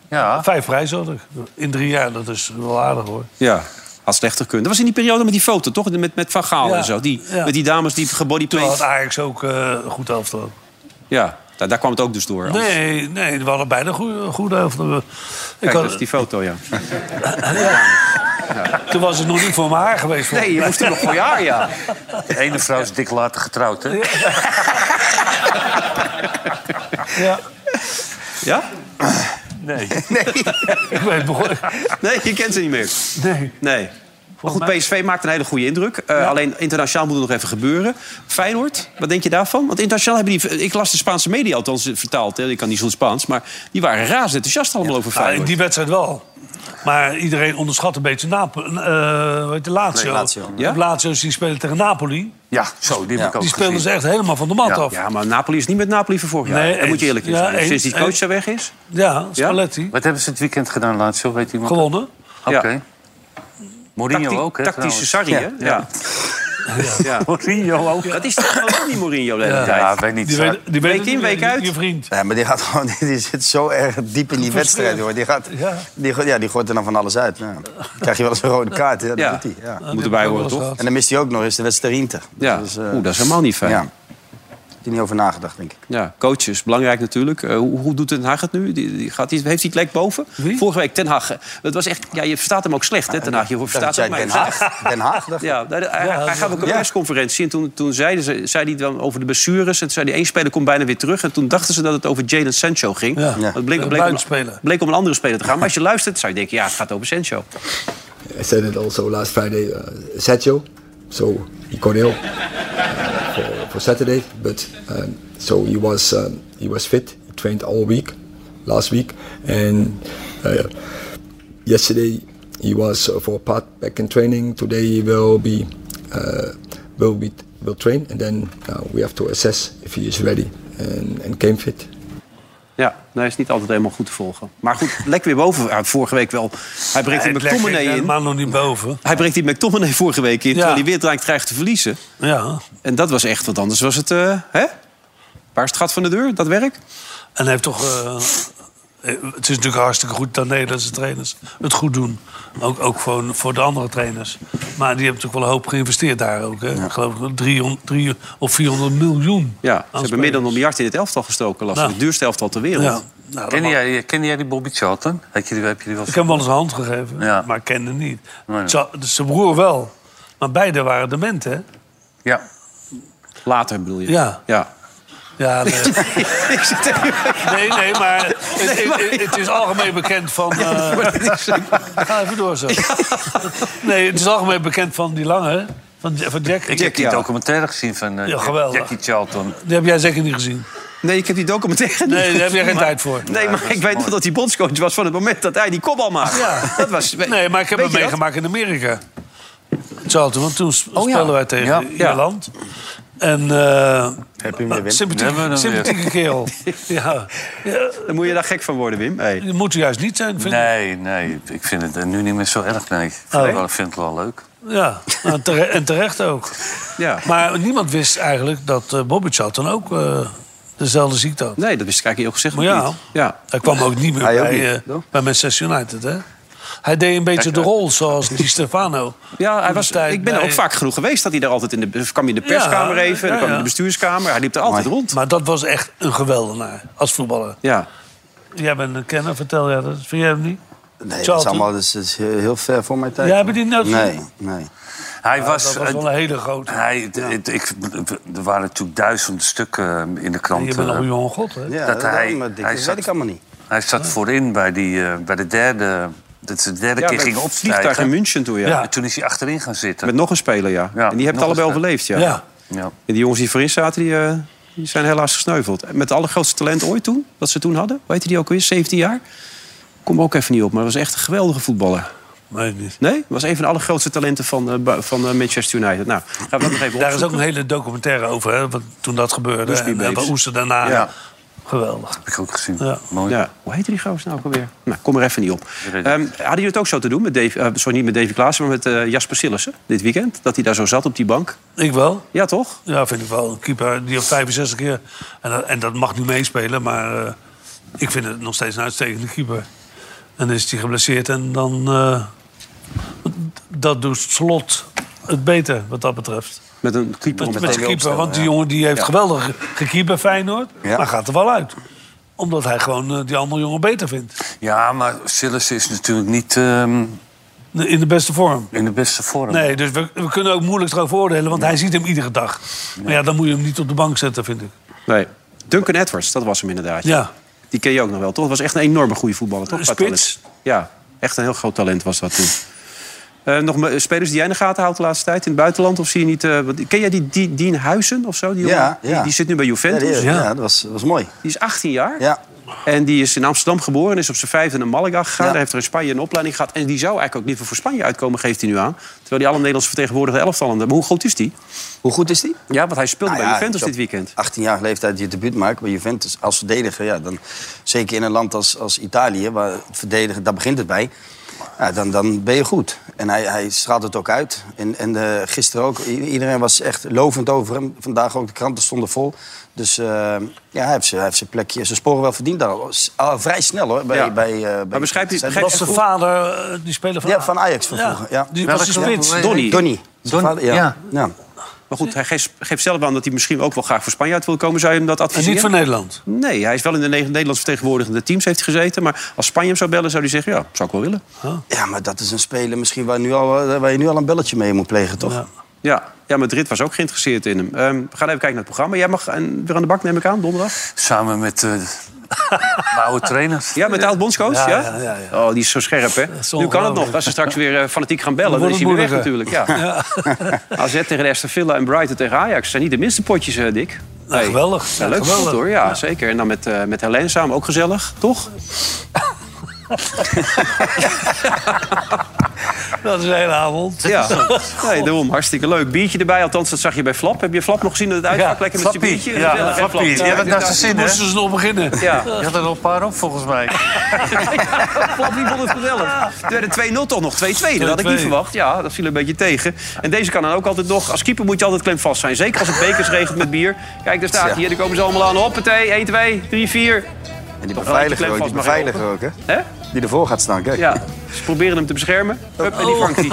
[SPEAKER 3] Ja.
[SPEAKER 4] Vijf vrijzorg. In drie jaar, dat is wel aardig hoor.
[SPEAKER 2] Ja. Had slechter kunnen. Dat was in die periode met die foto, toch? Met, met Van Gaal
[SPEAKER 4] Ja,
[SPEAKER 2] en zo. Die,
[SPEAKER 4] ja.
[SPEAKER 2] Met die dames die
[SPEAKER 4] Toen had
[SPEAKER 2] gebodypaint.
[SPEAKER 4] Ajax ook eh, een goed elftal.
[SPEAKER 2] Ja, daar, daar kwam het ook dus door. Anders-
[SPEAKER 4] Nee, nee, we hadden bijna een goede, goede elftal. Ik
[SPEAKER 2] Kijk,
[SPEAKER 3] dus
[SPEAKER 4] had-
[SPEAKER 2] dat is die foto, ja.
[SPEAKER 4] Toen was het nog niet voor mijn haar geweest. volgens
[SPEAKER 2] Nee, je
[SPEAKER 4] mij.
[SPEAKER 2] moest er nog voor jaar, ja.
[SPEAKER 3] De ene vrouw is dik later getrouwd, hè?
[SPEAKER 4] Ja.
[SPEAKER 2] Ja?
[SPEAKER 4] Nee.
[SPEAKER 2] Nee.
[SPEAKER 4] Ik weet begon... Nou,
[SPEAKER 2] Nee, je kent ze niet meer.
[SPEAKER 4] Nee.
[SPEAKER 2] Nee. Maar goed,
[SPEAKER 4] mij-
[SPEAKER 2] PSV maakt een hele goede indruk. Eh, Alleen internationaal moet het nog even gebeuren. Feyenoord, wat denk je daarvan? Want internationaal hebben die... Ik las de Spaanse media althans eh, vertaald. Hè. Ik kan niet zo'n Spaans. Maar die waren razend enthousiast allemaal over
[SPEAKER 4] Nou, in
[SPEAKER 2] Feyenoord.
[SPEAKER 4] die wedstrijd wel. Maar iedereen onderschat een beetje Napoli. eh weet je, Lazio.
[SPEAKER 2] Nee, Lazio. Ja?
[SPEAKER 4] Ja? Lazio's die spelen tegen Napoli.
[SPEAKER 3] Ja, zo, die heb ik ook
[SPEAKER 4] Die spelen
[SPEAKER 3] gezien.
[SPEAKER 4] ze echt helemaal van de mat
[SPEAKER 3] Ja.
[SPEAKER 4] af.
[SPEAKER 2] Ja, maar Napoli is niet met Napoli van vorig jaar.
[SPEAKER 4] Nee,
[SPEAKER 2] Daar moet je
[SPEAKER 4] eens.
[SPEAKER 2] eerlijk in
[SPEAKER 4] Ja,
[SPEAKER 2] zijn.
[SPEAKER 4] eens.
[SPEAKER 2] Sinds die coach
[SPEAKER 4] Eens.
[SPEAKER 2] daar weg is.
[SPEAKER 4] Ja, Spalletti.
[SPEAKER 3] Wat hebben ze het weekend gedaan, Lazio? Weet iemand?
[SPEAKER 4] Gewonnen.
[SPEAKER 3] Oké. Mourinho
[SPEAKER 2] Tacti-
[SPEAKER 3] ook, hè?
[SPEAKER 2] Tactische
[SPEAKER 3] trouwens.
[SPEAKER 2] sarrie, hè? Ja. Ja.
[SPEAKER 3] Mourinho ook.
[SPEAKER 2] Dat is toch gewoon niet Mourinho de hele
[SPEAKER 3] Ja,
[SPEAKER 2] tijd?
[SPEAKER 3] ja, weet niet. eh,
[SPEAKER 2] week in, week uit.
[SPEAKER 4] vriend.
[SPEAKER 5] Ja, maar die, gaat gewoon, die zit zo erg diep in die wedstrijd, hoor. Die, gaat, die, go- ja, die gooit er dan van alles uit. Ja. Dan krijg je wel eens een rode kaart. Ja, dat
[SPEAKER 2] Ja.
[SPEAKER 5] doet hij. Ja.
[SPEAKER 2] Moet erbij horen, toch?
[SPEAKER 5] En dan mist hij ook nog eens de wedstrijd Inter.
[SPEAKER 2] Ja.
[SPEAKER 5] Dus, eh,
[SPEAKER 2] Oeh, dat is helemaal niet fijn.
[SPEAKER 5] Ja. Heb je niet over nagedacht, denk ik.
[SPEAKER 2] Ja, coaches, belangrijk natuurlijk. Eh, hoe, hoe doet Ten Hag het nu? Die, die gaat, die- heeft hij het lek boven? Vorige week Ten Hag. eh, Dat was echt, ja, je verstaat hem ook slecht, hè, Ten Hag. Je verstaat
[SPEAKER 5] jij
[SPEAKER 2] hem
[SPEAKER 5] Den Haag. Den Haag, dacht ik.
[SPEAKER 2] Ja, daar- hij, hij gaf ook een persconferentie. En toen, toen zeiden ze, zei hij dan over de blessures. En toen zei hij, één speler komt bijna weer terug. En toen dachten ze dat het over Jadon Sancho ging.
[SPEAKER 4] Ja.
[SPEAKER 2] Want Het bleek,
[SPEAKER 4] Een
[SPEAKER 2] bleek, om,
[SPEAKER 4] buitenspeler.
[SPEAKER 2] bleek om een andere speler te gaan. Maar als je luistert, zou je denken, ja, het gaat over Sancho.
[SPEAKER 1] I said it also last Friday, uh, Sergio, so he got ill uh, for, for Saturday, but um, so he was um, he was fit, he trained all week, last week, and uh, yesterday he was uh, for part back in training. Today he will be uh, will be will train, and then uh, we have to assess if he is ready and, and came fit.
[SPEAKER 2] Ja, nee, is niet altijd helemaal goed te volgen. Maar goed, lek weer boven. Ja, vorige week wel. Hij breekt die
[SPEAKER 4] het leg ik
[SPEAKER 2] McTominay in.
[SPEAKER 4] helemaal nog niet boven.
[SPEAKER 2] Hij breekt die McTominay vorige week in. Terwijl hij weer dreigt- dreigt te verliezen.
[SPEAKER 4] Ja.
[SPEAKER 2] En dat was echt, want anders was het... eh, hè? Waar is het gat van de deur, dat werk?
[SPEAKER 4] En hij heeft toch... eh, eh, het is natuurlijk hartstikke goed dat Nederlandse trainers het goed doen. Ook, ook voor, voor de andere trainers. Maar die hebben natuurlijk wel een hoop geïnvesteerd daar ook. Hè? Ik geloof 300, 300 of 400 miljoen.
[SPEAKER 2] Ja, ze hebben meer dan een miljard in het elftal gestoken. Las. ik.
[SPEAKER 4] Nou.
[SPEAKER 2] Het duurste elftal ter wereld.
[SPEAKER 4] Ja. Nou, dat
[SPEAKER 3] Kende
[SPEAKER 4] mag.
[SPEAKER 3] jij, kende jij die Bobby Charlton? Heb je die, heb je die wel
[SPEAKER 4] Ik heb hem wel eens een hand gegeven,
[SPEAKER 3] Ja.
[SPEAKER 4] maar ik kende hem niet.
[SPEAKER 3] Nee, nee.
[SPEAKER 4] Zo- dus Zijn broer wel. Maar beide waren dement, hè?
[SPEAKER 3] Ja.
[SPEAKER 2] Later bedoel je?
[SPEAKER 4] Ja.
[SPEAKER 2] Ja.
[SPEAKER 4] Ja, nee. nee, nee, maar het,
[SPEAKER 2] Nee, maar-
[SPEAKER 4] het- het is algemeen bekend van... eh, Ga even door zo. Nee, het is algemeen bekend van die lange, van, van Jack.
[SPEAKER 3] Ik heb die documentaire gezien van eh,
[SPEAKER 4] Ja, geweldig.
[SPEAKER 3] Jackie Charlton.
[SPEAKER 4] Die heb jij zeker niet gezien.
[SPEAKER 2] Nee, ik heb die documentaire niet
[SPEAKER 4] Nee, daar heb jij geen
[SPEAKER 2] Maar-
[SPEAKER 4] tijd voor.
[SPEAKER 2] Nee, maar ik weet nog dat hij bondscoach was van het moment dat hij die kopbal maakte.
[SPEAKER 4] Ja.
[SPEAKER 2] Dat was,
[SPEAKER 4] Nee, maar
[SPEAKER 2] Weet
[SPEAKER 4] ik heb hem
[SPEAKER 2] je dat?
[SPEAKER 4] meegemaakt in Amerika. Charlton, want toen spelen
[SPEAKER 2] Oh, ja.
[SPEAKER 4] speelden wij tegen
[SPEAKER 2] Ja.
[SPEAKER 4] Ierland. En eh
[SPEAKER 2] Heb je hem weer, Wim?
[SPEAKER 4] sympathieke,
[SPEAKER 2] Hebben we hem weer.
[SPEAKER 4] sympathieke kerel. ja. ja,
[SPEAKER 2] Dan moet je daar gek van worden, Wim. Hey.
[SPEAKER 4] dat moet hij juist niet zijn, vind ik.
[SPEAKER 3] Nee, nee, ik vind het eh, nu niet meer zo erg. Nee, ik vind,
[SPEAKER 4] Oh.
[SPEAKER 3] het, wel, ik vind het wel leuk.
[SPEAKER 4] Ja, nou, tere- en terecht ook.
[SPEAKER 2] Ja.
[SPEAKER 4] Maar niemand wist eigenlijk dat eh Bobby Charlton ook eh, dezelfde ziekte had.
[SPEAKER 2] Nee, dat wist ik eigenlijk heel gezegd
[SPEAKER 4] Maar ja,
[SPEAKER 2] niet. Ja.
[SPEAKER 4] hij kwam ook niet meer
[SPEAKER 2] Hij ook
[SPEAKER 4] bij,
[SPEAKER 2] niet,
[SPEAKER 4] eh, bij Manchester United, hè? Hij deed een beetje
[SPEAKER 2] Kijk,
[SPEAKER 4] de
[SPEAKER 2] eh,
[SPEAKER 4] rol zoals Di Stefano.
[SPEAKER 2] Ja, hij was,
[SPEAKER 4] tijd
[SPEAKER 2] ik ben er
[SPEAKER 4] bij-
[SPEAKER 2] ook vaak genoeg geweest dat hij daar altijd in de... of kwam hij in de
[SPEAKER 4] Ja,
[SPEAKER 2] perskamer even,
[SPEAKER 4] ja,
[SPEAKER 2] dan kwam hij in
[SPEAKER 4] ja.
[SPEAKER 2] de bestuurskamer. Hij liep er altijd rond.
[SPEAKER 4] Maar dat was echt een geweldenaar als voetballer.
[SPEAKER 2] Ja.
[SPEAKER 4] Jij bent een kenner, vertel jij dat. Vind jij hem niet?
[SPEAKER 5] Nee, dat is
[SPEAKER 4] Charlton?
[SPEAKER 5] allemaal dat is, dat is heel, heel ver voor mijn tijd.
[SPEAKER 4] Jij hebt die
[SPEAKER 2] nou
[SPEAKER 4] net gezien?
[SPEAKER 5] Nee, nee.
[SPEAKER 3] Hij
[SPEAKER 4] Ja,
[SPEAKER 3] was,
[SPEAKER 4] Oh, dat was wel een hele grote.
[SPEAKER 3] Hij, d- d- ik, d- er waren natuurlijk duizenden stukken eh, in de krant.
[SPEAKER 4] je bent nog
[SPEAKER 3] eh,
[SPEAKER 4] een jonge god, hè?
[SPEAKER 3] dat hij, hij zat, Hij zat voorin bij, die, eh, bij de derde, dat ze de derde
[SPEAKER 2] Ja,
[SPEAKER 3] keer
[SPEAKER 2] bij
[SPEAKER 3] ging
[SPEAKER 2] het
[SPEAKER 3] opstijgen.
[SPEAKER 2] vliegtuig in München toen, ja. Ja.
[SPEAKER 3] En toen is hij achterin gaan zitten.
[SPEAKER 2] Met nog een speler, ja. en die hebben
[SPEAKER 3] nog
[SPEAKER 2] het allebei
[SPEAKER 3] een
[SPEAKER 2] overleefd, ja.
[SPEAKER 3] speler. Ja.
[SPEAKER 2] En die jongens die voorin zaten, die, eh, die zijn helaas gesneuveld. En Met het allergrootste talent ooit toen, wat ze toen hadden. Weet je die ook weer? 17 jaar. Kom er ook even niet op, maar was echt een geweldige voetballer.
[SPEAKER 4] Nee, niet.
[SPEAKER 2] Nee? Was een van de allergrootste talenten van, eh, bu- van eh, Manchester United. Nou, gaan we dat nog even
[SPEAKER 4] Daar is ook
[SPEAKER 2] opzoeken.
[SPEAKER 4] een hele documentaire over, hè, wat, toen dat gebeurde.
[SPEAKER 2] Busby
[SPEAKER 4] En, en
[SPEAKER 2] Babes.
[SPEAKER 4] van Oester daarna.
[SPEAKER 2] Ja.
[SPEAKER 4] Geweldig. Heb
[SPEAKER 3] ik ook gezien.
[SPEAKER 4] Ja.
[SPEAKER 3] Mooi.
[SPEAKER 2] Ja. Hoe heette die gozer nou ook alweer? Nou, kom er even niet op. Ehm, hadden jullie het ook zo te doen met Dave, eh, sorry, niet met Davy Klaassen, maar met eh, Jasper Sillissen dit weekend? Dat hij daar zo zat op die bank?
[SPEAKER 4] Ik wel.
[SPEAKER 2] Ja, toch?
[SPEAKER 4] Ja, vind ik wel. Een keeper die op 65 keer... En dat, en dat mag niet meespelen, maar eh, ik vind het nog steeds een uitstekende keeper. En dan is hij geblesseerd en dan... eh, dat doet slot het beter, wat dat betreft.
[SPEAKER 2] Met een keeper.
[SPEAKER 4] Met, met de keeper, want die jongen die heeft geweldig ge- gekeeper Feyenoord.
[SPEAKER 3] Ja.
[SPEAKER 4] Maar gaat er wel uit. Omdat hij gewoon eh, die andere jongen beter vindt.
[SPEAKER 3] ja, maar Sillis is natuurlijk niet ehm,
[SPEAKER 4] In de beste vorm.
[SPEAKER 3] in de beste vorm.
[SPEAKER 4] Nee, dus we, we kunnen ook moeilijk erover oordelen, want hij ziet hem iedere dag. Maar ja, dan moet je hem niet op de bank zetten, vind ik.
[SPEAKER 2] Nee. Duncan Edwards, dat was hem inderdaad.
[SPEAKER 4] Ja.
[SPEAKER 2] Die ken je ook nog wel, toch? Dat was echt een enorme goede voetballer, toch?
[SPEAKER 4] Een
[SPEAKER 2] Qua
[SPEAKER 4] spits.
[SPEAKER 2] talent. Ja, echt een heel groot talent was dat toen. Eh, nog me- spelers die jij in de gaten houdt de laatste tijd in het buitenland? Of zie je niet... eh, wat- ken jij die, die Dean Huizen of zo? Die,
[SPEAKER 5] Ja,
[SPEAKER 2] jongen? Die,
[SPEAKER 5] ja.
[SPEAKER 2] die zit nu bij Juventus.
[SPEAKER 5] Ja, die- ja, dat was, was mooi.
[SPEAKER 2] Die is 18 jaar. En die is in Amsterdam geboren, is op zijn vijfde naar Malaga gegaan. Daar heeft er in Spanje een opleiding gehad. En die zou eigenlijk ook liever voor Spanje uitkomen, geeft hij nu aan. Terwijl hij alle Nederlandse vertegenwoordigde elftallen... Maar hoe goed is die?
[SPEAKER 5] Hoe goed is die?
[SPEAKER 2] Ja, want hij speelde
[SPEAKER 5] Nou
[SPEAKER 2] bij
[SPEAKER 5] ja,
[SPEAKER 2] Juventus
[SPEAKER 5] ik
[SPEAKER 2] dit weekend.
[SPEAKER 5] 18 jaar leeftijd je debuut maken bij Juventus als verdediger. Ja, dan, zeker in een land als, als Italië, waar het verdedigen, daar begint het bij. Ja, dan, dan ben je goed. En hij, hij straalt het ook uit. En, en eh, gisteren ook. I- Iedereen was echt lovend over hem. Vandaag ook, de kranten stonden vol. Dus eh, ja, hij heeft, zijn, hij heeft zijn plekje, zijn sporen wel verdiend. Daar. Oh, Al vrij snel hoor. Bij,
[SPEAKER 2] Ja.
[SPEAKER 5] bij, eh, bij-
[SPEAKER 4] Dat
[SPEAKER 5] zijn-
[SPEAKER 4] was de vader, eh, die speler van,
[SPEAKER 5] Ja, van Ajax van
[SPEAKER 4] Ja.
[SPEAKER 5] vroeger. Ja.
[SPEAKER 4] Die was die spits.
[SPEAKER 2] Donny.
[SPEAKER 5] Donny. Zijn vader,
[SPEAKER 2] ja.
[SPEAKER 5] ja.
[SPEAKER 2] Maar goed, hij geeft, geeft zelf aan dat hij misschien ook wel graag voor Spanje uit wil komen. Zou je hem dat adviseren?
[SPEAKER 4] niet voor Nederland?
[SPEAKER 2] Nee, hij is wel in de ne- Nederlands vertegenwoordigende teams heeft hij gezeten. Maar als Spanje hem zou bellen, zou hij zeggen, ja, zou ik wel willen.
[SPEAKER 5] Ja, maar dat is een speler misschien waar, nu al, eh, waar je nu al een belletje mee moet plegen, toch?
[SPEAKER 2] Ja, ja Madrid was ook geïnteresseerd in hem. Ehm, we gaan even kijken naar het programma. Jij mag een- weer aan de bak, neem ik aan, donderdag.
[SPEAKER 3] Samen met eh, mijn oude trainer.
[SPEAKER 2] Ja, met de oud-bondscoach, ja?
[SPEAKER 3] Ja, ja, ja,
[SPEAKER 2] Oh, die is zo scherp, hè? Nu kan het nog. Als ze straks weer eh, fanatiek gaan bellen, dan
[SPEAKER 3] Dan
[SPEAKER 2] is hij weer
[SPEAKER 3] wordt
[SPEAKER 2] weg
[SPEAKER 3] het
[SPEAKER 2] natuurlijk. Ja. AZ tegen de Aston Villa en Brighton tegen Ajax. zijn niet de minste potjes, eh, Dick. Nee.
[SPEAKER 4] geweldig.
[SPEAKER 2] Ja, leuk
[SPEAKER 4] Geweldig.
[SPEAKER 2] voetbal, hoor, ja, zeker. En dan met, eh met Helene samen, ook gezellig, toch?
[SPEAKER 4] Dat is een hele avond.
[SPEAKER 2] Ja, nee, daarom. Hartstikke leuk. Biertje erbij, althans dat zag je bij Flap. Heb je Flap nog gezien dat het uitvak lekker met zijn
[SPEAKER 3] Flappie.
[SPEAKER 2] biertje?
[SPEAKER 3] Ja,
[SPEAKER 2] Gezellig, hè,
[SPEAKER 3] Flappie. Die
[SPEAKER 2] Nou,
[SPEAKER 3] hebben het naar zijn zin, hè?
[SPEAKER 4] Moesten ze nog beginnen.
[SPEAKER 2] Ja.
[SPEAKER 3] Je had er al een paar op, volgens mij.
[SPEAKER 2] Flap die vond het geweldig. Toen werden 2-0 toch nog 2-2. Dat had ik niet
[SPEAKER 3] 2-2.
[SPEAKER 2] verwacht. Ja, dat viel een beetje tegen. En deze kan dan ook altijd nog. Als keeper moet je altijd klemvast zijn. Zeker als het bekers regent met bier. Kijk, daar staat hij. Hier komen ze allemaal aan. Hoppatee, 1, 2, 3, 4.
[SPEAKER 5] En die
[SPEAKER 2] Toch
[SPEAKER 5] beveiliger
[SPEAKER 2] wel
[SPEAKER 5] ook,
[SPEAKER 2] dat
[SPEAKER 5] die
[SPEAKER 2] je klem vast mag
[SPEAKER 5] beveiliger ook, hè?
[SPEAKER 2] Hè?
[SPEAKER 5] Die ervoor gaat staan, kijk.
[SPEAKER 2] Ja, ze proberen hem te beschermen. Hup, en die vangt hij.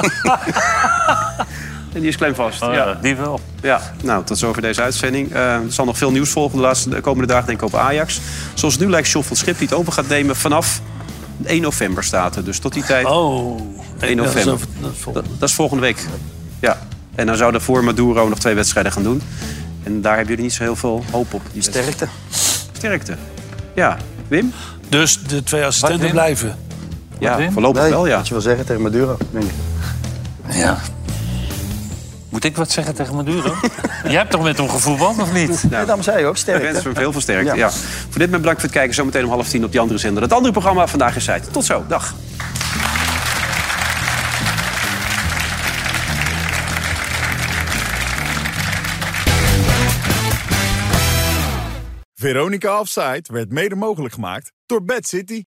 [SPEAKER 2] En die is klemvast.
[SPEAKER 3] Oh,
[SPEAKER 2] ja.
[SPEAKER 3] Die wel.
[SPEAKER 2] Ja, nou, tot zover deze uitzending. Eh, er zal nog veel nieuws volgen de, laatste, de komende dagen, denk ik, op Ajax. Zoals het nu lijkt John van Schip die het over gaat nemen vanaf 1 november staat er. Dus tot die tijd...
[SPEAKER 4] Oh,
[SPEAKER 2] 1
[SPEAKER 4] dat is
[SPEAKER 2] november.
[SPEAKER 4] over- dat is
[SPEAKER 2] Dat, dat is volgende week. Ja. En dan zou daarvoor Maduro nog twee wedstrijden gaan doen. En daar hebben jullie niet zo heel veel hoop op. Die
[SPEAKER 5] Sterkte.
[SPEAKER 2] Sterkte. Ja. Wim?
[SPEAKER 4] Dus de twee assistenten
[SPEAKER 2] Wim?
[SPEAKER 4] blijven.
[SPEAKER 2] Ja,
[SPEAKER 4] Wim?
[SPEAKER 2] voorlopig
[SPEAKER 5] Nee,
[SPEAKER 2] wel, ja.
[SPEAKER 5] Wat je wil zeggen tegen Maduro, denk ik.
[SPEAKER 3] Ja. Moet ik wat zeggen tegen Maduro? Jij hebt toch met hem gevoetbald, of niet?
[SPEAKER 5] Nee, daarom zei je ook,
[SPEAKER 2] Ik
[SPEAKER 5] sterk.
[SPEAKER 2] wens hem veel versterkt. Ja.
[SPEAKER 5] Ja.
[SPEAKER 2] Voor dit moment bedankt voor het kijken. Zometeen om half tien op die andere zender. Het andere programma vandaag is Zuid. Tot zo. Dag.
[SPEAKER 7] Veronica Offside werd mede mogelijk gemaakt door Bad City.